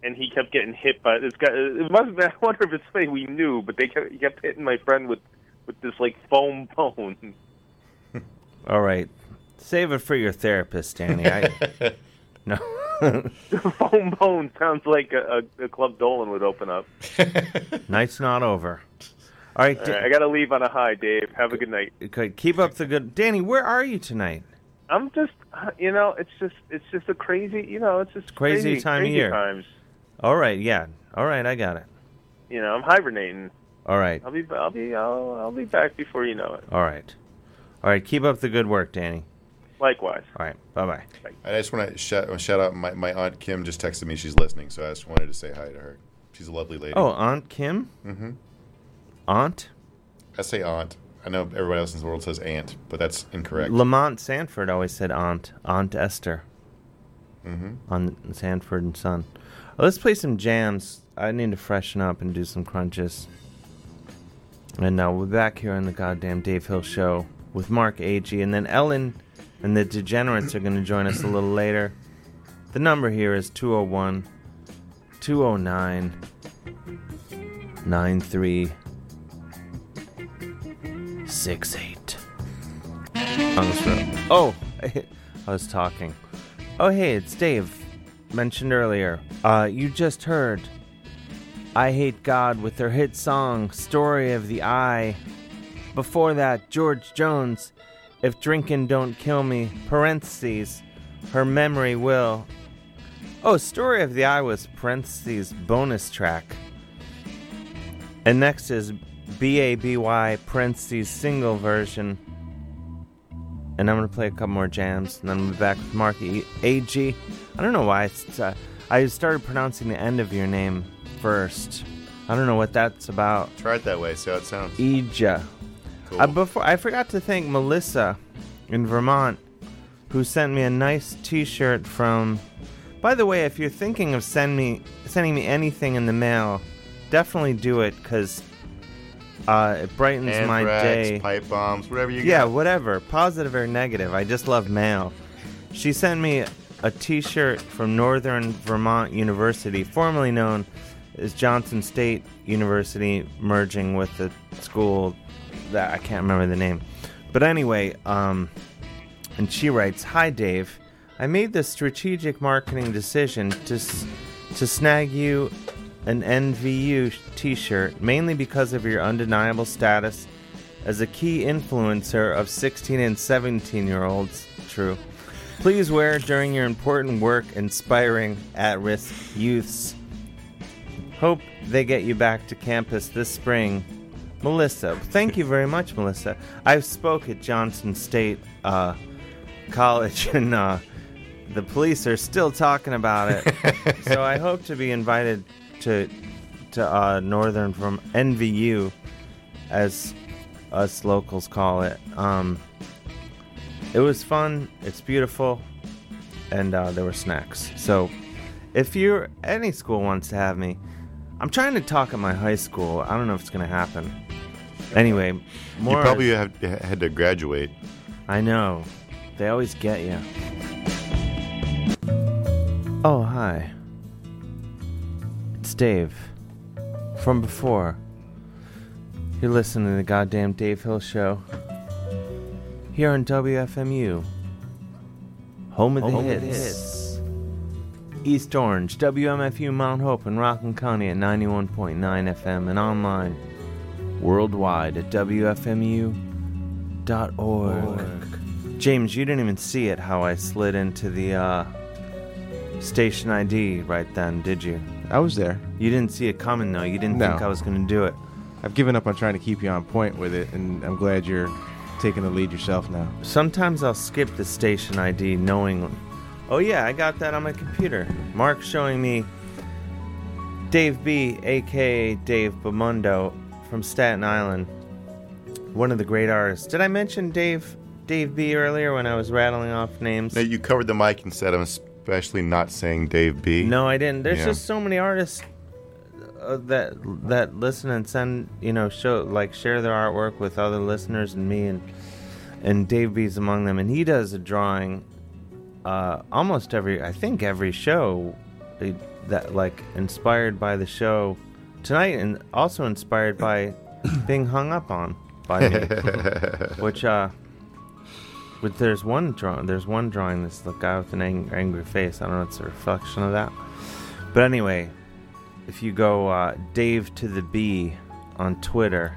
Speaker 13: and he kept getting hit by this guy. It must have been, I wonder if it's somebody we knew, but they kept, he kept hitting my friend with with this like foam bone.
Speaker 11: All right. Save it for your therapist, Danny. I No.
Speaker 13: foam bone sounds like a, a, a club Dolan would open up.
Speaker 11: Night's not over. All right,
Speaker 13: All
Speaker 11: Da-
Speaker 13: right, I got to leave on a high, Dave. Have a good night.
Speaker 11: Okay, keep up the good. Danny, where are you tonight?
Speaker 13: I'm just, you know, it's just, it's just a crazy, you know, it's just
Speaker 11: Crazy,
Speaker 13: crazy
Speaker 11: time
Speaker 13: crazy
Speaker 11: of year.
Speaker 13: Times,
Speaker 11: All right, yeah. All right, I got it.
Speaker 13: you know, I'm hibernating.
Speaker 11: All right,
Speaker 13: I'll be, I'll be, I'll, I'll be back before you know it.
Speaker 11: all right, all right. Keep up the good work, Danny.
Speaker 13: Likewise.
Speaker 11: All right, bye bye.
Speaker 12: I just want to shout, shout out my, my aunt Kim just texted me. She's listening, so I just wanted to say hi to her. She's a lovely lady.
Speaker 11: Oh, Aunt Kim.
Speaker 12: Mm-hmm.
Speaker 11: Aunt.
Speaker 12: I say aunt. I know everybody else in the world says aunt, but that's incorrect.
Speaker 11: Lamont Sanford always said Aunt Aunt Esther.
Speaker 12: Mhm.
Speaker 11: On Sanford and Son. Oh, let's play some jams. I need to freshen up and do some crunches. And now we're back here on the goddamn Dave Hill Show with Mark Agee, and then Ellen and the Degenerates are going to join us a little later. The number here is 201 209 9368. On this road. Oh, I was talking. Oh, hey, it's Dave. Mentioned earlier. Uh, you just heard I Hate God with their hit song, Story of the Eye. Before that, George Jones, If Drinking Don't Kill Me, parentheses, Her Memory Will. Oh, Story of the Eye was parentheses bonus track. And next is BABY parentheses single version. And I'm going to play a couple more jams, and then we'll be back with Mark E- AG. I don't know why. It's, uh, I started pronouncing the end of your name first. I don't know what that's about. E
Speaker 12: Try it that way, see how it sounds.
Speaker 11: Eja. I, before, I forgot to thank Melissa in Vermont, who sent me a nice T-shirt from. By the way, if you're thinking of send me sending me anything in the mail, definitely do it because uh, it brightens my
Speaker 12: Anthrax,
Speaker 11: day.
Speaker 12: pipe bombs, whatever you
Speaker 11: yeah,
Speaker 12: got.
Speaker 11: whatever, positive or negative. I just love mail. She sent me a T-shirt from Northern Vermont University, formerly known as Johnson State University, merging with the school that I can't remember the name. But anyway, um, and she writes, "Hi Dave, I made the strategic marketing decision to s- to snag you an NVU sh- T-shirt mainly because of your undeniable status as a key influencer of 16 and 17 year olds. True. Please wear during your important work, inspiring at-risk youths. Hope they get you back to campus this spring. Melissa, thank you very much, Melissa. I spoke at Johnson State uh, College, and uh, the police are still talking about it. so I hope to be invited to to uh, Northern from NVU, as us locals call it. Um, it was fun. It's beautiful. and uh, there were snacks. So, if you're any school wants to have me, I'm trying to talk at my high school. I don't know if it's gonna happen. Anyway, more
Speaker 12: you probably have, had to graduate.
Speaker 11: I know. They always get you. Oh, hi. It's Dave. From before. You're listening to the goddamn Dave Hill Show. Here on WFMU. Home of the
Speaker 2: Home of
Speaker 11: hits.
Speaker 2: the
Speaker 11: East Orange, WMFU Mount Hope, and Rockland County at 91.9 FM and online worldwide at WFMU.org. James, you didn't even see it how I slid into the uh, station ID right then, did you?
Speaker 15: I was there.
Speaker 11: You didn't see it coming though. You didn't think I was going to do it.
Speaker 15: I've given up on trying to keep you on point with it, and I'm glad you're taking the lead yourself now.
Speaker 11: Sometimes I'll skip the station ID knowing, oh yeah, I got that on my computer. Mark showing me Dave B, aka Dave Bamundo from Staten Island, one of the great artists. Did I mention Dave Dave B earlier when I was rattling off names?
Speaker 12: No, you covered the mic and said, I'm especially not saying Dave B.
Speaker 11: No, I didn't. There's
Speaker 12: Yeah.
Speaker 11: just so many artists uh, that that listen and send, you know, show like share their artwork with other listeners and me and and Dave B's among them, and he does a drawing uh, almost every, I think every show he- that like inspired by the show tonight, and also inspired by being hung up on by me, which uh, but there's one drawing. There's one drawing. This the guy with an ang- angry face. I don't know. if It's a reflection of that. But anyway, if you go uh, Dave to the B on Twitter.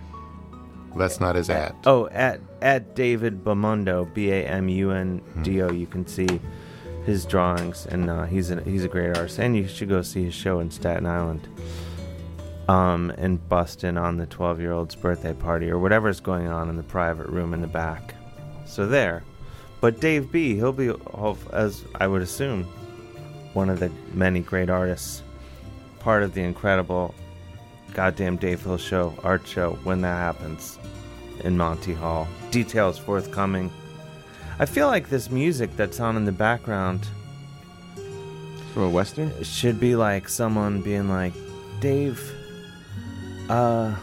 Speaker 12: That's not his at.
Speaker 11: Oh, at at David Bamundo, B A M U N D
Speaker 12: Hmm.
Speaker 11: O. You can see his drawings, and uh, he's a, he's a great artist. And you should go see his show in Staten Island, um, in Boston on the twelve year old's birthday party or whatever's going on in the private room in the back. So there, but Dave B. He'll be ho- as I would assume one of the many great artists, part of the incredible goddamn Dave Hill show, art show, when that happens in Monty Hall. Details forthcoming. I feel like this music that's on in the background
Speaker 15: from a western
Speaker 11: should be like someone being like, Dave, uh,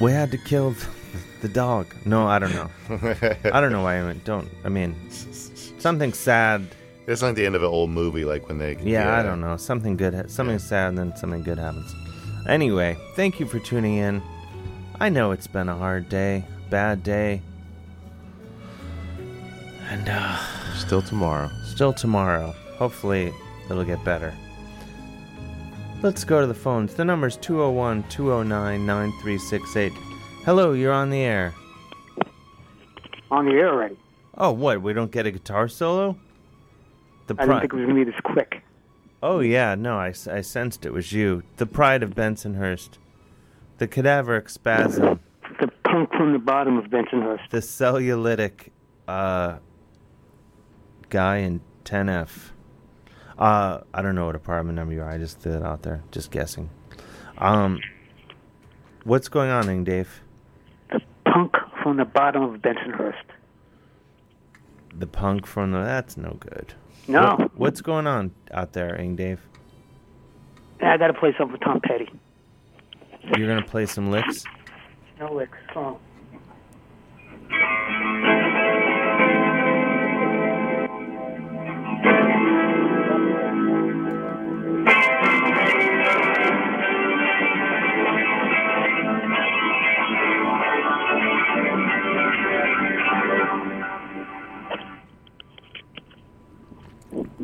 Speaker 11: we had to kill th- the dog. No, I don't know. I don't know why I went. Don't. I mean, something sad.
Speaker 12: It's like the end of an old movie, like when they.
Speaker 11: Yeah, I don't know. Something good, ha- something sad, and then something good happens. Anyway, thank you for tuning in. I know it's been a hard day, bad day. And, uh.
Speaker 15: Still tomorrow.
Speaker 11: Still tomorrow. Hopefully, it'll get better. Let's go to the phones. The number's 201 209 9368. Hello, you're on the air.
Speaker 14: On the air already.
Speaker 11: Oh, what? We don't get a guitar solo? The
Speaker 14: I
Speaker 11: pri-
Speaker 14: didn't think it was going to be this quick.
Speaker 11: Oh yeah, no, I, s- I sensed it was you. The pride of Bensonhurst, the cadaveric spasm,
Speaker 14: the punk from the bottom of Bensonhurst,
Speaker 11: the cellulitic, uh, guy in 10F. Uh, I don't know what apartment number you are. I just threw it out there, just guessing. Um, what's going on, Ing Dave?
Speaker 14: Punk from the bottom of Bensonhurst.
Speaker 11: The punk from the that's no good.
Speaker 14: No.
Speaker 11: What- what's going on out there, Ing Dave?
Speaker 14: And I got to play something for Tom Petty.
Speaker 11: You're gonna play some licks.
Speaker 14: No licks. Oh.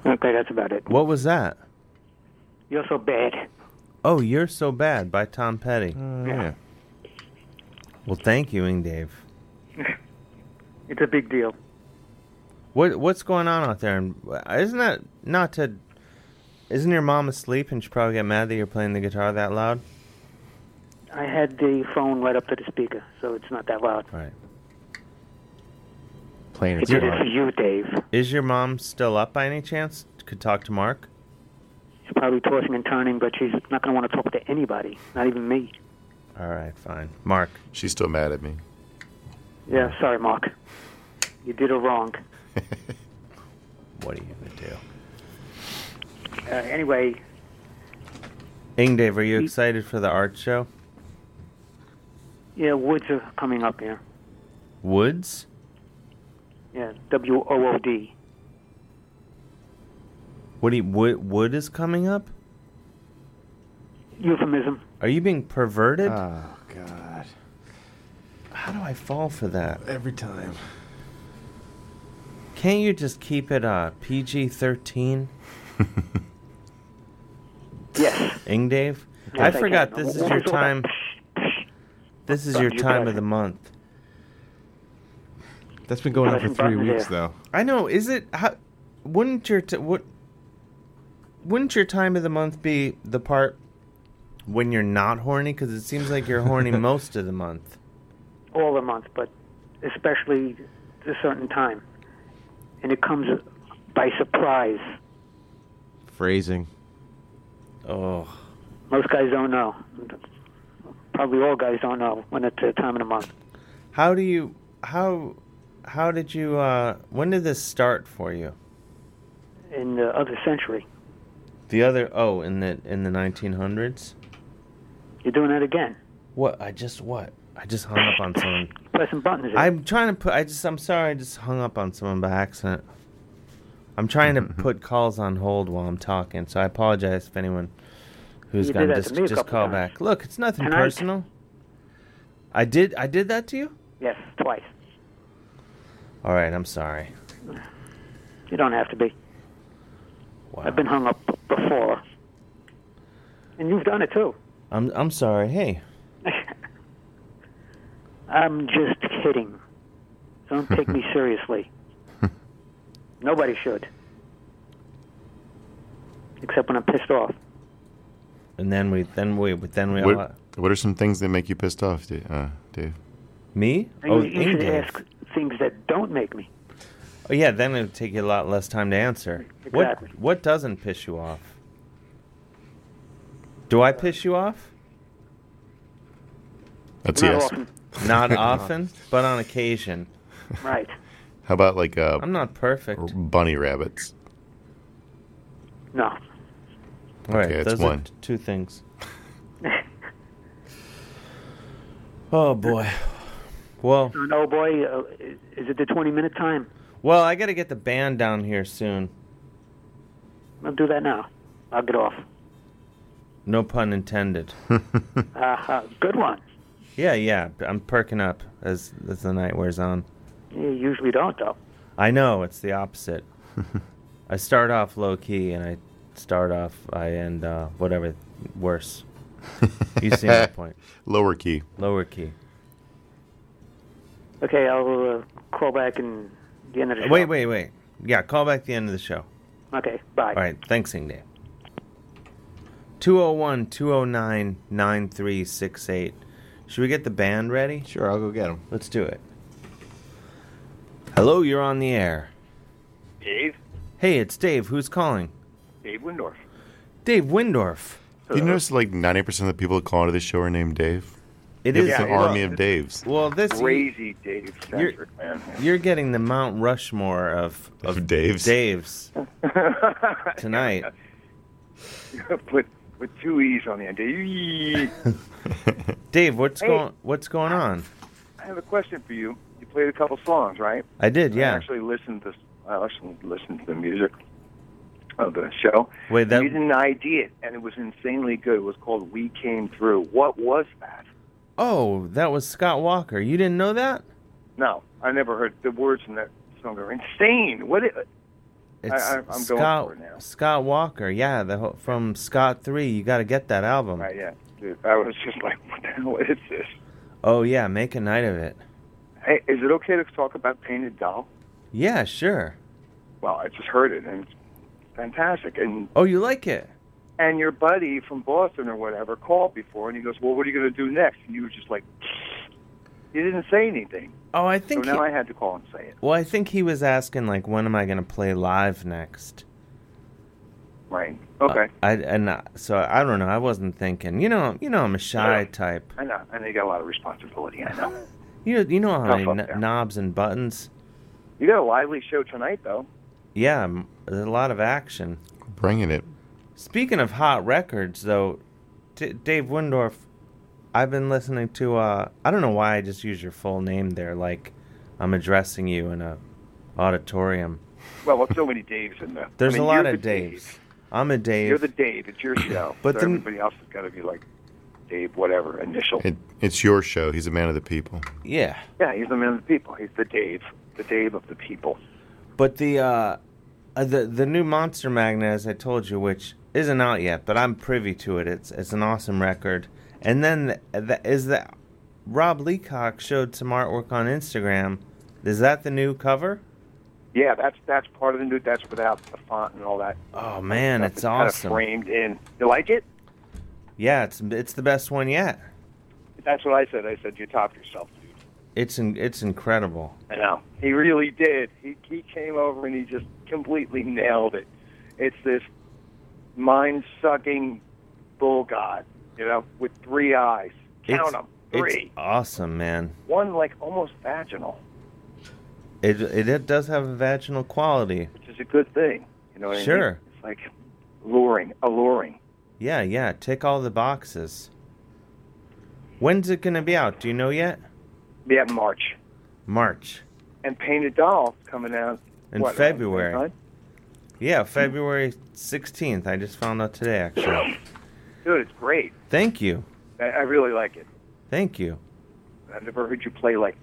Speaker 14: Okay, that's about it.
Speaker 11: What was that?
Speaker 14: You're so bad.
Speaker 11: Oh, You're So Bad by Tom Petty.
Speaker 14: Uh, yeah.
Speaker 11: Well, thank you, Ing Dave.
Speaker 14: It's a big deal.
Speaker 11: What what's going on out there? And uh, isn't that not to? Isn't your mom asleep and she probably get mad that you're playing the guitar that loud?
Speaker 14: I had the phone right up to the speaker, so it's not that loud.
Speaker 11: Right.
Speaker 15: Playing
Speaker 14: It did it for you, Dave.
Speaker 11: Is your mom still up by any chance? Could talk to Mark.
Speaker 14: She's probably tossing and turning, but she's not going to want to talk to anybody, not even me.
Speaker 11: All right, fine. Mark.
Speaker 12: She's still mad at me.
Speaker 14: Yeah, sorry, Mark. You did her wrong.
Speaker 11: What are you going to do?
Speaker 14: Uh, anyway,
Speaker 11: Ingdave, are you excited for the art show?
Speaker 14: yeah, woods are coming up here.
Speaker 11: Woods?
Speaker 14: Yeah, W O O D.
Speaker 11: What do you, wood, wood is coming up?
Speaker 14: Euphemism.
Speaker 11: Are you being perverted? Oh, God. How do I fall for that?
Speaker 15: Every time.
Speaker 11: Can't you just keep it uh, PG 13?
Speaker 14: yes.
Speaker 11: Ingdave?
Speaker 14: Yes,
Speaker 11: I
Speaker 14: I
Speaker 11: forgot
Speaker 14: can.
Speaker 11: this is
Speaker 14: What
Speaker 11: your
Speaker 14: was all
Speaker 11: time. This is your
Speaker 14: You
Speaker 11: time
Speaker 14: got
Speaker 11: of the month.
Speaker 15: That's been going on for three
Speaker 11: Button
Speaker 15: weeks,
Speaker 11: there.
Speaker 15: though.
Speaker 11: I know. Is it. How, wouldn't your. T- what, wouldn't your time of the month be the part when you're not horny? Because it seems like you're horny most of the month.
Speaker 14: all the month, but especially a certain time. And it comes by surprise.
Speaker 15: Phrasing.
Speaker 11: Oh.
Speaker 14: Most guys don't know. Probably all guys don't know when it's the time of the month.
Speaker 11: How do you how how did you uh when did this start for you?
Speaker 14: In the other century,
Speaker 11: The other oh in the in the 1900s?
Speaker 14: you're doing that again.
Speaker 11: What I just what? I just hung up on someone.
Speaker 14: Pressing buttons.
Speaker 11: I'm trying to put I just I'm sorry I just hung up on someone by accident. I'm trying to put calls on hold while I'm talking, so I apologize if anyone who's
Speaker 14: You did
Speaker 11: gone
Speaker 14: that to
Speaker 11: just
Speaker 14: me a
Speaker 11: just
Speaker 14: couple
Speaker 11: call
Speaker 14: times.
Speaker 11: back. Look, it's nothing
Speaker 14: Tonight.
Speaker 11: personal. I did I did that to you?
Speaker 14: Yes, twice.
Speaker 11: All right, I'm sorry.
Speaker 14: You don't have to be. I've been hung up before. And you've done it too.
Speaker 11: I'm I'm sorry. Hey.
Speaker 14: I'm just kidding. Don't take me seriously. Nobody should. Except when I'm pissed off.
Speaker 11: And then we then we then we all
Speaker 12: What, what are some things that make you pissed off, Da- uh, Dave?
Speaker 11: Me?
Speaker 14: And you, you should ask things that don't make me.
Speaker 11: Oh yeah, then it would take you a lot less time to answer.
Speaker 14: Exactly.
Speaker 11: What what doesn't piss you off? Do I piss you off?
Speaker 12: That's a yes.
Speaker 11: Not often, but on occasion.
Speaker 14: Right.
Speaker 12: How about like uh,
Speaker 11: I'm not perfect.
Speaker 12: r- bunny rabbits?
Speaker 14: No.
Speaker 11: All right,
Speaker 12: okay, that's
Speaker 11: those are
Speaker 12: one.
Speaker 11: t- two things. Oh boy. Well,
Speaker 14: No, boy, uh, is is it the 20 minute time?
Speaker 11: well, I got to get the band down here soon.
Speaker 14: I'll do that now. I'll get off.
Speaker 11: No pun intended.
Speaker 14: Uh, uh, good one.
Speaker 11: yeah, yeah, I'm perking up as as the night wears on.
Speaker 14: You usually don't, though.
Speaker 11: I know it's the opposite. I start off low key, and I start off I end uh, whatever worse. you see my point.
Speaker 12: Lower key.
Speaker 11: Lower key.
Speaker 14: Okay, I'll uh, call back and the end of the show.
Speaker 11: Wait, wait, wait. Yeah, call back the end of the show.
Speaker 14: Okay, bye.
Speaker 11: All right, thanks, oh Ingdave. 201 209 9368. Should we get the band ready?
Speaker 15: Sure, I'll go get them.
Speaker 11: Let's do it. Hello, you're on the air.
Speaker 23: Dave,
Speaker 11: Hey, it's Dave. Who's calling?
Speaker 23: Dave Windorf.
Speaker 11: Dave Windorf.
Speaker 12: You notice like 90% of the people that call into this show are named Dave?
Speaker 11: It
Speaker 12: You
Speaker 11: is-
Speaker 12: have an
Speaker 11: Yeah, well-
Speaker 12: army of Daves.
Speaker 11: Well, this
Speaker 23: crazy Dave Centric man.
Speaker 11: You're getting the Mount Rushmore of of,
Speaker 12: Daves.
Speaker 11: Daves tonight.
Speaker 23: Put with two e's on the end. Dave.
Speaker 11: Dave, what's
Speaker 23: Hey.
Speaker 11: going what's going on?
Speaker 23: I have a question for you. You played a couple songs, right?
Speaker 11: I did,
Speaker 23: I
Speaker 11: yeah.
Speaker 23: actually listened to I actually listened to the music of the show.
Speaker 11: Wait, that
Speaker 23: you didn't ID it, and it was insanely good. It was called "We Came Through." What was that?
Speaker 11: Oh, that was Scott Walker. You didn't know that?
Speaker 23: No, I never heard the words in that song are insane. What? It,
Speaker 11: It's
Speaker 23: I, I, I'm
Speaker 11: Scott
Speaker 23: going for it now.
Speaker 11: Scott Walker. Yeah, the whole, from Scott 3. You got to get that album.
Speaker 23: Right? Yeah, dude. I was just like, what the hell is this?
Speaker 11: Oh yeah, make a night of it.
Speaker 23: Hey, is it okay to talk about Painted Doll?
Speaker 11: Yeah, sure.
Speaker 23: Well, I just heard it, and it's fantastic. And
Speaker 11: Oh, you like it?
Speaker 23: and your buddy from Boston or whatever called before, and he goes, "Well, what are you going to do next?" And you were just like, "You didn't say anything."
Speaker 11: Oh, I think
Speaker 23: so. Now
Speaker 11: he-
Speaker 23: I had to call and say it.
Speaker 11: Well, I think he was asking like when am I going to play live next?
Speaker 23: Right.
Speaker 11: Uh.
Speaker 23: Okay.
Speaker 11: I and I, so I don't know. I wasn't thinking. You know, you know I'm a shy type.
Speaker 23: I know. I know you got a lot of responsibility. I know.
Speaker 11: You know, you know how
Speaker 23: Tough
Speaker 11: many
Speaker 23: up
Speaker 11: kn- knobs and buttons.
Speaker 23: You got a lively show tonight, though.
Speaker 11: Yeah, m- there's a lot of action.
Speaker 12: Bringing it.
Speaker 11: Speaking of hot records, though, D- Dave Windorf, I've been listening to. Uh, I don't know why I just use your full name there, like I'm addressing you in a auditorium.
Speaker 23: Well, with so many Daves in there.
Speaker 11: There's
Speaker 23: I mean,
Speaker 11: a lot
Speaker 23: you're
Speaker 11: of
Speaker 23: the
Speaker 11: Daves. I'm a Dave.
Speaker 23: You're the Dave. It's your show.
Speaker 11: But
Speaker 23: so
Speaker 11: then-
Speaker 23: everybody else has got to be like Dave, whatever initial.
Speaker 12: It, it's your show. He's a man of the people.
Speaker 11: Yeah.
Speaker 23: Yeah, he's the man of the people. He's the Dave, the Dave of the people.
Speaker 11: But the uh, uh, the the new Monster Magna, as I told you, which isn't out yet, but I'm privy to it. It's it's an awesome record. And then the, the, is that Rob Leacock showed some artwork on Instagram. Is that the new cover?
Speaker 23: Yeah, that's that's part of the new. That's without the font and all that.
Speaker 11: Oh man, it's awesome.
Speaker 23: Kind of framed in. You like it?
Speaker 11: Yeah, it's it's the best one yet.
Speaker 23: That's what I said. I said you topped yourself.
Speaker 11: It's in, it's incredible.
Speaker 23: I know. He really did. He he came over and he just completely nailed it. It's this mind sucking bull god, you know, with three eyes. Count
Speaker 11: It's-
Speaker 23: them.
Speaker 11: It's
Speaker 23: Three.
Speaker 11: awesome, man.
Speaker 23: One like almost vaginal,
Speaker 11: It, it it does have a vaginal quality.
Speaker 23: which is a good thing. You know what I mean?
Speaker 11: Sure.
Speaker 23: It's like luring, alluring.
Speaker 11: Yeah, yeah. Tick all the boxes. When's it gonna be out? Do you know yet?
Speaker 23: Yeah, March.
Speaker 11: March
Speaker 23: And painted doll coming out
Speaker 11: in
Speaker 23: what, uh, around the same
Speaker 11: February.
Speaker 23: time?
Speaker 11: Yeah, February sixteenth. I just found out today, actually.
Speaker 23: Dude, it's great.
Speaker 11: Thank you,
Speaker 23: I, I really like it.
Speaker 11: thank you.
Speaker 23: I've never heard you play like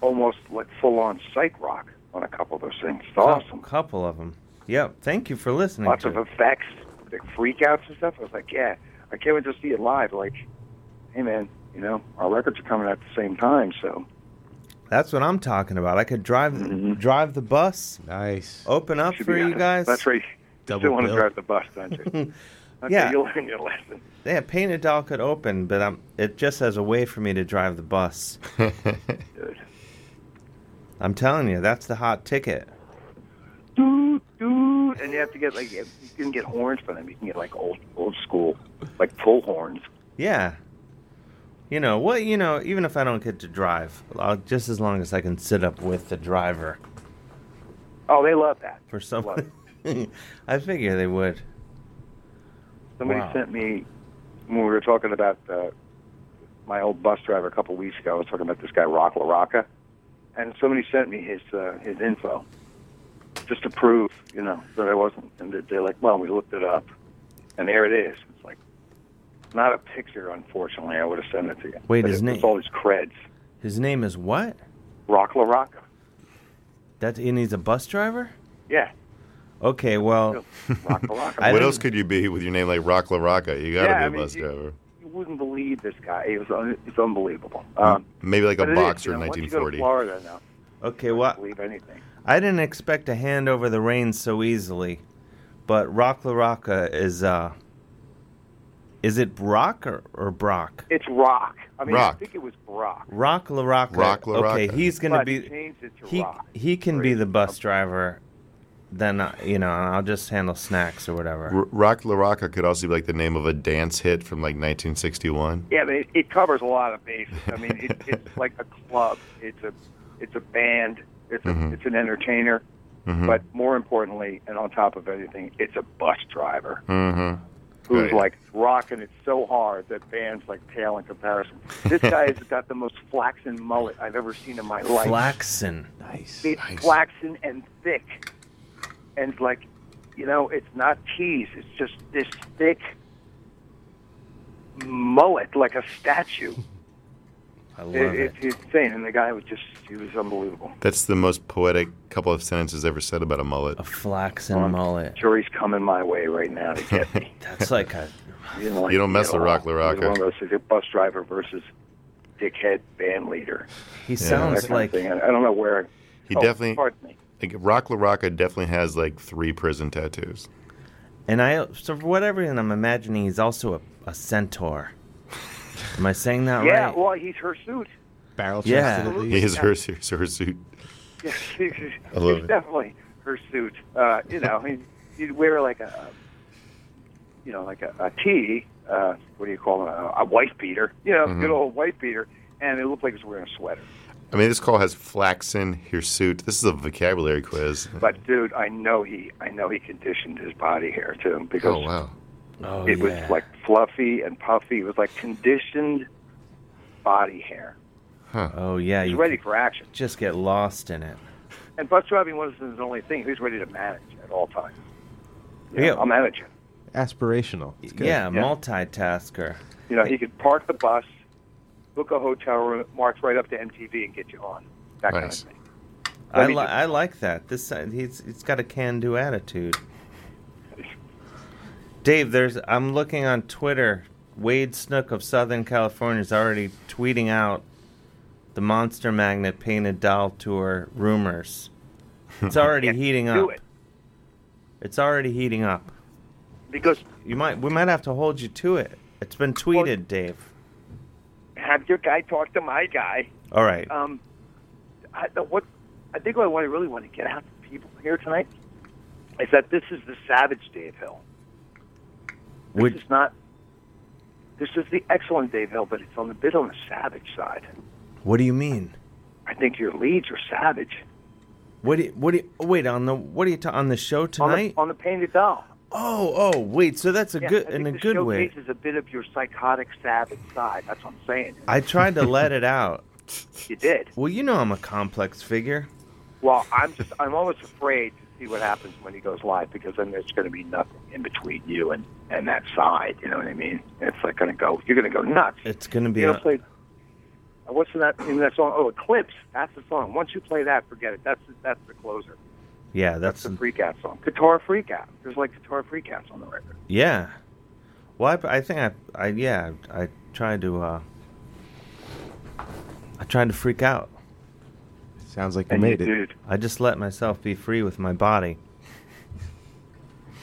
Speaker 23: almost like full on psych rock on a couple of those things. It's awesome.
Speaker 11: A couple of them. Yep. Oh, Thank you for listening.
Speaker 23: Lots
Speaker 11: to
Speaker 23: of
Speaker 11: it.
Speaker 23: effects, like freak outs and stuff. I was like, yeah, I can't wait to see it live. Like, hey man, you know, our records are coming out at the same time, so
Speaker 11: That's what I'm talking about. I could drive drive the bus.
Speaker 15: Nice.
Speaker 11: Open up
Speaker 23: Mm-hmm. should
Speaker 11: for
Speaker 23: be
Speaker 11: you
Speaker 23: honest.
Speaker 11: guys.
Speaker 23: That's right. You still want to drive the bus, don't you? Okay,
Speaker 11: Yeah.
Speaker 23: you learned your lesson.
Speaker 11: Yeah, painted doll could open, but i it just has a way for me to drive the bus. I'm telling you, that's the hot ticket.
Speaker 23: Dude, dude, and you have to get like you can get horns for them. You can get like old old school, like full horns.
Speaker 11: Yeah. You know what? You know, even if I don't get to drive, I'll, just as long as I can sit up with the driver
Speaker 23: Oh, they love that.
Speaker 11: for someone. I figure they would.
Speaker 23: Somebody
Speaker 11: Wow.
Speaker 23: sent me when we were talking about uh, my old bus driver a couple weeks ago. I was talking about this guy Rock LaRocca, and somebody sent me his uh, his info just to prove, you know, that I wasn't. And they- they're like, "Well, we looked it up, and there it is." It's like not a picture, unfortunately. I would have sent it to you.
Speaker 11: Wait,
Speaker 23: But
Speaker 11: his
Speaker 23: it-
Speaker 11: name-
Speaker 23: It's all his creds.
Speaker 11: His name is what?
Speaker 23: Rock LaRocca.
Speaker 11: That and he's a bus driver.
Speaker 23: Yeah.
Speaker 11: Okay, well,
Speaker 23: Rock LaRocca.
Speaker 11: I
Speaker 12: what
Speaker 11: didn't-
Speaker 12: else could you be with your name like Rock LaRocca? You got to
Speaker 23: Yeah,
Speaker 12: be a
Speaker 23: I mean,
Speaker 12: bus
Speaker 23: you-
Speaker 12: driver.
Speaker 23: You wouldn't believe this guy. It was un- it's unbelievable. Um,
Speaker 12: Maybe like a
Speaker 23: but it is,
Speaker 12: boxer
Speaker 23: you know,
Speaker 12: in
Speaker 23: once you go to
Speaker 12: 1940.
Speaker 23: Florida now.
Speaker 11: okay, well,
Speaker 23: Believe anything.
Speaker 11: I didn't expect to hand over the reins so easily, but Rock La Rocca is uh, is it Brock or, or Brock?
Speaker 23: It's rock. I mean, I
Speaker 11: Rock.
Speaker 23: think it was Brock.
Speaker 11: Rock La Rocca.
Speaker 23: Rock La
Speaker 11: okay,
Speaker 23: Rocca.
Speaker 11: he's gonna
Speaker 23: But
Speaker 11: be
Speaker 23: he changed it to
Speaker 11: he
Speaker 23: Rock.
Speaker 11: he can be the bus driver. Then uh, you know I'll just handle snacks or whatever.
Speaker 12: R- Rock LaRocca could also be like the name of a dance hit from like 1961.
Speaker 23: Yeah, but it, it covers a lot of bases. I mean, it, it's like a club. It's a it's a band. It's a,
Speaker 12: Mhm.
Speaker 23: it's an entertainer.
Speaker 12: Mhm.
Speaker 23: But more importantly, and on top of everything, it's a bus driver
Speaker 12: Mm-hmm.
Speaker 23: who's like rocking it so hard that bands like pale in comparison. This guy has got the most flaxen mullet I've ever seen in my life.
Speaker 11: Flaxen. Nice.
Speaker 23: It's flaxen and thick. And like, you know, it's not tease. It's just this thick mullet, like a statue.
Speaker 11: I
Speaker 12: love
Speaker 23: It's insane. And the guy was just, he was unbelievable.
Speaker 12: That's the most poetic couple of sentences ever said about a mullet. A
Speaker 11: flaxen mullet.
Speaker 23: Jury's coming my way right now to get me.
Speaker 11: That's like a.
Speaker 23: You,
Speaker 12: You don't mess with Rock
Speaker 23: It was one of
Speaker 12: LaRocca.
Speaker 23: those things, a bus driver versus dickhead band leader.
Speaker 11: He
Speaker 23: That kind of thing. I I don't know where.
Speaker 12: He
Speaker 23: oh,
Speaker 12: definitely.
Speaker 23: Pardon me.
Speaker 12: Like Rock LaRocca definitely has like three prison tattoos.
Speaker 11: And I, so for whatever reason, I'm imagining he's also a, a centaur. Am I saying that
Speaker 23: Oh, yeah,
Speaker 11: right?
Speaker 23: well, he's hirsute.
Speaker 15: Barrel
Speaker 11: Yeah,
Speaker 12: he is her, her, her suit.
Speaker 23: Yeah, he's,
Speaker 12: I love
Speaker 23: he's
Speaker 12: it.
Speaker 23: definitely hirsute. Uh, you know, he, he'd wear like a, um, you know, like a, a tee. Uh, what do you call it? A, a wife beater. You know,
Speaker 12: Mhm.
Speaker 23: good old wife beater, and it looked like he was wearing a sweater.
Speaker 12: I mean, this call has flaxen, hirsute. This is a vocabulary quiz.
Speaker 23: But dude, I know he I know he conditioned his body hair too because
Speaker 12: Oh wow. Oh,
Speaker 23: it
Speaker 12: yeah.
Speaker 23: was like fluffy and puffy. It was like conditioned body hair.
Speaker 11: Huh. Oh yeah,
Speaker 23: He's
Speaker 11: you
Speaker 23: ready for action.
Speaker 11: just get lost in it.
Speaker 23: And bus driving wasn't his only thing. He was ready to manage at all times.
Speaker 11: Yeah,
Speaker 23: I'm managing.
Speaker 15: Aspirational. It's good.
Speaker 11: Yeah,
Speaker 23: Yeah.
Speaker 11: multitasker.
Speaker 23: You know, he could park the bus, book a hotel room, march right up to MTV and get you on. That kind of
Speaker 11: Nice.
Speaker 23: thing.
Speaker 11: I,
Speaker 23: Let me
Speaker 11: li- I like that. This uh, he's he's got a can-do attitude. Dave, there's I'm looking on Twitter. Wade Snook of Southern California is already tweeting out the Monster Magnet Painted Doll tour rumors. It's already heating up.
Speaker 23: do it.
Speaker 11: It's already heating up.
Speaker 23: Because
Speaker 11: you might we might have to hold you to it. It's been tweeted, Dave.
Speaker 23: Have your guy talk to my guy.
Speaker 11: All right.
Speaker 23: Um, I, the- what I think what I really want to get out to people here tonight is that this is the savage Dave Hill. This
Speaker 11: Would-
Speaker 23: is not. This is the excellent Dave Hill, but it's on a bit on the savage side.
Speaker 11: What do you mean?
Speaker 23: I think your leads are savage
Speaker 11: What do you, what do you, oh, wait on the what are you ta- on the show
Speaker 23: on
Speaker 11: tonight?
Speaker 23: the, on the painted doll.
Speaker 11: Oh, oh, wait. So that's a
Speaker 23: Yeah,
Speaker 11: good
Speaker 23: I
Speaker 11: in
Speaker 23: think
Speaker 11: a
Speaker 23: this
Speaker 11: good way.
Speaker 23: showcases a bit of your psychotic savage side. That's what I'm saying.
Speaker 11: I tried to let it out.
Speaker 23: You did.
Speaker 11: Well, you know I'm a complex figure.
Speaker 23: Well, I'm just I'm almost afraid to see what happens when he goes live because then there's going to be nothing in between you and and that side. You know what I mean? It's like going to go. You're going to go nuts.
Speaker 11: It's gonna be.
Speaker 23: You know,
Speaker 11: a-
Speaker 23: play. uh, What's in that in that song? Oh, Eclipse. That's the song. Once you play that, forget it. That's the, that's the closer.
Speaker 11: yeah, that's
Speaker 23: The freak out song. Guitar freak out. There's like guitar freak outs on the record.
Speaker 11: yeah. Well, I, I think I, I yeah I tried to uh I tried to freak out.
Speaker 15: Sounds like you And you made it. did.
Speaker 11: I just let myself be free with my body.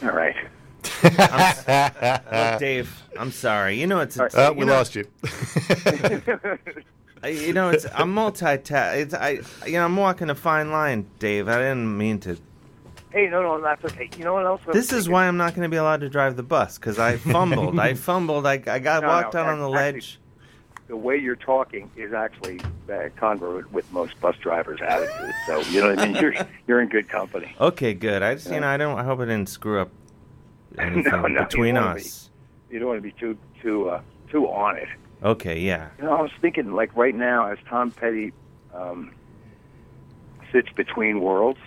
Speaker 23: All right.
Speaker 11: Look, Dave, I'm sorry. You know it's. it's
Speaker 12: Uh,
Speaker 11: you
Speaker 12: we
Speaker 11: know-
Speaker 12: lost you.
Speaker 11: I- you know, it's I'm multitask. It's I. You know, I'm walking a fine line, Dave. I didn't mean to.
Speaker 23: Hey, no, no, that's okay. You know what else? I was
Speaker 11: This is
Speaker 23: thinking?
Speaker 11: why I'm not going to be allowed to drive the bus because I fumbled. I fumbled. I, I got
Speaker 23: No,
Speaker 11: walked
Speaker 23: no,
Speaker 11: out on the
Speaker 23: actually-
Speaker 11: ledge.
Speaker 23: the way you're talking is actually uh, congruent with most bus drivers' attitudes. So you know what I mean. You're you're in good company.
Speaker 11: Okay, good. I just you know I don't. I hope I didn't screw up anything
Speaker 23: no, you
Speaker 11: between
Speaker 23: won't
Speaker 11: us.
Speaker 23: You don't want to be too too uh, too on it.
Speaker 11: Okay, yeah.
Speaker 23: You know, I was thinking like right now as Tom Petty um, sits between worlds,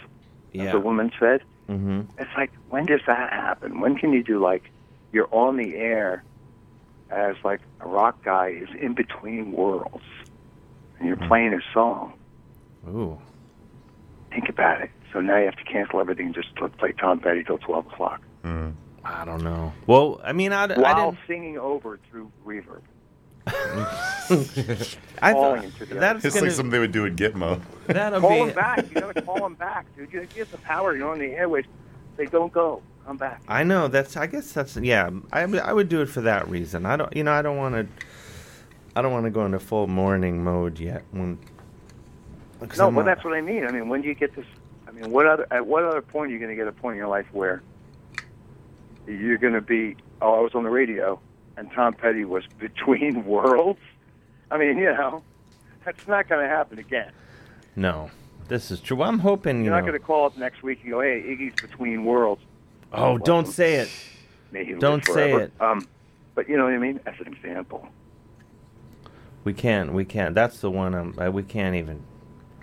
Speaker 11: Yeah.
Speaker 23: as a woman said.
Speaker 11: Mm-hmm.
Speaker 23: It's like when does that happen? When can you do like you're on the air as like a rock guy is in between worlds and
Speaker 11: Mm-hmm.
Speaker 23: you're playing his song.
Speaker 11: Ooh.
Speaker 23: Think about it. So now you have to cancel everything and just play Tom Petty till twelve o'clock.
Speaker 12: Hmm.
Speaker 11: I don't know. Well, I mean, I, d- I
Speaker 23: while
Speaker 11: didn't.
Speaker 23: singing over through reverb.
Speaker 11: I
Speaker 23: calling
Speaker 11: thought
Speaker 23: him to the
Speaker 11: that's
Speaker 12: it's
Speaker 11: gonna,
Speaker 12: like something they would do at Gitmo.
Speaker 11: that'll
Speaker 23: call
Speaker 11: be.
Speaker 23: them back. You gotta call them back, dude. You you have the power. You're on the airways. They don't go. Come back.
Speaker 11: I know that's. I guess that's. Yeah, I, I would do it for that reason. I don't. You know, I don't want to. I don't want to go into full mourning mode yet. When because
Speaker 23: No,
Speaker 11: I'm
Speaker 23: well,
Speaker 11: not-
Speaker 23: that's what I mean. I mean, when do you get this? I mean, what other? At what other point are you going to get a point in your life where you're going to be? Oh, I was on the radio, and Tom Petty was between worlds. I mean, you know, that's not going to happen again.
Speaker 11: no, this is true. Well, I'm hoping you
Speaker 23: You're
Speaker 11: know.
Speaker 23: not going to call up next week and go, "Hey, Iggy's between worlds."
Speaker 11: oh, don't say it.
Speaker 23: May he live
Speaker 11: Don't say
Speaker 23: forever.
Speaker 11: it.
Speaker 23: Um, but you know what I mean? As an example,
Speaker 11: We can't. We can't. That's the one. I'm. I, we can't even.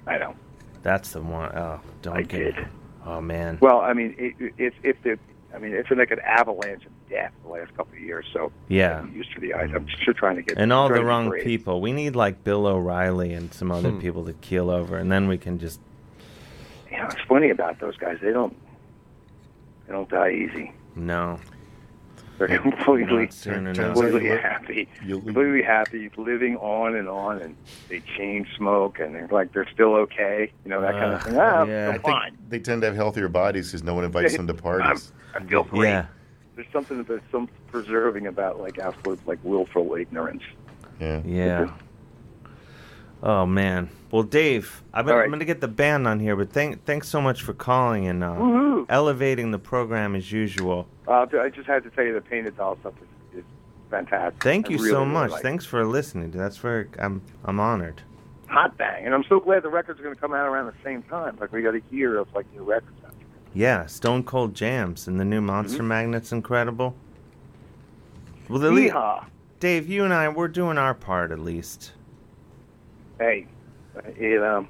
Speaker 23: I know.
Speaker 11: That's the one. Oh, don't
Speaker 23: I
Speaker 11: get.
Speaker 23: did.
Speaker 11: Oh man.
Speaker 23: Well, I mean, it, if if the, I mean, it's been like an avalanche of death the last couple of years. So
Speaker 11: Yeah. Mm.
Speaker 23: I'm used to the idea. I'm sure trying to get
Speaker 11: and all
Speaker 23: trying
Speaker 11: the
Speaker 23: to be
Speaker 11: wrong
Speaker 23: brave.
Speaker 11: people. We need like Bill O'Reilly and some other
Speaker 23: Hmm.
Speaker 11: people to keel over, and then we can just.
Speaker 23: You know, it's funny about those guys. They don't they don't die easy.
Speaker 11: No.
Speaker 23: They're completely
Speaker 11: Not soon enough.
Speaker 23: completely happy. Completely happy, living on and on, and they chain smoke, and they're like they're still okay. You know that kind
Speaker 11: Uh,
Speaker 23: of thing. Ah,
Speaker 12: yeah,
Speaker 23: I'm
Speaker 12: I
Speaker 23: fine.
Speaker 12: think they tend to have healthier bodies because no one invites them to parties.
Speaker 23: I feel
Speaker 12: great. Yeah.
Speaker 23: There's something that's some preserving about like absolute like willful ignorance.
Speaker 12: Yeah.
Speaker 11: Yeah. Oh man. Well, Dave, I've been,
Speaker 23: All right.
Speaker 11: I'm going to get the band on here, but thank, thanks so much for calling and uh,
Speaker 23: Woohoo.
Speaker 11: elevating the program as usual.
Speaker 23: Uh, I just had to tell you the painted doll stuff is, is fantastic.
Speaker 11: Thank
Speaker 23: I
Speaker 11: you
Speaker 23: really,
Speaker 11: so
Speaker 23: really
Speaker 11: much.
Speaker 23: like it.
Speaker 11: thanks for listening. That's very. I'm I'm honored.
Speaker 23: hot bang. And I'm so glad the record's going to come out around the same time. Like we got a year of like new records.
Speaker 11: Yeah, Stone Cold Jams and the
Speaker 23: Mm-hmm.
Speaker 11: new Monster Magnet's incredible. Well, at least, Dave, you and I, we're doing our part at least.
Speaker 23: Hey, it um,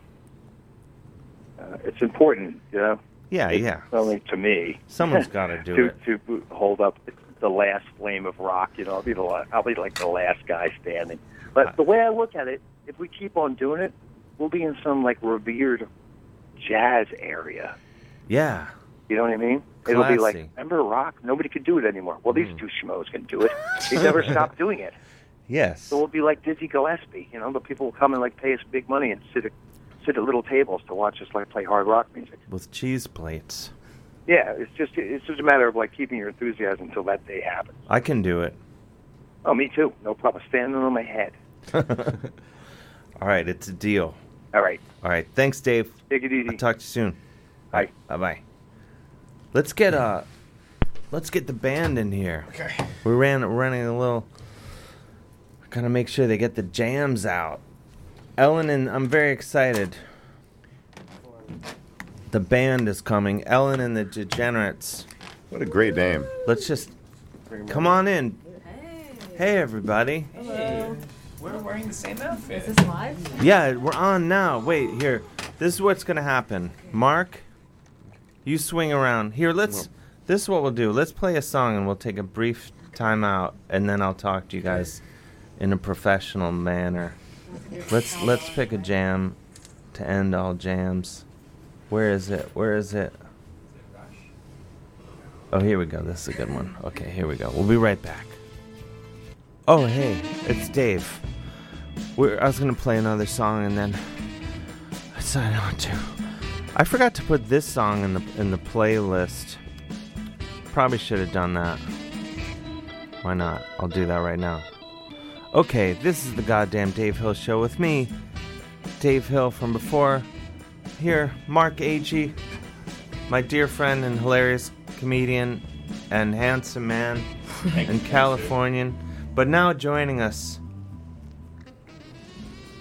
Speaker 23: uh, it's important, you know.
Speaker 11: Yeah,
Speaker 23: It's
Speaker 11: yeah.
Speaker 23: Only to me,
Speaker 11: Someone's gotta do
Speaker 23: to,
Speaker 11: it.
Speaker 23: to bo- hold up the last flame of rock. You know, I'll be the la- I'll be like the last guy standing.
Speaker 11: Uh,
Speaker 23: But the way I look at it, if we keep on doing it, we'll be in some like revered jazz area.
Speaker 11: Yeah.
Speaker 23: You know what I mean? It'll be like,
Speaker 11: Classy. Hmm.
Speaker 23: remember rock? Nobody could do it anymore. Well, these two schmoes can do it. They never stopped doing it.
Speaker 11: Yes.
Speaker 23: So we'll be like Dizzy Gillespie, you know, the people will come and like pay us big money and sit at, sit at little tables to watch us like play hard rock music.
Speaker 11: With cheese plates.
Speaker 23: Yeah, it's just it's just a matter of like keeping your enthusiasm until that day happens.
Speaker 11: I can do it.
Speaker 23: Oh, me too. No problem. Standing on my head.
Speaker 11: All right, it's a deal.
Speaker 23: All right.
Speaker 11: All right. Thanks, Dave.
Speaker 23: Take it easy.
Speaker 11: I'll talk to you soon. Bye. Bye bye. Let's get uh let's get the band in here. Okay. We ran running a little gotta make sure they get the jams out. Ellen and I'm very excited. The band is coming. Ellen and the Degenerates.
Speaker 12: What a great name.
Speaker 11: Let's just come on in. Hey everybody.
Speaker 10: Hello. We're wearing the same outfit.
Speaker 24: Is this live?
Speaker 11: Yeah, we're on now. Wait, here. This is what's gonna happen. Mark, you swing around. Here, let's. This is what we'll do. Let's play a song, and we'll take a brief time out, and then I'll talk to you guys in a professional manner. Let's let's pick a jam to end all jams. Where is it? Where is it? Oh, here we go. This is a good one. Okay, here we go. We'll be right back. Oh, hey, it's Dave. We're, I was gonna play another song and then I decided not to. I forgot to put this song in the in the playlist. Probably should have done that. Why not? I'll do that right now. Okay, this is the goddamn Dave Hill show with me, Dave Hill from before. Here, Mark Agee, my dear friend and hilarious comedian and handsome man and Californian. But now joining us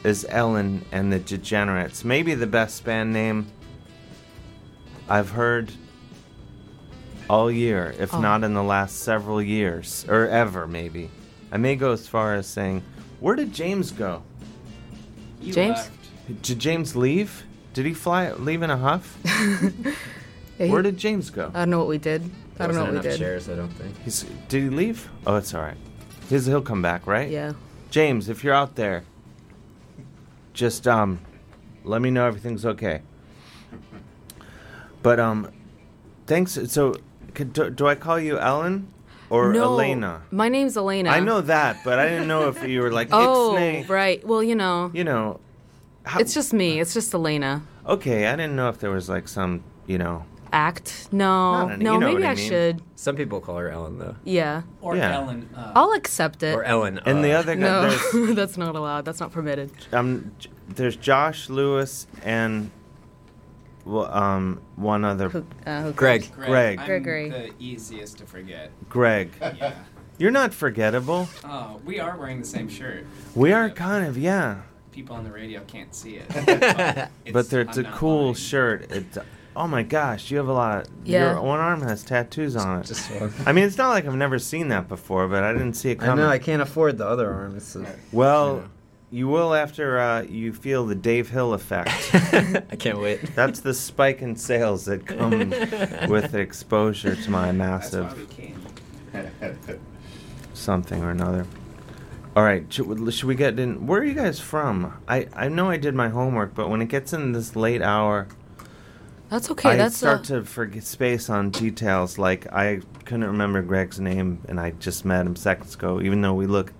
Speaker 11: is Ellen and the Degenerates. Maybe the best band name I've heard all year, if
Speaker 24: Oh.
Speaker 11: not in the last several years, or ever, maybe. I may go as far as saying, Where did James go?
Speaker 24: He James?
Speaker 11: Did James leave? Did he fly, leave in a huff?
Speaker 24: Yeah, he-
Speaker 11: Where did James go?
Speaker 24: I don't know what we did. I don't know what we did.
Speaker 11: I don't think. He's, did he leave? Oh, it's all right. He's, he'll come back, right?
Speaker 24: Yeah.
Speaker 11: James, if you're out there, just um, let me know everything's okay. But um, thanks. So, could, do, do I call you Ellen or
Speaker 24: no,
Speaker 11: Elena?
Speaker 24: My name's Elena.
Speaker 11: I know that, but I didn't know if you were like
Speaker 24: Oh,
Speaker 11: Ixnay.
Speaker 24: right. Well, you know,
Speaker 11: You know,
Speaker 24: it's just me. It's just Elena.
Speaker 11: okay. I didn't know if there was like some, you know.
Speaker 24: Act? No,
Speaker 11: Not any-
Speaker 24: no.
Speaker 11: you know
Speaker 24: maybe
Speaker 11: what I
Speaker 24: I,
Speaker 11: mean.
Speaker 24: should.
Speaker 10: Some people call her Ellen though.
Speaker 24: Yeah.
Speaker 10: Or
Speaker 11: Yeah.
Speaker 10: Ellen, uh,
Speaker 24: I'll accept it.
Speaker 10: Or Ellen,
Speaker 11: And the
Speaker 10: uh,
Speaker 11: other guy,
Speaker 24: No,
Speaker 11: there's
Speaker 24: that's not allowed. That's not permitted.
Speaker 11: um, J- there's Josh Lewis and well, um, one other.
Speaker 24: Who- uh, who
Speaker 11: Oh, Greg.
Speaker 24: cares?
Speaker 11: Greg.
Speaker 10: I'm
Speaker 24: Gregory.
Speaker 10: the easiest to forget.
Speaker 11: Greg.
Speaker 10: Yeah.
Speaker 11: You're not forgettable.
Speaker 10: Oh, we are wearing the same shirt.
Speaker 11: We are kind of yeah,
Speaker 10: People on the radio can't see it.
Speaker 11: but there, it's
Speaker 10: I'm
Speaker 11: a
Speaker 10: not
Speaker 11: cool shirt. It's oh my gosh, you have a lot. Of,
Speaker 10: Yeah.
Speaker 11: Your one arm has tattoos on it. I mean, it's not like I've never seen that before, but I didn't see it
Speaker 25: I
Speaker 11: coming.
Speaker 25: know I can't afford the other arm. It's a,
Speaker 11: Well, you will after uh, you feel the Dave Hill effect. I
Speaker 25: can't wait.
Speaker 11: That's the spike in sales that comes with exposure to my massive something or another. All right, should, should we get in? Where are you guys from? I, I know I did my homework, but when it gets in this late hour,
Speaker 24: That's okay.
Speaker 11: I
Speaker 24: that's
Speaker 11: start
Speaker 24: uh,
Speaker 11: to forget space on details. Like I couldn't remember Greg's name, and I just met him seconds ago, even though we look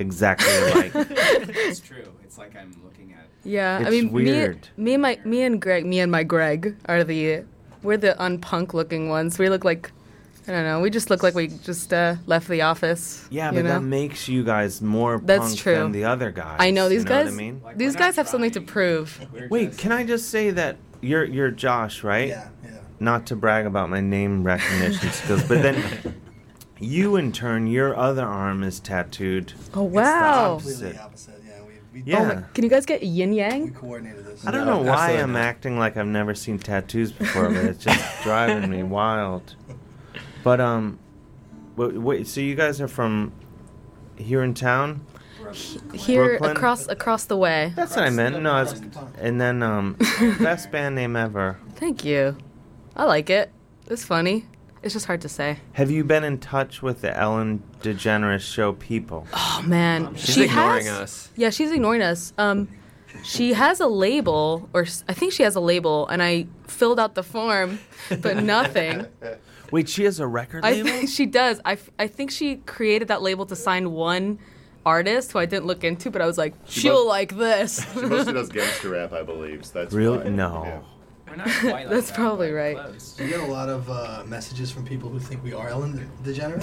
Speaker 11: exactly alike.
Speaker 10: it's true. It's like I'm looking at.
Speaker 24: Yeah,
Speaker 11: It's
Speaker 24: I mean,
Speaker 11: weird.
Speaker 24: Me, me and my, me and Greg, me and my Greg are the we're the unpunk looking ones. We look like I don't know. We just look like we just uh, left the office.
Speaker 11: Yeah,
Speaker 24: you
Speaker 11: but
Speaker 24: know?
Speaker 11: that makes you guys more
Speaker 24: That's
Speaker 11: punk
Speaker 24: true.
Speaker 11: than the other guys.
Speaker 24: I know these
Speaker 11: you
Speaker 24: guys.
Speaker 11: What I mean,
Speaker 24: these guys have something to prove.
Speaker 11: wait, can I just say that you're you're Josh, right? Yeah, yeah. Not to brag about my name recognition skills, but then you, in turn, your other arm is tattooed.
Speaker 24: Oh wow! Oh,
Speaker 11: Opposite. Yeah.
Speaker 24: Can you guys get yin yang?
Speaker 2: coordinated this.
Speaker 11: I don't know why I'm acting like I've never seen tattoos before, but it's just driving me wild. But um, wait, wait, so you guys are from here in town?
Speaker 24: Here
Speaker 11: Brooklyn?
Speaker 24: across across the way.
Speaker 11: That's what I meant. No, I was, and then um, best band name ever.
Speaker 24: Thank you. I like it. It's funny. It's just hard to say.
Speaker 11: Have you been in touch with the Ellen DeGeneres show people?
Speaker 24: Oh man,
Speaker 11: She's
Speaker 24: she
Speaker 11: ignoring
Speaker 24: has,
Speaker 11: us.
Speaker 24: Yeah, she's ignoring us. Um, she has a label, or s- I think she has a label, and I filled out the form, but nothing.
Speaker 11: Wait, she has a record
Speaker 24: I
Speaker 11: label.
Speaker 24: think she does. I, f- I think she created that label to sign one artist who I didn't look into, but I was like,
Speaker 12: She
Speaker 24: she will
Speaker 12: must-
Speaker 24: like this.
Speaker 12: She mostly does gangster rap, I believe. So that's
Speaker 11: Really?
Speaker 12: why-
Speaker 11: No.
Speaker 24: That's probably right.
Speaker 2: We get a lot of uh, messages from people who think we are Ellen DeGeneres.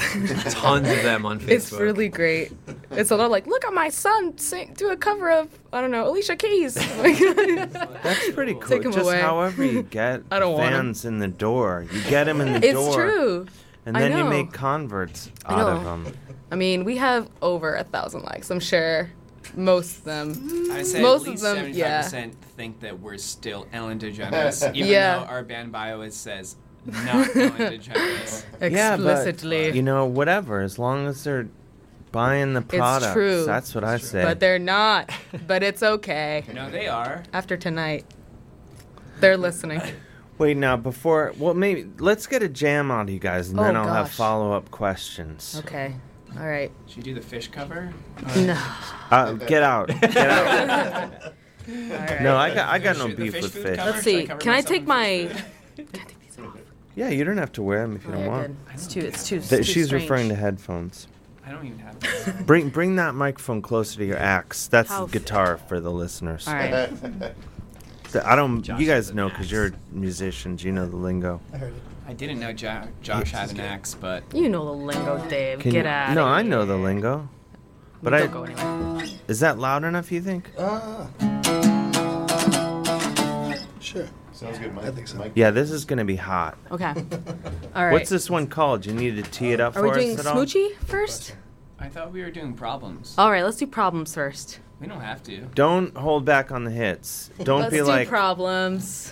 Speaker 26: Tons of them on Facebook.
Speaker 24: It's really great. It's a lot like, look at my son sing, do a cover of I don't know Alicia Keys.
Speaker 11: That's pretty cool.
Speaker 24: Take 'em
Speaker 11: Just
Speaker 24: away.
Speaker 11: however you get
Speaker 24: I don't want 'em.
Speaker 11: fans in the door, you get them in the
Speaker 24: It's
Speaker 11: door.
Speaker 24: true.
Speaker 11: And
Speaker 24: I
Speaker 11: then you
Speaker 24: know.
Speaker 11: make converts
Speaker 24: I
Speaker 11: out of
Speaker 24: know.
Speaker 11: them.
Speaker 24: I mean, we have over a thousand likes. I'm sure most of them.
Speaker 10: I say
Speaker 24: most
Speaker 10: at least
Speaker 24: of them.
Speaker 10: 75%
Speaker 24: Yeah.
Speaker 10: think that we're still Ellen DeGeneres, even
Speaker 24: Yeah.
Speaker 10: though our band bio is says not Ellen DeGeneres.
Speaker 11: Yeah, but, uh, you know, whatever. As long as they're buying the product,
Speaker 24: It's true.
Speaker 11: that's what I say.
Speaker 24: But they're not. But it's okay.
Speaker 10: No, they are.
Speaker 24: After tonight, they're listening.
Speaker 11: Wait, now before, well, maybe let's get a jam out of you guys, and then
Speaker 24: Oh,
Speaker 11: I'll have
Speaker 24: gosh.
Speaker 11: follow-up questions.
Speaker 24: Okay. All right.
Speaker 10: Should you do the fish cover?
Speaker 24: No.
Speaker 11: Uh, get out. Get out.
Speaker 24: Alright.
Speaker 11: No, I got, I got
Speaker 10: The
Speaker 11: no
Speaker 10: fish- the
Speaker 11: beef
Speaker 10: fish
Speaker 11: with
Speaker 10: food
Speaker 11: fish.
Speaker 10: cover?
Speaker 24: Let's see.
Speaker 10: Should I cover
Speaker 24: Can I
Speaker 10: myself
Speaker 24: take
Speaker 10: in
Speaker 24: my?
Speaker 11: Yeah, you don't have to wear them if you don't want.
Speaker 24: Oh, It's too. It's too.
Speaker 11: Th- she's referring to headphones.
Speaker 10: I don't even have
Speaker 11: Bring bring that microphone closer to your axe. That's
Speaker 24: How
Speaker 11: the guitar for the listeners.
Speaker 24: All right.
Speaker 11: Th- I don't. you guys know because you're musicians. You know the lingo.
Speaker 10: I heard it. I didn't know jo- Josh had an axe, but
Speaker 24: You know the lingo, Dave.
Speaker 11: Can
Speaker 24: Get
Speaker 11: you-
Speaker 24: out.
Speaker 11: No, I know the lingo. But
Speaker 24: don't
Speaker 11: I.
Speaker 24: go anywhere.
Speaker 11: Is that loud enough? You think?
Speaker 2: sure.
Speaker 12: Sounds good, Mike. I think so. Mike.
Speaker 11: Yeah, this is gonna be hot.
Speaker 24: Okay. All right.
Speaker 11: What's this one called? You need to tee it up
Speaker 24: Are
Speaker 11: for
Speaker 24: we doing
Speaker 11: us at all.
Speaker 24: smoochie first?
Speaker 10: I thought we were doing problems.
Speaker 24: All right. Let's do problems first.
Speaker 10: We don't have to.
Speaker 11: Don't hold back on the hits. Don't
Speaker 24: let's
Speaker 11: be
Speaker 24: do
Speaker 11: like.
Speaker 24: problems.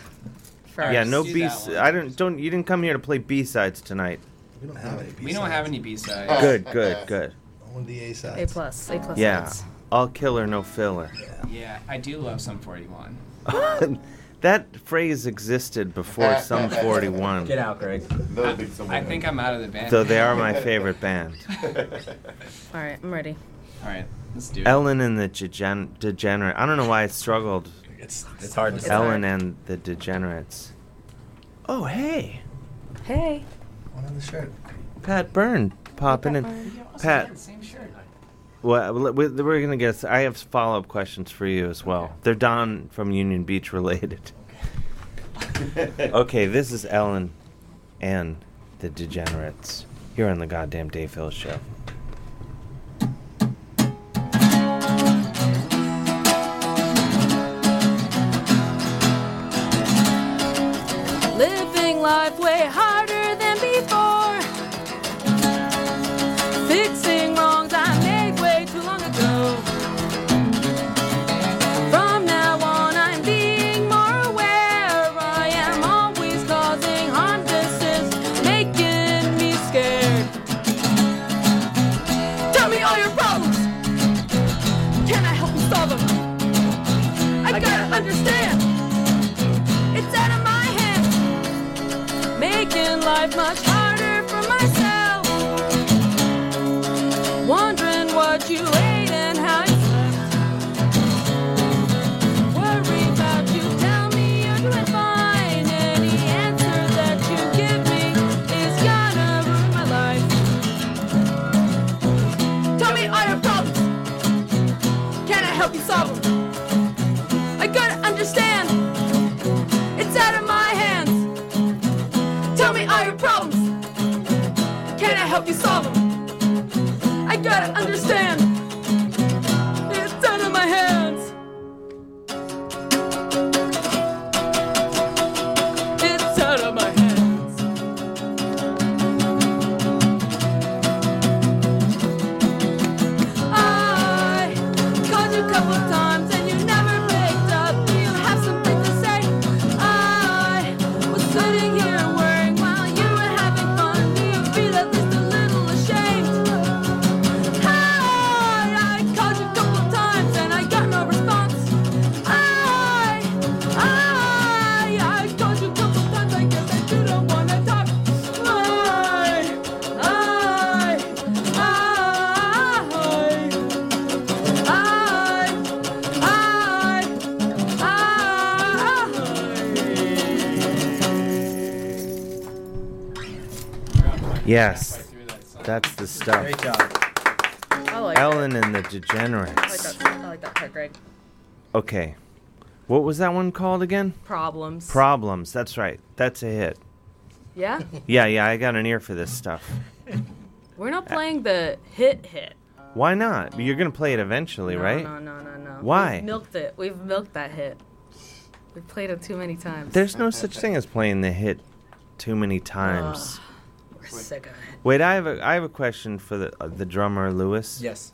Speaker 24: First.
Speaker 11: yeah, no
Speaker 10: do
Speaker 11: B.
Speaker 10: that one.
Speaker 11: I don't. Don't. You didn't come here to play B sides tonight.
Speaker 2: We don't have any.
Speaker 10: We don't have any B sides.
Speaker 11: Good. Good. Good.
Speaker 2: Only the A side.
Speaker 24: A plus. A plus.
Speaker 11: Yeah.
Speaker 24: sides.
Speaker 11: All killer, no filler.
Speaker 10: Yeah, I do love some 41.
Speaker 11: that phrase existed before Sum 41.
Speaker 10: out, Greg.
Speaker 12: I,
Speaker 10: I think I'm out of the band.
Speaker 11: Though they are my favorite band.
Speaker 24: All right. I'm ready.
Speaker 10: All right, let's do it.
Speaker 11: Ellen and the degen- Degenerate. I don't know why I struggled.
Speaker 26: It's, it's hard to say.
Speaker 11: Ellen and the Degenerates. Oh, hey.
Speaker 24: Hey.
Speaker 2: One on the shirt.
Speaker 11: Pat Byrne popping in. Pat,
Speaker 10: Same shirt.
Speaker 11: well, we- we- we're going to guess. I have follow up questions for you as well. They're Don from Union Beach related. okay, this is Ellen and the Degenerates here on the goddamn Dave Hill Show.
Speaker 27: Living life way harder than before. Fixing wrongs I made way too long ago. From now on, I'm being more aware. I am always causing harm. This is making me scared. Tell me all your problems. Can I help you solve them? I, gotta understand. It's out of my hands. Making life much harder for myself. Wondering what you ate and how you slept. Worry about you. Tell me you're doing fine. Any answer that you give me is gonna ruin my life. Tell me all your problems. Can I help you solve them? I gotta understand. It's out of my hands. Tell me all your problems. Can I help you solve them? I gotta understand. It's out of my hands. It's out of my hands. I called you a couple times.
Speaker 11: Yes, that's the stuff.
Speaker 25: Great job.
Speaker 24: I like
Speaker 11: Ellen
Speaker 24: that.
Speaker 11: and the
Speaker 24: I like
Speaker 11: Degenerates.
Speaker 24: that. I like that part, Greg.
Speaker 11: Okay, what was that one called again?
Speaker 24: Problems.
Speaker 11: Problems. That's right. That's a hit.
Speaker 24: Yeah?
Speaker 11: Yeah, yeah. I got an ear for this stuff.
Speaker 24: We're not playing the hit hit.
Speaker 11: Why not? You're gonna play it eventually,
Speaker 24: No,
Speaker 11: right?
Speaker 24: No, no, no, no.
Speaker 11: Why?
Speaker 24: We've milked it. We've milked that hit. We've played it too many times.
Speaker 11: There's no such thing as playing the hit too many times.
Speaker 24: We're sick of it.
Speaker 11: Wait, I have a I have a question for the uh, the drummer Lewis.
Speaker 25: Yes.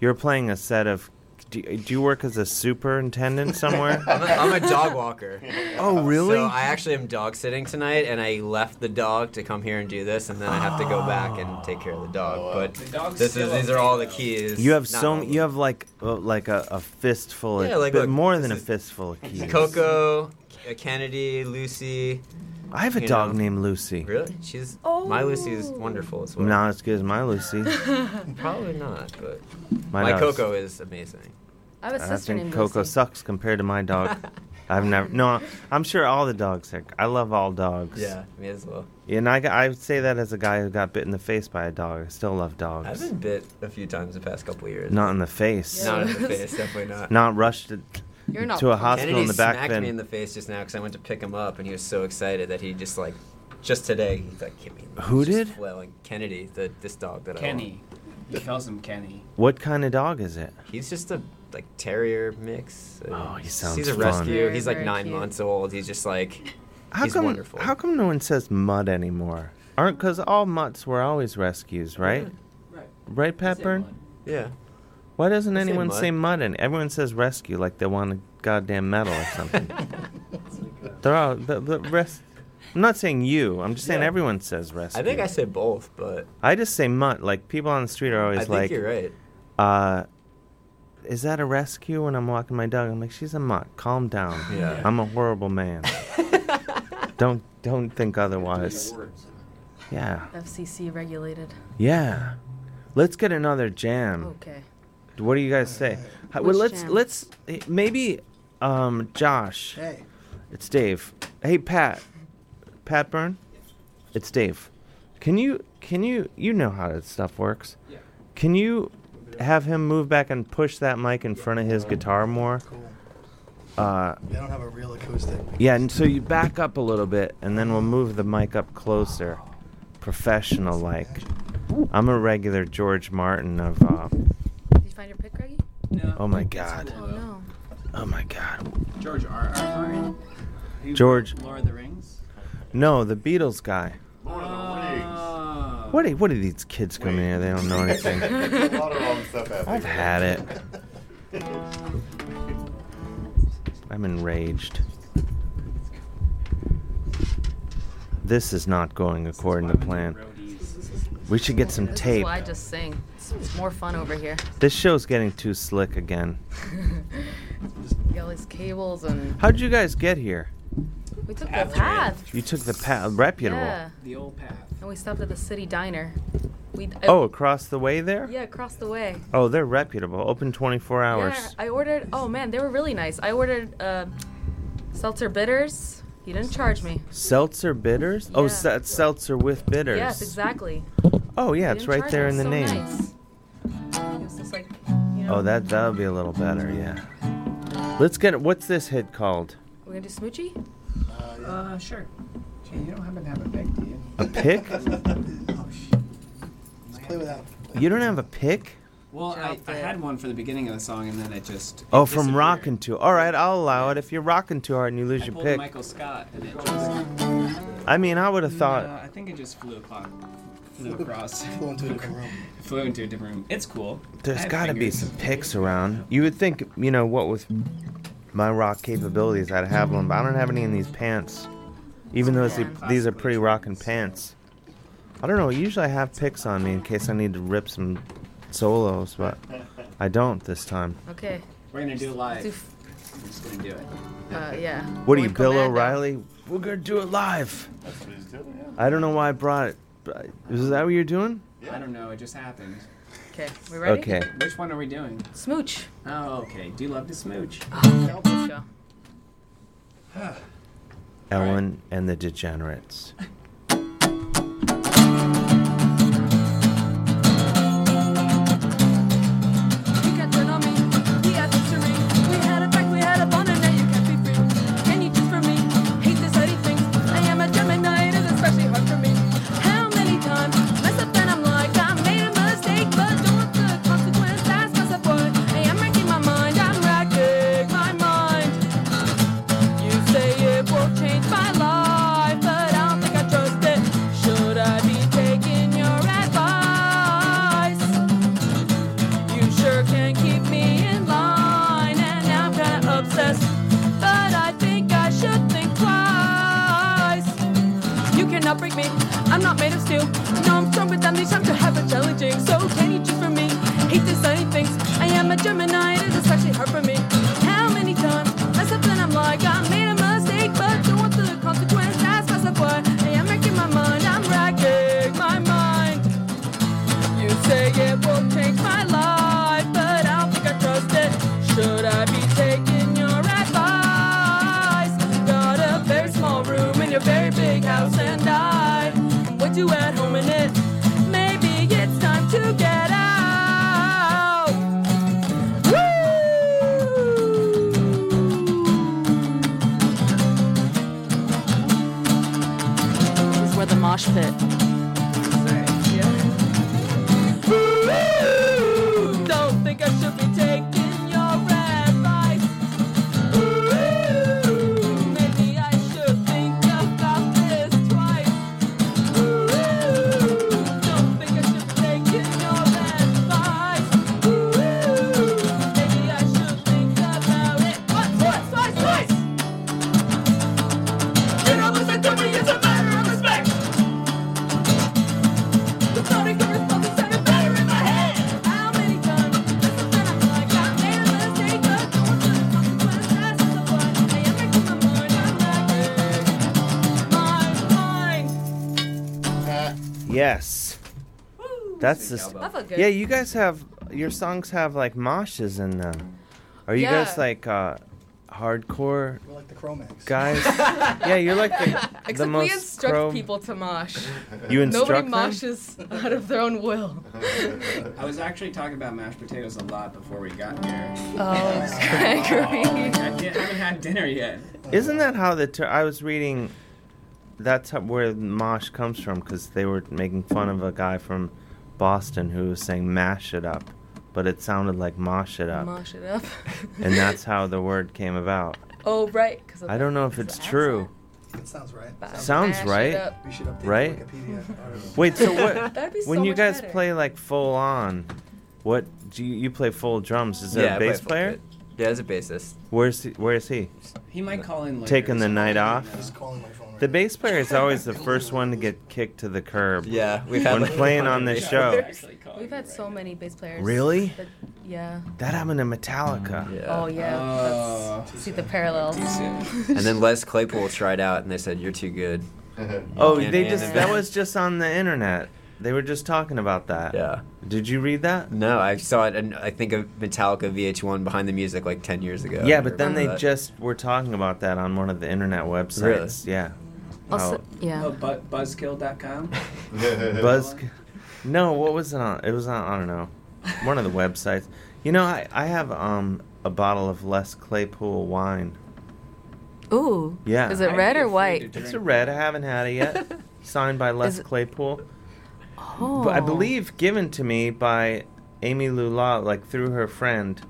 Speaker 11: You're playing a set of. Do, do you work as a superintendent somewhere?
Speaker 26: I'm a, I'm a dog walker.
Speaker 11: Oh, really?
Speaker 26: So I actually am dog sitting tonight, and I left the dog to come here and do this, and then I have to go back and take care of the dog. But
Speaker 10: dog's
Speaker 26: this is
Speaker 10: still
Speaker 26: these are all the keys.
Speaker 11: Oh. you have
Speaker 26: Not
Speaker 11: so m- you have like uh, like a, a fistful,
Speaker 26: Yeah,
Speaker 11: yeah,
Speaker 26: like,
Speaker 11: but
Speaker 26: look,
Speaker 11: more than a fistful of keys.
Speaker 26: Coco, K- Kennedy, Lucy.
Speaker 11: I have a
Speaker 26: you
Speaker 11: dog
Speaker 26: know.
Speaker 11: named Lucy.
Speaker 26: Really? She's my Lucy is
Speaker 24: Oh.
Speaker 26: wonderful as well.
Speaker 11: Not as good as my Lucy.
Speaker 26: Probably not, but
Speaker 11: My
Speaker 26: my
Speaker 11: dog's-
Speaker 26: Coco is amazing.
Speaker 24: I have a
Speaker 11: I
Speaker 24: sister
Speaker 11: think
Speaker 24: named
Speaker 11: Coco
Speaker 24: Lucy.
Speaker 11: sucks compared to my dog. I've never. No, I'm sure all the dogs are. I love all dogs.
Speaker 26: Yeah, me as well.
Speaker 11: And I, I would say that as a guy who got bit in the face by a dog. I still love dogs.
Speaker 26: I've been bit a few times the past couple years.
Speaker 11: Not in the face.
Speaker 26: Not in the face, definitely not.
Speaker 11: Not rushed to, to a hospital
Speaker 26: Kennedy
Speaker 11: in the back
Speaker 26: smacked me in
Speaker 11: then.
Speaker 26: the face just now because I went to pick him up, and he was so excited that he just like, just today, he like hit me.
Speaker 11: Who
Speaker 26: Just
Speaker 11: did?
Speaker 26: Flailing. Kennedy, the this dog that
Speaker 10: Kenny.
Speaker 26: I. Kenny. He calls him Kenny.
Speaker 11: What kind of dog is it?
Speaker 26: He's just a like terrier mix. Oh,
Speaker 11: he sounds
Speaker 26: He's a
Speaker 11: fun.
Speaker 26: rescue.
Speaker 11: Very,
Speaker 26: he's like
Speaker 11: very
Speaker 26: nine
Speaker 11: cute.
Speaker 26: months old. He's just like.
Speaker 11: How
Speaker 26: he's
Speaker 11: come?
Speaker 26: wonderful.
Speaker 11: How come no one says mud anymore? Aren't because all mutts were always rescues, right?
Speaker 26: Right.
Speaker 11: Right, Pepburn.
Speaker 26: Yeah.
Speaker 11: Why doesn't
Speaker 26: They say
Speaker 11: anyone
Speaker 26: mud.
Speaker 11: say mud? And everyone says rescue like they want a goddamn medal or something. They're all the, the rest. I'm not saying you. I'm just saying
Speaker 26: Yeah.
Speaker 11: everyone says rescue.
Speaker 26: I think I said both, but
Speaker 11: I just say mutt. Like people on the street are always
Speaker 26: I think
Speaker 11: like,
Speaker 26: you're right.
Speaker 11: Uh, is that a rescue? When I'm walking my dog, I'm like, she's a mutt. Calm down.
Speaker 26: Yeah.
Speaker 11: I'm a horrible man. don't don't think otherwise. Yeah.
Speaker 24: FCC regulated.
Speaker 11: Yeah. Let's get another jam.
Speaker 24: Okay.
Speaker 11: What do you guys say? Hi- Well,
Speaker 24: Which
Speaker 11: let's
Speaker 24: jam?
Speaker 11: let's eh, maybe um Josh.
Speaker 7: Hey.
Speaker 11: It's Dave. Hey Pat. Pat Byrne. It's Dave. Can you can you you know how that stuff works? Yeah. Can you have him move back and push that mic in front of his guitar more? Cool. Uh
Speaker 7: They don't have a real acoustic.
Speaker 11: yeah, and so you back up a little bit, and then we'll move the mic up closer, professional like. I'm a regular George Martin of. Uh,
Speaker 24: Did you find your pick, Greggy?
Speaker 11: oh my God,
Speaker 24: Oh no. Um,
Speaker 11: oh my God,
Speaker 10: George R. R. Martin. He
Speaker 11: George.
Speaker 10: wrote Lord of the Rings.
Speaker 11: No, the Beatles guy. Oh.
Speaker 10: Uh,
Speaker 11: What? Are, what are these kids coming here? They don't know anything.
Speaker 12: There's a lot of wrong stuff happening.
Speaker 11: I've had it. I'm enraged. This is not going according to plan. We should get some
Speaker 24: This is
Speaker 11: tape.
Speaker 24: why I just sing. It's, it's more fun over here.
Speaker 11: This show's getting too slick again.
Speaker 24: You got all these cables and
Speaker 11: How'd you guys get here?
Speaker 24: we took the path.
Speaker 11: You took the path, reputable.
Speaker 24: Yeah.
Speaker 10: The old path.
Speaker 24: And we stopped at the city diner. We I-
Speaker 11: Oh, across the way there?
Speaker 24: Yeah, across the way.
Speaker 11: Oh, they're reputable. Open 24 hours.
Speaker 24: Yeah, I ordered. Oh man, they were really nice. I ordered uh, seltzer bitters. You didn't charge me.
Speaker 11: Seltzer bitters? Oh,
Speaker 24: Yeah.
Speaker 11: se- it's seltzer with bitters.
Speaker 24: Yes, exactly.
Speaker 11: Oh, yeah,
Speaker 24: You
Speaker 11: it's
Speaker 24: didn't
Speaker 11: right
Speaker 24: charge
Speaker 11: there
Speaker 24: me.
Speaker 11: in the
Speaker 24: so
Speaker 11: name.
Speaker 24: Nice. It was just like, you know,
Speaker 11: Oh, that that'll be a little better, yeah. Let's get it. What's this hit called?
Speaker 24: we're gonna do smoochie.
Speaker 10: Uh, sure. Gee, you don't happen to have a pick, do you?
Speaker 11: A pick?
Speaker 7: Let's play without.
Speaker 11: you don't have a pick?
Speaker 10: Well, I, I had one for the beginning of the song, and then it just.
Speaker 11: Oh, from Rockin' Too. All right, I'll allow it. If you're rocking too hard and you lose
Speaker 10: I
Speaker 11: your
Speaker 10: pulled
Speaker 11: pick,
Speaker 10: Michael Scott, and it just.
Speaker 11: I mean, I would have thought.
Speaker 10: No, I think it just flew upon, flew across,
Speaker 7: flew into a different room.
Speaker 10: flew into a different room. It's cool. I
Speaker 11: There's
Speaker 10: have
Speaker 11: got to be
Speaker 10: fingers.
Speaker 11: some picks around. You would think, you know, what with my rock capabilities, I'd have them, but I don't have any in these pants. Even though it's- these are pretty rockin' pants. I don't know. Usually I have picks on me in case I need to rip some solos, but I don't this time.
Speaker 24: Okay.
Speaker 10: We're gonna do it live.
Speaker 24: Let's do
Speaker 10: I'm just gonna do it.
Speaker 24: f- uh, yeah.
Speaker 11: What are you,
Speaker 24: One
Speaker 11: Bill
Speaker 24: commando.
Speaker 11: O'Reilly? We're gonna do it live. I don't know why I brought it. but- Is that what you're doing?
Speaker 10: I don't know. It just happened.
Speaker 24: Okay, we ready?
Speaker 11: Okay.
Speaker 10: Which one are we doing?
Speaker 24: Smooch.
Speaker 10: Oh, okay. Do you love to smooch?
Speaker 24: Let's go.
Speaker 11: Ellen and the Degenerates.
Speaker 27: not made of steel. No, I'm strong, but that means time to have a challenging. So can you choose for me? Hate designing things. I am a Gemini, it is actually hard for me. How many times mess up and I'm like, I made a mistake, but don't want the consequence. That's messed up why I am wrecking my mind. I'm wrecking my mind. You say it will change my life, but I don't think I trust it. Should I be taking your advice? Got a very small room in your very big house, and I am way too at home in it. Maybe it's time to get out. This is where the mosh pit. Ooh, Don't think I should be taking your advice. Ooh, Maybe I should think about this twice. Ooh, Don't think I should be taking your advice. Ooh, Maybe I should think about it once, once, twice, twice. You know, listen to me, it's a matter of respect. The sonic of response is sounding better in my head. How many times?
Speaker 11: Yes. That's the.
Speaker 24: That felt good.
Speaker 11: Yeah, you guys have your songs have like moshes in them. Are you
Speaker 24: Yeah.
Speaker 11: guys like uh, hardcore
Speaker 7: We're like the Cro-Mags.
Speaker 11: guys? yeah, you're like the, the
Speaker 24: Except
Speaker 11: most
Speaker 24: we instruct
Speaker 11: pro-
Speaker 24: people to mosh.
Speaker 11: You
Speaker 24: Nobody
Speaker 11: instruct them?
Speaker 24: moshes out of their own will.
Speaker 10: I was actually talking about mashed potatoes a lot before we got here.
Speaker 24: Oh, Zachary.
Speaker 10: I can't- I haven't had dinner yet.
Speaker 11: Isn't that how the ter- I was reading? That's how, where mosh comes from because they were making fun of a guy from Boston who was saying "mash it up," but it sounded like "mosh it up,"
Speaker 24: Mosh it up.
Speaker 11: and that's how the word came about.
Speaker 24: oh, right. 'cause of
Speaker 11: I
Speaker 24: the-
Speaker 11: don't know if it's true.
Speaker 7: It sounds right.
Speaker 11: Sounds
Speaker 24: Mash it
Speaker 11: right,
Speaker 24: up.
Speaker 11: right? Wait, so what? when you guys play like full on, what do you, you play full drums? Is there
Speaker 26: Yeah, I
Speaker 11: a
Speaker 26: play
Speaker 11: bass
Speaker 26: full
Speaker 11: player?
Speaker 26: bit. Yeah, there's a bassist.
Speaker 11: Where's he, where is he?
Speaker 10: He might call in later.
Speaker 11: Taking the night off.
Speaker 7: He's calling my phone.
Speaker 11: The bass player is always the first one to get kicked to the curb.
Speaker 26: Yeah, we've had
Speaker 11: when
Speaker 26: like-
Speaker 11: playing on this show.
Speaker 24: We've had so many bass players.
Speaker 11: Really?
Speaker 24: that- yeah.
Speaker 11: That happened to Metallica.
Speaker 24: Oh yeah.
Speaker 7: Uh,
Speaker 24: That's, see the parallels.
Speaker 26: And then Les Claypool tried out, and they said you're too good.
Speaker 11: Oh,
Speaker 26: You can't
Speaker 11: they
Speaker 26: be in
Speaker 11: just
Speaker 26: the
Speaker 11: that
Speaker 26: band."
Speaker 11: was just on the internet. They were just talking about that.
Speaker 26: Yeah.
Speaker 11: Did you read that?
Speaker 26: No, I saw it, and I think of Metallica VH1 Behind the Music like ten years ago.
Speaker 11: Yeah, but then they
Speaker 26: But-
Speaker 11: just were talking about that on one of the internet websites. Yeah.
Speaker 24: Also, yeah.
Speaker 10: Oh, bu- buzzkill.com?
Speaker 11: How-
Speaker 10: Oh,
Speaker 11: Buzz. No, what was it on? It was on. I don't know. One of the websites. You know, I I have um a bottle of Les Claypool wine.
Speaker 24: Ooh.
Speaker 11: Yeah.
Speaker 24: Is it red or white?
Speaker 11: It's a red. I haven't had it yet. Signed by Les Claypool.
Speaker 24: Oh.
Speaker 11: But I believe given to me by Amy Lula, like through her friend.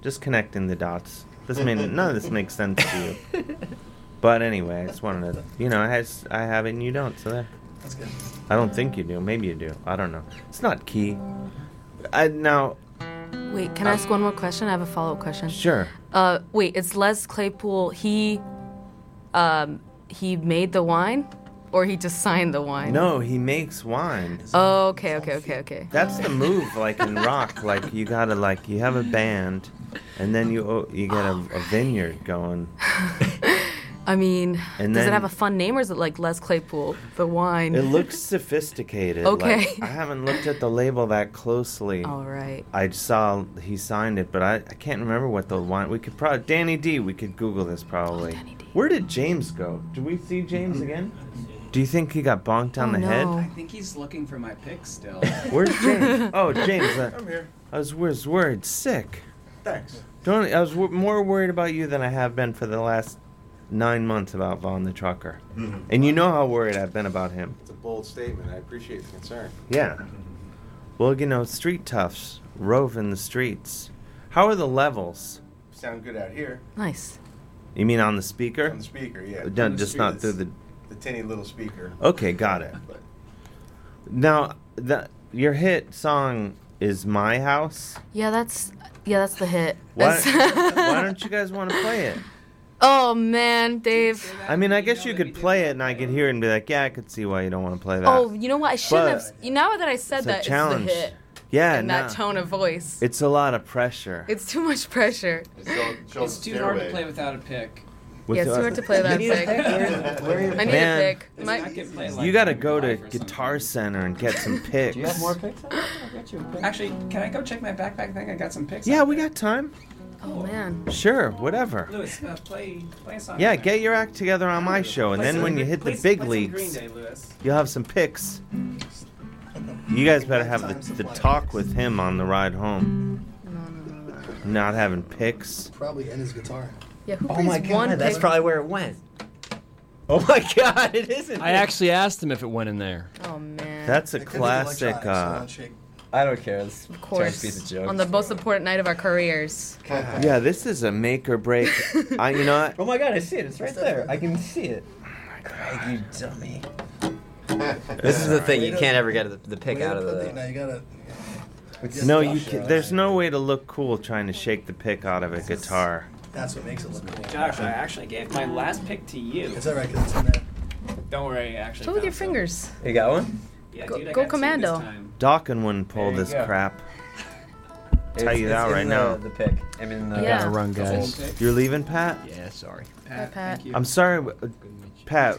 Speaker 11: Just connecting the dots. This made none of this makes sense to you. But anyway, I just wanted to, you know, I has, I have it and you don't, so there.
Speaker 7: That's good.
Speaker 11: I don't think you do. Maybe you do. I don't know. It's not key. I now
Speaker 24: Wait, can I ask one more question? I have a follow up question.
Speaker 11: sure.
Speaker 24: Uh, wait, it's Les Claypool. He, um, he made the wine, or he just signed the wine.
Speaker 11: No, he makes wine.
Speaker 24: Oh, okay, okay, okay, okay.
Speaker 11: That's the move, like in rock. Like you gotta, like you have a band, and then you o- you get a, a vineyard going.
Speaker 24: I mean,
Speaker 11: And
Speaker 24: does
Speaker 11: then-
Speaker 24: it have a fun name, or is it like Les Claypool, the wine?
Speaker 11: It looks sophisticated.
Speaker 24: Okay.
Speaker 11: Like, I haven't looked at the label that closely.
Speaker 24: All right.
Speaker 11: I saw he signed it, but I, I can't remember what the wine. We could probably Danny D. We could Google this
Speaker 24: Oh,
Speaker 11: probably. Where did James go? Do we see James again? Do you think he got bonked
Speaker 24: Oh,
Speaker 11: on the
Speaker 10: I
Speaker 11: head?
Speaker 10: think he's looking for my pick still.
Speaker 11: Where's James? Oh, James. uh,
Speaker 10: I'm here.
Speaker 11: I was where's worried sick.
Speaker 7: Thanks.
Speaker 11: Don't I was w- more worried about you than I have been for the last nine months about Vaughn the trucker,
Speaker 10: Mm-hmm.
Speaker 15: Mhm.
Speaker 11: and you know how worried I've been about him.
Speaker 15: It's a bold statement. I appreciate the concern.
Speaker 11: Yeah. Well, you know, street toughs roving the streets. How are the levels?
Speaker 15: Sound good out here.
Speaker 24: Nice.
Speaker 11: You mean on the speaker?
Speaker 15: On the speaker, yeah.
Speaker 11: Uh,
Speaker 15: On
Speaker 11: No,
Speaker 15: the
Speaker 11: just
Speaker 15: speaker,
Speaker 11: not through the.
Speaker 15: The tinny little speaker.
Speaker 11: Okay, got it. Now, the, your hit song is "My House."
Speaker 24: Yeah, that's yeah, that's the hit.
Speaker 11: Why,
Speaker 24: That's-
Speaker 11: why don't you guys want to play it?
Speaker 24: Oh man, Dave.
Speaker 11: I mean, I guess you could play it, and I could hear it and be like, "Yeah, I could see why you don't want to play that."
Speaker 24: Oh, you know what? I shouldn't have.
Speaker 11: But
Speaker 24: s- Now that I said
Speaker 11: it's a
Speaker 24: that, it's the
Speaker 11: challenge.
Speaker 24: hit.
Speaker 11: yeah,
Speaker 24: and that
Speaker 11: no.
Speaker 24: tone of voice.
Speaker 11: It's a lot of pressure.
Speaker 24: It's too much pressure.
Speaker 10: It's too hard to play without a pick.
Speaker 11: With
Speaker 24: yeah, it's
Speaker 11: the-
Speaker 24: too hard to play
Speaker 11: You
Speaker 24: that
Speaker 11: need a
Speaker 24: pick.
Speaker 11: pick. Where- where are your
Speaker 24: I need
Speaker 11: Man.
Speaker 24: a pick.
Speaker 10: Does
Speaker 24: My-
Speaker 10: not get played
Speaker 11: You
Speaker 10: like-
Speaker 11: got to go to Guitar Center and get some picks.
Speaker 10: picks? I got you a pick. Actually, can I go check my backpack thing? I got some picks.
Speaker 11: Yeah, we got time.
Speaker 24: Oh man.
Speaker 11: Sure, whatever.
Speaker 10: Lewis, uh, play, play a song.
Speaker 11: Yeah, get your act together on my show, and
Speaker 10: Play
Speaker 11: then
Speaker 10: some-
Speaker 11: when you hit
Speaker 10: play
Speaker 11: the
Speaker 10: some-
Speaker 11: big
Speaker 10: play some Green
Speaker 11: leagues,
Speaker 10: Day, Lewis.
Speaker 11: you'll have some picks. You guys better have the, the talk with him on the ride home. Not having picks.
Speaker 7: Probably end his guitar.
Speaker 24: Yeah, who
Speaker 7: plays one
Speaker 26: Oh that's
Speaker 7: pick?
Speaker 26: probably where it went. Oh my god, it isn't.
Speaker 1: I actually asked him if it went in there.
Speaker 24: Oh man.
Speaker 11: That's a classic. Uh,
Speaker 25: I don't care. This
Speaker 24: Of course.
Speaker 11: piece of jokes.
Speaker 24: On the most important night of our careers.
Speaker 11: yeah, this is a make or break. I, you know what?
Speaker 25: Oh my god, I see it. It's right there. I can see it.
Speaker 11: Oh
Speaker 25: Greg, you dummy.
Speaker 26: This is the thing. You
Speaker 25: Way to-
Speaker 26: can't ever get the, the pick
Speaker 25: way to
Speaker 26: out of
Speaker 25: put
Speaker 26: the.
Speaker 25: the-
Speaker 7: Now you gotta.
Speaker 11: No, you. Can, there's no way to look cool trying to shake the pick out of a guitar.
Speaker 7: That's what makes it look cool.
Speaker 10: Josh, I actually gave my last pick to you.
Speaker 7: It's alright, cause it's in there.
Speaker 10: Don't worry, I actually.
Speaker 24: Play with your
Speaker 10: found
Speaker 24: fingers.
Speaker 11: You got one?
Speaker 10: some. Yeah,
Speaker 24: Go-
Speaker 10: dude, I
Speaker 24: go
Speaker 10: got two this
Speaker 24: commando.
Speaker 10: time.
Speaker 11: Dawkins wouldn't pull
Speaker 25: There you
Speaker 11: this
Speaker 25: go.
Speaker 11: crap.
Speaker 25: It's-
Speaker 11: Tell you
Speaker 25: it's
Speaker 11: that
Speaker 25: in
Speaker 11: right
Speaker 25: the-
Speaker 11: now.
Speaker 25: The pick. I mean, the
Speaker 11: Yeah.
Speaker 25: gotta run,
Speaker 11: It's
Speaker 25: guys.
Speaker 11: old. You're leaving, Pat?
Speaker 25: Yeah, sorry.
Speaker 24: Pat, Pat. thank you.
Speaker 11: I'm sorry, but, uh, Pat.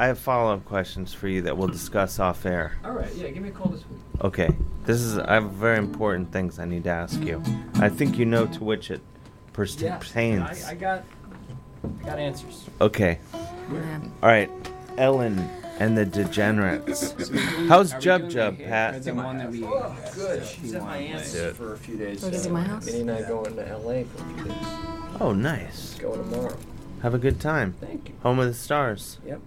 Speaker 11: I have follow-up questions for you that we'll discuss off air.
Speaker 10: All right, yeah, give me a call this week.
Speaker 11: Okay, this is I have very important things I need to ask you. I think you know to which it perst-
Speaker 10: Yeah,
Speaker 11: pertains.
Speaker 10: I, I got, I got answers.
Speaker 11: Okay. All right, Ellen and the Degenerates. How's
Speaker 10: Are we
Speaker 11: Jub
Speaker 10: doing
Speaker 11: Jub,
Speaker 10: the
Speaker 11: Pat?
Speaker 10: Is the one that we
Speaker 25: Oh, good.
Speaker 10: She
Speaker 25: She's at my
Speaker 10: wanted.
Speaker 25: aunt's
Speaker 11: Yeah.
Speaker 25: for a few days.
Speaker 24: Oh, is it my house?
Speaker 25: Vinny and I going to LA for a few days.
Speaker 11: Oh, nice.
Speaker 25: Go tomorrow.
Speaker 11: Have a good time. Thank you. Home of the stars.
Speaker 25: Yep.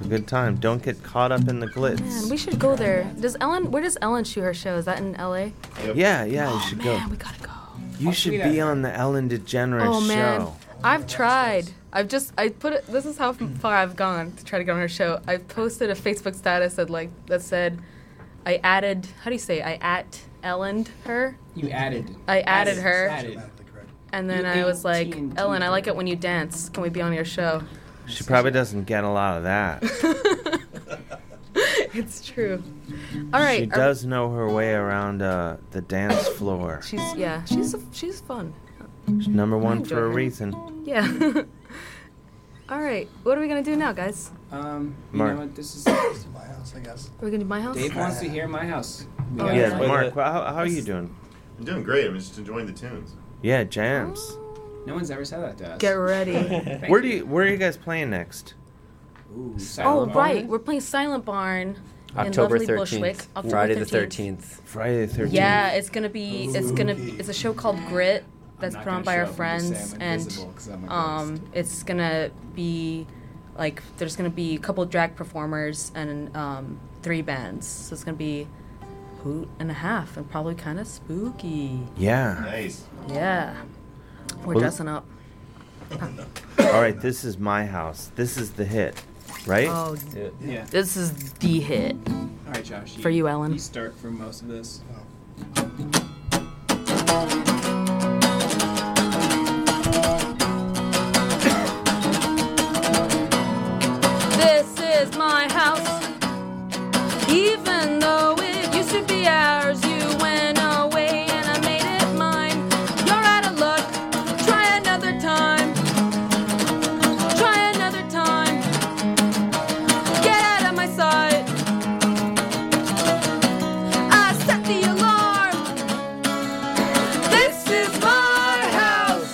Speaker 11: A good time. Don't get caught up in the glitz.
Speaker 24: Man, we should go there. Does Ellen? Where does Ellen shoot her show? Is that in L.A.?
Speaker 11: Yeah, yeah, you should go.
Speaker 24: Oh, we gotta go.
Speaker 11: You should be on the Ellen DeGeneres
Speaker 24: oh man,
Speaker 11: show.
Speaker 24: I've tried. I've just I put it. This is how far I've gone to try to get on her show. I posted a Facebook status that like that said, I added. How do you say? I at Ellen her.
Speaker 10: You added.
Speaker 24: I added
Speaker 10: Added.
Speaker 24: her.
Speaker 10: Added.
Speaker 24: And then I was like, Ellen, I like it when you dance. Can we be on your show?
Speaker 11: She probably doesn't get a lot of that.
Speaker 24: it's true. All right.
Speaker 11: She
Speaker 24: are-
Speaker 11: does know her way around uh, the dance floor.
Speaker 24: She's yeah. She's she's fun.
Speaker 11: She's number one for a
Speaker 24: joking.
Speaker 11: reason.
Speaker 24: Yeah. All right. What are we gonna do now, guys?
Speaker 10: Um, you
Speaker 11: Mark.
Speaker 10: know what? This is my
Speaker 7: house, I guess.
Speaker 24: We're gonna do my house.
Speaker 10: Dave wants to hear my house. We
Speaker 11: Oh, Yeah,
Speaker 10: got it.
Speaker 11: Mark, how, how are you doing?
Speaker 10: I'm doing great. I'm just enjoying the tunes.
Speaker 11: Yeah, jams.
Speaker 10: No one's ever said that to us.
Speaker 24: Get ready.
Speaker 10: Thank
Speaker 11: Where do you Where are you guys playing next?
Speaker 10: Ooh,
Speaker 24: Oh
Speaker 11: Silent
Speaker 24: right, we're playing Silent Barn
Speaker 26: October
Speaker 24: in lovely Bushwick.
Speaker 26: thirteenth,
Speaker 24: October
Speaker 26: Friday the thirteenth.
Speaker 11: Friday the thirteenth.
Speaker 24: Yeah, it's gonna be. It's gonna. It's a show called Grit that's
Speaker 10: not
Speaker 24: put on
Speaker 10: gonna
Speaker 24: by our
Speaker 10: show up and just
Speaker 24: friends,
Speaker 10: say I'm
Speaker 24: and
Speaker 10: invisible 'cause I'm a
Speaker 24: um, it's gonna be like there's gonna be a couple drag performers and um, three bands. So it's gonna be hoot and a half and probably kind of spooky.
Speaker 11: Yeah.
Speaker 24: Nice. Yeah. We're
Speaker 11: Well-
Speaker 24: dressing up.
Speaker 11: All right, this is my house. This is the hit, right?
Speaker 24: Oh,
Speaker 10: Yeah.
Speaker 24: This is the hit.
Speaker 10: All right, Josh.
Speaker 24: For you, Ellen.
Speaker 10: You start for most of this.
Speaker 27: This is my house. Even though it used to be ours, you went away and I made it mine. You're out of luck. Try another time. Try another time. Get out of my sight. I set the alarm. This is my house.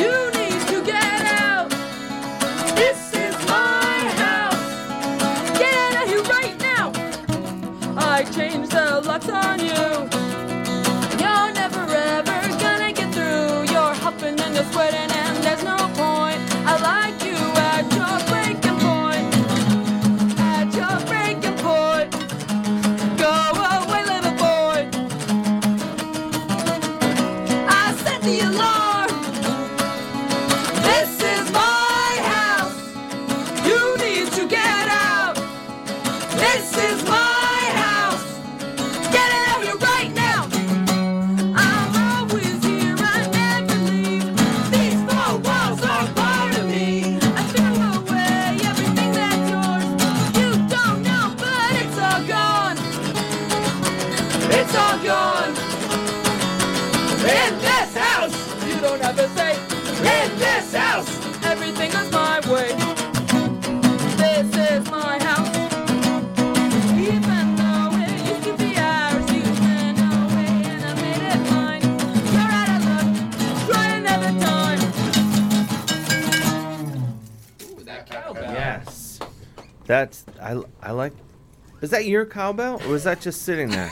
Speaker 27: You need to get out. This is my house. Get out of here right now. I changed the locks on you. You're never ever gonna get through. You're huffing and you're sweating and there's no point. I like you at your breaking point. At your breaking point. Go away, little boy. I set the alarm. This is my house. You need to get out. This is my house. Get out here right now. I'm always here. I never leave. These four walls are. In this house, you don't have a say. In this house, everything is my way. This is my house. Even though it used to be ours, you ran away and I made it mine. You're out of luck. Try another time.
Speaker 11: Oh. Yes. That's I I like. Is that your cowbell or was that just sitting there?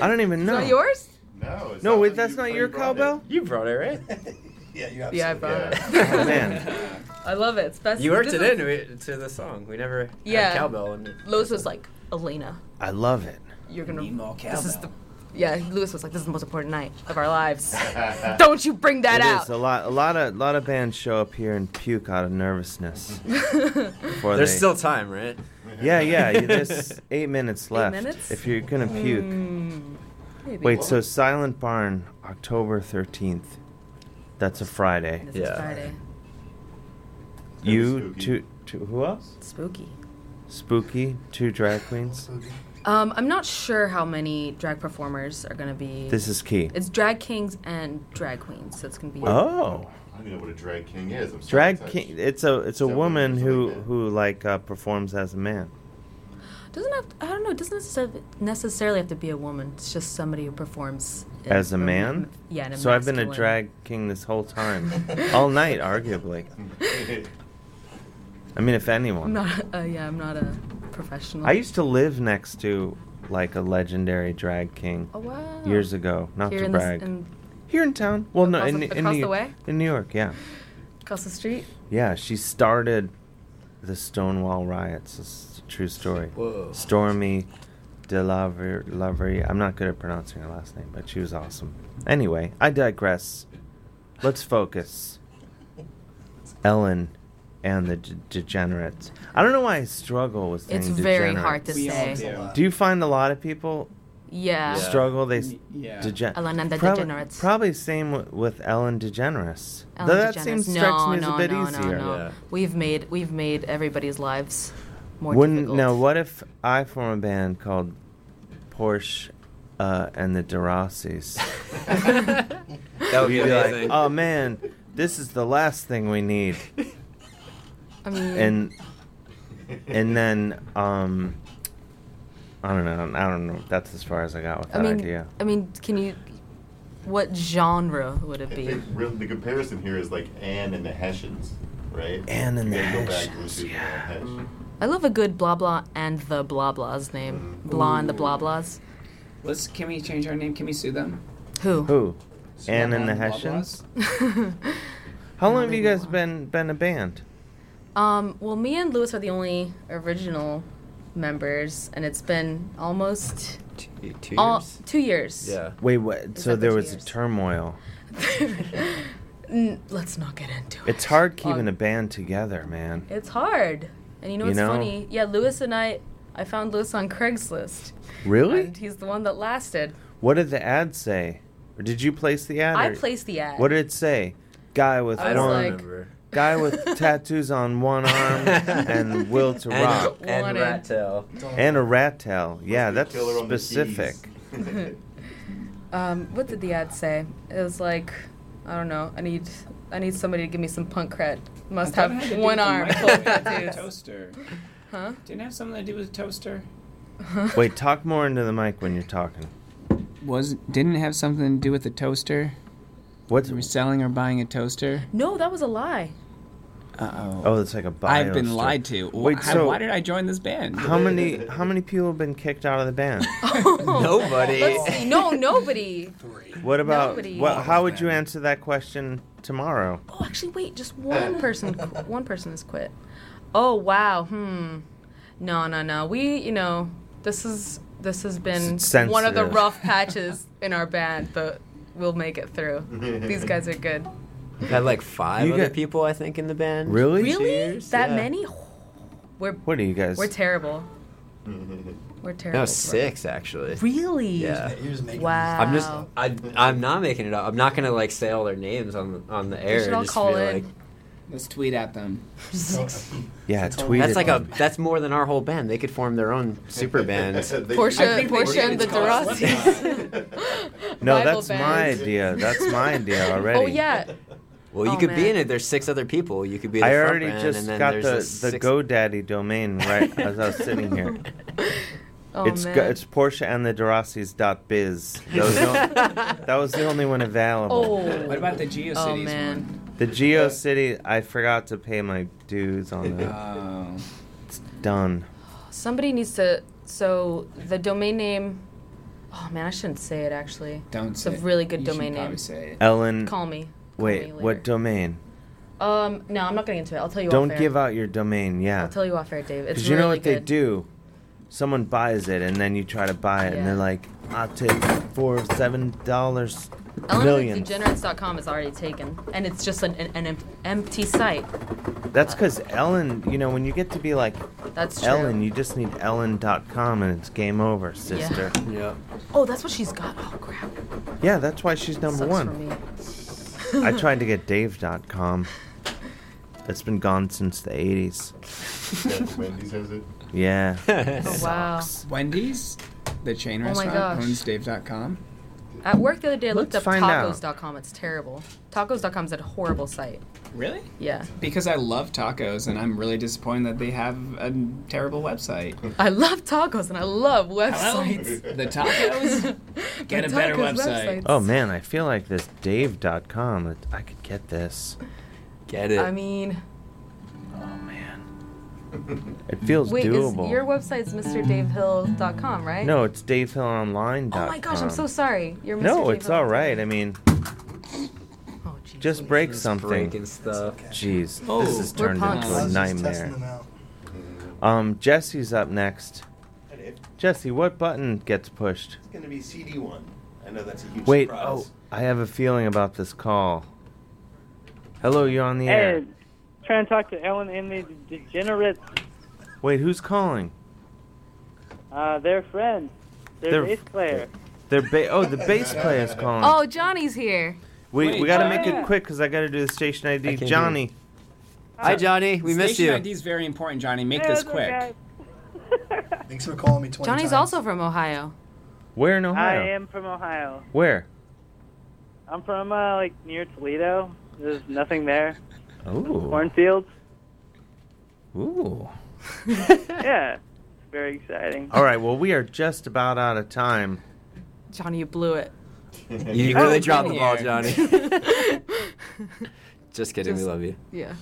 Speaker 11: I don't even know.
Speaker 24: Is that yours?
Speaker 12: No.
Speaker 11: No, wait, that's not your cowbell.
Speaker 26: You brought it, right?
Speaker 7: yeah, you
Speaker 24: Yeah, I brought
Speaker 11: it.
Speaker 24: it.
Speaker 11: Oh, man.
Speaker 24: I love it. It's best.
Speaker 26: You worked
Speaker 24: this
Speaker 26: it
Speaker 24: is-
Speaker 26: in we- to the song. We never
Speaker 24: Yeah.
Speaker 26: had cowbell in it.
Speaker 24: Lewis was like, Elena,
Speaker 11: I love it.
Speaker 24: you're gonna.
Speaker 26: Need more
Speaker 24: This is the. Yeah, Lewis was like, "This is the most important night of our lives. Don't you bring that
Speaker 11: It
Speaker 24: out."
Speaker 11: is. a lot. A lot of lot of bands show up here and puke out of nervousness. before
Speaker 26: There's
Speaker 11: they-
Speaker 26: still time, right?
Speaker 11: Yeah, yeah. you- There's eight minutes left.
Speaker 24: minutes? Hmm.
Speaker 11: If you're gonna puke.
Speaker 24: Maybe.
Speaker 11: Wait, so Silent Barn, October thirteenth. That's a Friday.
Speaker 24: This is Friday.
Speaker 11: You two, two. Who else?
Speaker 24: Spooky.
Speaker 11: Spooky. Two drag queens.
Speaker 24: Um, I'm not sure how many drag performers are gonna be.
Speaker 11: This is key.
Speaker 24: It's drag kings and drag queens, so it's gonna be.
Speaker 11: Oh.
Speaker 12: I don't even know what a drag king is. I'm so
Speaker 11: Drag
Speaker 12: excited.
Speaker 11: king. It's a it's a woman who who like uh, performs as a man.
Speaker 24: Doesn't have. I don't know. It doesn't necessar- necessarily have to be a woman. It's just somebody who performs in-
Speaker 11: As a man?
Speaker 24: Yeah. In a
Speaker 11: so I've been a
Speaker 24: masculine-
Speaker 11: drag king this whole time. All night, arguably. I mean, if
Speaker 24: I'm
Speaker 11: anyone.
Speaker 24: not. Uh, yeah, I'm not a professional.
Speaker 11: I used to live next to, like, a legendary drag king.
Speaker 24: Oh, wow.
Speaker 11: Years ago. Not
Speaker 24: Here
Speaker 11: to
Speaker 24: in this-
Speaker 11: brag.
Speaker 24: in-
Speaker 11: Here in town. Well, no,
Speaker 24: Across
Speaker 11: in,
Speaker 24: the-
Speaker 11: in,
Speaker 24: across
Speaker 11: New,
Speaker 24: the way?
Speaker 11: in New York, yeah.
Speaker 24: across the street.
Speaker 11: Yeah, she started the Stonewall riots. It's a true story.
Speaker 26: Whoa.
Speaker 11: Stormy de la Ver- la Ver- I'm not good at pronouncing her last name, but she was awesome. Anyway, I digress. Let's focus. Ellen and the d- degenerates. I don't know why I struggle with
Speaker 24: It's
Speaker 11: things.
Speaker 24: very hard to We all say. do.
Speaker 11: Do. you find a lot of people
Speaker 24: Yeah.
Speaker 11: struggle? They s-
Speaker 24: Yeah.
Speaker 11: degen-
Speaker 24: Ellen and the
Speaker 11: Prob-
Speaker 24: degenerates.
Speaker 11: Probably same w- with Ellen DeGeneres.
Speaker 24: Ellen
Speaker 11: Though that
Speaker 24: DeGeneres.
Speaker 11: seems
Speaker 24: no,
Speaker 11: strikes me as
Speaker 24: no,
Speaker 11: a bit
Speaker 24: no,
Speaker 11: easier.
Speaker 24: No, no. We've made we've made everybody's lives more
Speaker 11: Wouldn't
Speaker 24: difficult.
Speaker 11: now? What if I form a band called Porsche uh, and the Derossis?
Speaker 26: That would be
Speaker 11: You'd like,
Speaker 26: amazing.
Speaker 11: oh man, this is the last thing we need,
Speaker 24: I mean,
Speaker 11: and and then um, I don't know. I don't know. That's as far as I got with
Speaker 24: I
Speaker 11: that
Speaker 24: mean,
Speaker 11: idea.
Speaker 24: I mean, can you? What genre would it be?
Speaker 12: Really, the comparison here is like Anne and the Hessians, right?
Speaker 11: Anne and
Speaker 12: You
Speaker 11: the
Speaker 12: gotta go back to
Speaker 11: Hessians,
Speaker 12: Lucy and the Hesh.
Speaker 24: I love a good blah blah and the blah blah's name. Blah and the blah blahs.
Speaker 10: Let's. Can we change our name? Can we sue them?
Speaker 24: Who?
Speaker 11: Who? Anne and the
Speaker 10: and the
Speaker 11: Hessians. How long have you guys been been a band?
Speaker 24: Um, well, me and Lewis are the only original members, and it's been almost
Speaker 26: two, two
Speaker 24: all,
Speaker 26: years?
Speaker 24: two years.
Speaker 11: Wait, what?
Speaker 24: It's
Speaker 11: So
Speaker 24: been
Speaker 11: there
Speaker 24: two
Speaker 11: was a
Speaker 24: years.
Speaker 11: turmoil.
Speaker 24: N- let's not get into it.
Speaker 11: It's hard keeping a band together, man.
Speaker 24: It's hard. And you know
Speaker 11: You
Speaker 24: what's
Speaker 11: know?
Speaker 24: funny? Yeah, Lewis and I, I found Lewis on Craigslist.
Speaker 11: Really?
Speaker 24: And he's the one that lasted.
Speaker 11: What did the ad say? Or did you place the ad?
Speaker 24: I
Speaker 11: or-
Speaker 24: placed the ad.
Speaker 11: What did it say? Guy with
Speaker 24: I was
Speaker 11: one
Speaker 24: like-
Speaker 11: guy with tattoos on one arm and will to
Speaker 26: And-
Speaker 11: rock
Speaker 26: and Wanted. rat tail.
Speaker 11: and a rat tail. Yeah, that's
Speaker 12: killer on the
Speaker 11: specific.
Speaker 24: um, what did the ad say? It was like, I don't know. I need, I need somebody to give me some punk cred.
Speaker 10: I
Speaker 24: Must
Speaker 10: thought it
Speaker 24: have
Speaker 10: had to do
Speaker 24: one
Speaker 10: with the
Speaker 24: arm. full of
Speaker 10: microwave and the
Speaker 24: tattoos.
Speaker 10: toaster.
Speaker 24: Huh?
Speaker 10: Didn't it have something to do with the toaster.
Speaker 11: Wait, talk more into the mic when you're talking.
Speaker 10: Was didn't it have something to do with the toaster?
Speaker 11: What's
Speaker 10: Were we selling or buying a toaster?
Speaker 24: No, that was a lie.
Speaker 10: Uh
Speaker 11: Oh, it's like a bio.
Speaker 10: I've been
Speaker 11: story.
Speaker 10: lied to. Wh-
Speaker 11: Wait,
Speaker 10: how-
Speaker 11: so
Speaker 10: why did I join this band?
Speaker 11: How many how many people have been kicked out of the band?
Speaker 26: Nobody.
Speaker 24: Oh. Let's see. No, nobody.
Speaker 11: What about
Speaker 24: Nobody.
Speaker 11: what, how would you answer that question tomorrow?
Speaker 24: Oh, actually, wait. Just one person. qu- One person has quit. Oh wow. Hmm. No, no, no. We, you know, this is this has been
Speaker 11: It's
Speaker 24: one of the
Speaker 11: sensitive.
Speaker 24: rough patches in our band, but we'll make it through. These guys are good.
Speaker 26: We had like five
Speaker 11: You
Speaker 26: other
Speaker 11: got-
Speaker 26: people, I think, in the band.
Speaker 11: Really?
Speaker 24: Really? that
Speaker 26: yeah.
Speaker 24: many? We're
Speaker 11: What are you guys?
Speaker 24: we're terrible. We're terrible.
Speaker 26: No, six actually.
Speaker 24: Really?
Speaker 26: Yeah.
Speaker 24: wow.
Speaker 26: I'm just I I'm not making it up. I'm not gonna like say all their names on on the air.
Speaker 24: should all
Speaker 26: Just
Speaker 24: call
Speaker 26: be
Speaker 24: in.
Speaker 26: like,
Speaker 10: Let's tweet at them.
Speaker 11: Yeah,
Speaker 10: That's
Speaker 11: tweet.
Speaker 26: That's
Speaker 11: it.
Speaker 26: like a that's more than our whole band. They could form their own super band.
Speaker 10: I
Speaker 24: Portia,
Speaker 10: think they
Speaker 24: Portia,
Speaker 10: should-
Speaker 24: and the
Speaker 10: it's called
Speaker 24: Durassis.
Speaker 26: No,
Speaker 24: Rival
Speaker 26: that's my
Speaker 24: bands.
Speaker 26: idea. That's my idea already.
Speaker 24: Oh yeah,
Speaker 26: Well, you
Speaker 24: Oh,
Speaker 26: could be
Speaker 24: man.
Speaker 26: in it. There's six other people. You could be. The
Speaker 11: I
Speaker 26: front
Speaker 11: already
Speaker 26: man,
Speaker 11: just
Speaker 26: and then
Speaker 11: got the,
Speaker 26: there's
Speaker 11: the
Speaker 26: a sixth-
Speaker 11: GoDaddy domain right as I was sitting here.
Speaker 24: Oh,
Speaker 11: it's go-
Speaker 24: man.
Speaker 11: it's Porsche and the Durassis dot biz. That was, the on- that was the only one available.
Speaker 24: Oh.
Speaker 10: What about the GeoCities
Speaker 24: Oh man,
Speaker 11: The Geo City, I forgot to pay my dues on that. It's done.
Speaker 24: somebody needs to. So the domain name. Oh man, I shouldn't say it actually.
Speaker 11: Don't
Speaker 24: It's
Speaker 11: say
Speaker 24: a
Speaker 11: it.
Speaker 24: really good
Speaker 11: You should
Speaker 24: domain name.
Speaker 11: probably say it. Ellen-
Speaker 24: Call me.
Speaker 11: Wait, what domain?
Speaker 24: Um, no, I'm not getting into it. I'll tell you.
Speaker 11: Don't
Speaker 24: off air.
Speaker 11: give out your domain. Yeah.
Speaker 24: I'll tell you off air, Dave. It's
Speaker 11: Because
Speaker 24: really
Speaker 11: you know what
Speaker 24: good.
Speaker 11: they do? Someone buys it, and then you try to buy it, and they're like, I'll take for seven dollars million.
Speaker 24: EllenDegenerates.com is already taken, and it's just an, an, an em- empty site.
Speaker 11: That's because Ellen, you know, when you get to be like
Speaker 24: That's true.
Speaker 11: Ellen, you just need Ellen.com, and it's game over, sister. Yeah.
Speaker 24: Oh, that's what she's got. Oh crap.
Speaker 11: Yeah, that's why she's number
Speaker 24: Sucks
Speaker 11: one.
Speaker 24: For me.
Speaker 11: I tried to get Dave.com. That's been gone since the 80s.
Speaker 12: Wendy's has it.
Speaker 11: yeah.
Speaker 24: Oh, wow.
Speaker 10: Wendy's, the chain
Speaker 24: Oh my
Speaker 10: restaurant,
Speaker 24: gosh.
Speaker 10: owns Dave.com.
Speaker 24: At work the other day, I looked
Speaker 10: Let's
Speaker 24: up
Speaker 10: find out.
Speaker 24: tacos.com. It's terrible. Tacos.com is a horrible site.
Speaker 10: Really?
Speaker 24: Yeah.
Speaker 10: Because I love tacos, and I'm really disappointed that they have a terrible website.
Speaker 24: I love tacos and I love websites.
Speaker 10: The tacos? Get a
Speaker 24: The
Speaker 10: better
Speaker 24: tacos
Speaker 10: website.
Speaker 11: Oh man, I feel like this Dave.com. it- I could get this. Get
Speaker 24: I mean,
Speaker 11: It feels
Speaker 24: wait,
Speaker 11: doable.
Speaker 24: is your website's MrDaveHill.com, right?
Speaker 11: No, it's DaveHillOnline.com.
Speaker 24: Oh my gosh, I'm so sorry. You're Mr.
Speaker 11: No,
Speaker 24: Dave
Speaker 11: it's
Speaker 24: Hill.
Speaker 11: all right. I mean,
Speaker 24: Oh,
Speaker 11: just break something.
Speaker 26: breaking stuff.
Speaker 11: Jeez,
Speaker 26: Oh.
Speaker 11: this has
Speaker 26: We're
Speaker 11: turned
Speaker 26: punks.
Speaker 11: into
Speaker 26: I
Speaker 11: a
Speaker 26: was just
Speaker 11: nightmare.
Speaker 26: testing them out.
Speaker 11: Um, Jesse's up next. Jesse, what button gets pushed?
Speaker 9: It's going to be CD one. I know that's a huge
Speaker 11: Wait,
Speaker 9: surprise.
Speaker 11: oh, I have a feeling about this call. Hello, you're on the
Speaker 21: Hey,
Speaker 11: air.
Speaker 21: trying to talk to Ellen and the degenerates.
Speaker 11: Wait, who's calling?
Speaker 21: Uh, their friend, their
Speaker 11: They're-
Speaker 21: bass player.
Speaker 11: Their ba- oh, the bass player's calling.
Speaker 24: Oh, Johnny's here.
Speaker 11: we
Speaker 24: wait,
Speaker 11: we gotta
Speaker 24: oh,
Speaker 11: make
Speaker 24: yeah.
Speaker 11: it quick because I gotta do the station ID.
Speaker 26: hear
Speaker 11: Johnny,
Speaker 26: Hi, Johnny. We missed
Speaker 10: Station
Speaker 26: you.
Speaker 10: ID is very important, Johnny. Make this quick.
Speaker 7: Thanks for calling me 20
Speaker 24: Johnny's
Speaker 7: times.
Speaker 24: also from Ohio.
Speaker 11: where in
Speaker 21: I
Speaker 11: Ohio?
Speaker 21: am from Ohio.
Speaker 11: Where?
Speaker 21: I'm from uh, like near Toledo. There's nothing there.
Speaker 11: Oh,
Speaker 21: Cornfields.
Speaker 11: ooh.
Speaker 21: yeah, it's very exciting.
Speaker 11: All right. Well, we are just about out of time.
Speaker 24: Johnny, you blew it.
Speaker 26: You really dropped the ball, Johnny. Just kidding. we love you.
Speaker 24: Yeah.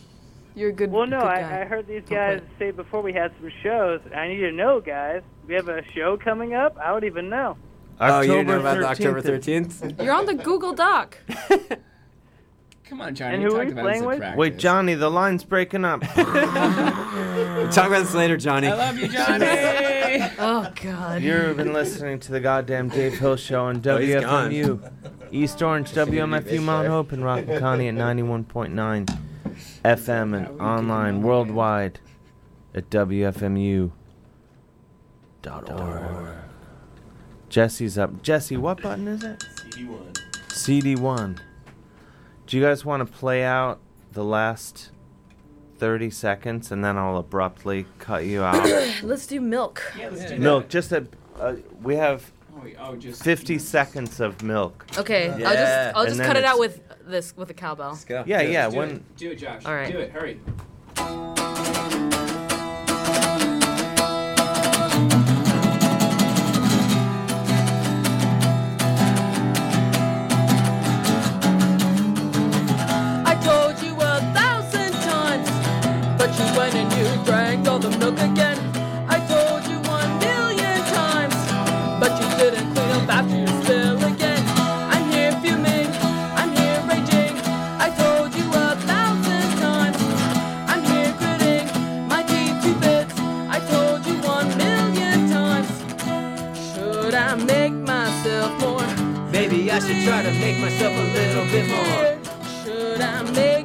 Speaker 24: You're a good.
Speaker 21: Well, no,
Speaker 24: good
Speaker 21: I,
Speaker 24: guy.
Speaker 21: I heard these
Speaker 24: Don't
Speaker 21: guys say before we had some shows. I need to know, guys. We have a show coming up. I don't even know.
Speaker 26: oh, you didn't know about the
Speaker 11: October
Speaker 26: October 13th?
Speaker 24: You're on the Google Doc.
Speaker 10: Come on, Johnny.
Speaker 21: And
Speaker 10: we
Speaker 21: who are
Speaker 10: talked
Speaker 21: you
Speaker 10: about
Speaker 21: playing
Speaker 10: this
Speaker 21: with?
Speaker 10: at practice.
Speaker 11: Wait, Johnny, the line's breaking up.
Speaker 26: Talk about this later, Johnny.
Speaker 10: I love you, Johnny.
Speaker 24: oh God.
Speaker 11: You've been listening to the goddamn Dave Hill Show on
Speaker 26: Oh, he's gone.
Speaker 11: WFMU, East Orange, WMFU, Mount Hope, and Rock and Connie at 91.9 FM and online worldwide at WFMU.org. Jesse's up. Jesse, what button is it?
Speaker 9: CD one.
Speaker 11: CD1. Do you guys want to play out the last 30 seconds and then I'll abruptly cut you out?
Speaker 24: Let's do milk.
Speaker 10: Yeah, let's
Speaker 11: Milk, just a. Uh, we have
Speaker 10: oh, just-
Speaker 11: 50 seconds of milk.
Speaker 24: Okay, I'll
Speaker 11: Yeah.
Speaker 24: just I'll
Speaker 11: And
Speaker 24: just
Speaker 11: then
Speaker 24: cut it out
Speaker 11: it's-
Speaker 24: with this with a cowbell. Let's
Speaker 26: go.
Speaker 11: Yeah, yeah.
Speaker 10: Do
Speaker 11: When
Speaker 10: it. Do it, Josh.
Speaker 24: All right.
Speaker 10: Do it. Hurry.
Speaker 27: I told you a thousand times, but you went and you drank all the milk again. I told you one million times, but you didn't clean up after your spill again. I'm here fuming, I'm here raging. I told you a thousand times, I'm here gritting my teeth to bits. I told you one million times, should I make myself more?
Speaker 26: Maybe I should try to make myself a little bit more.
Speaker 27: Should I make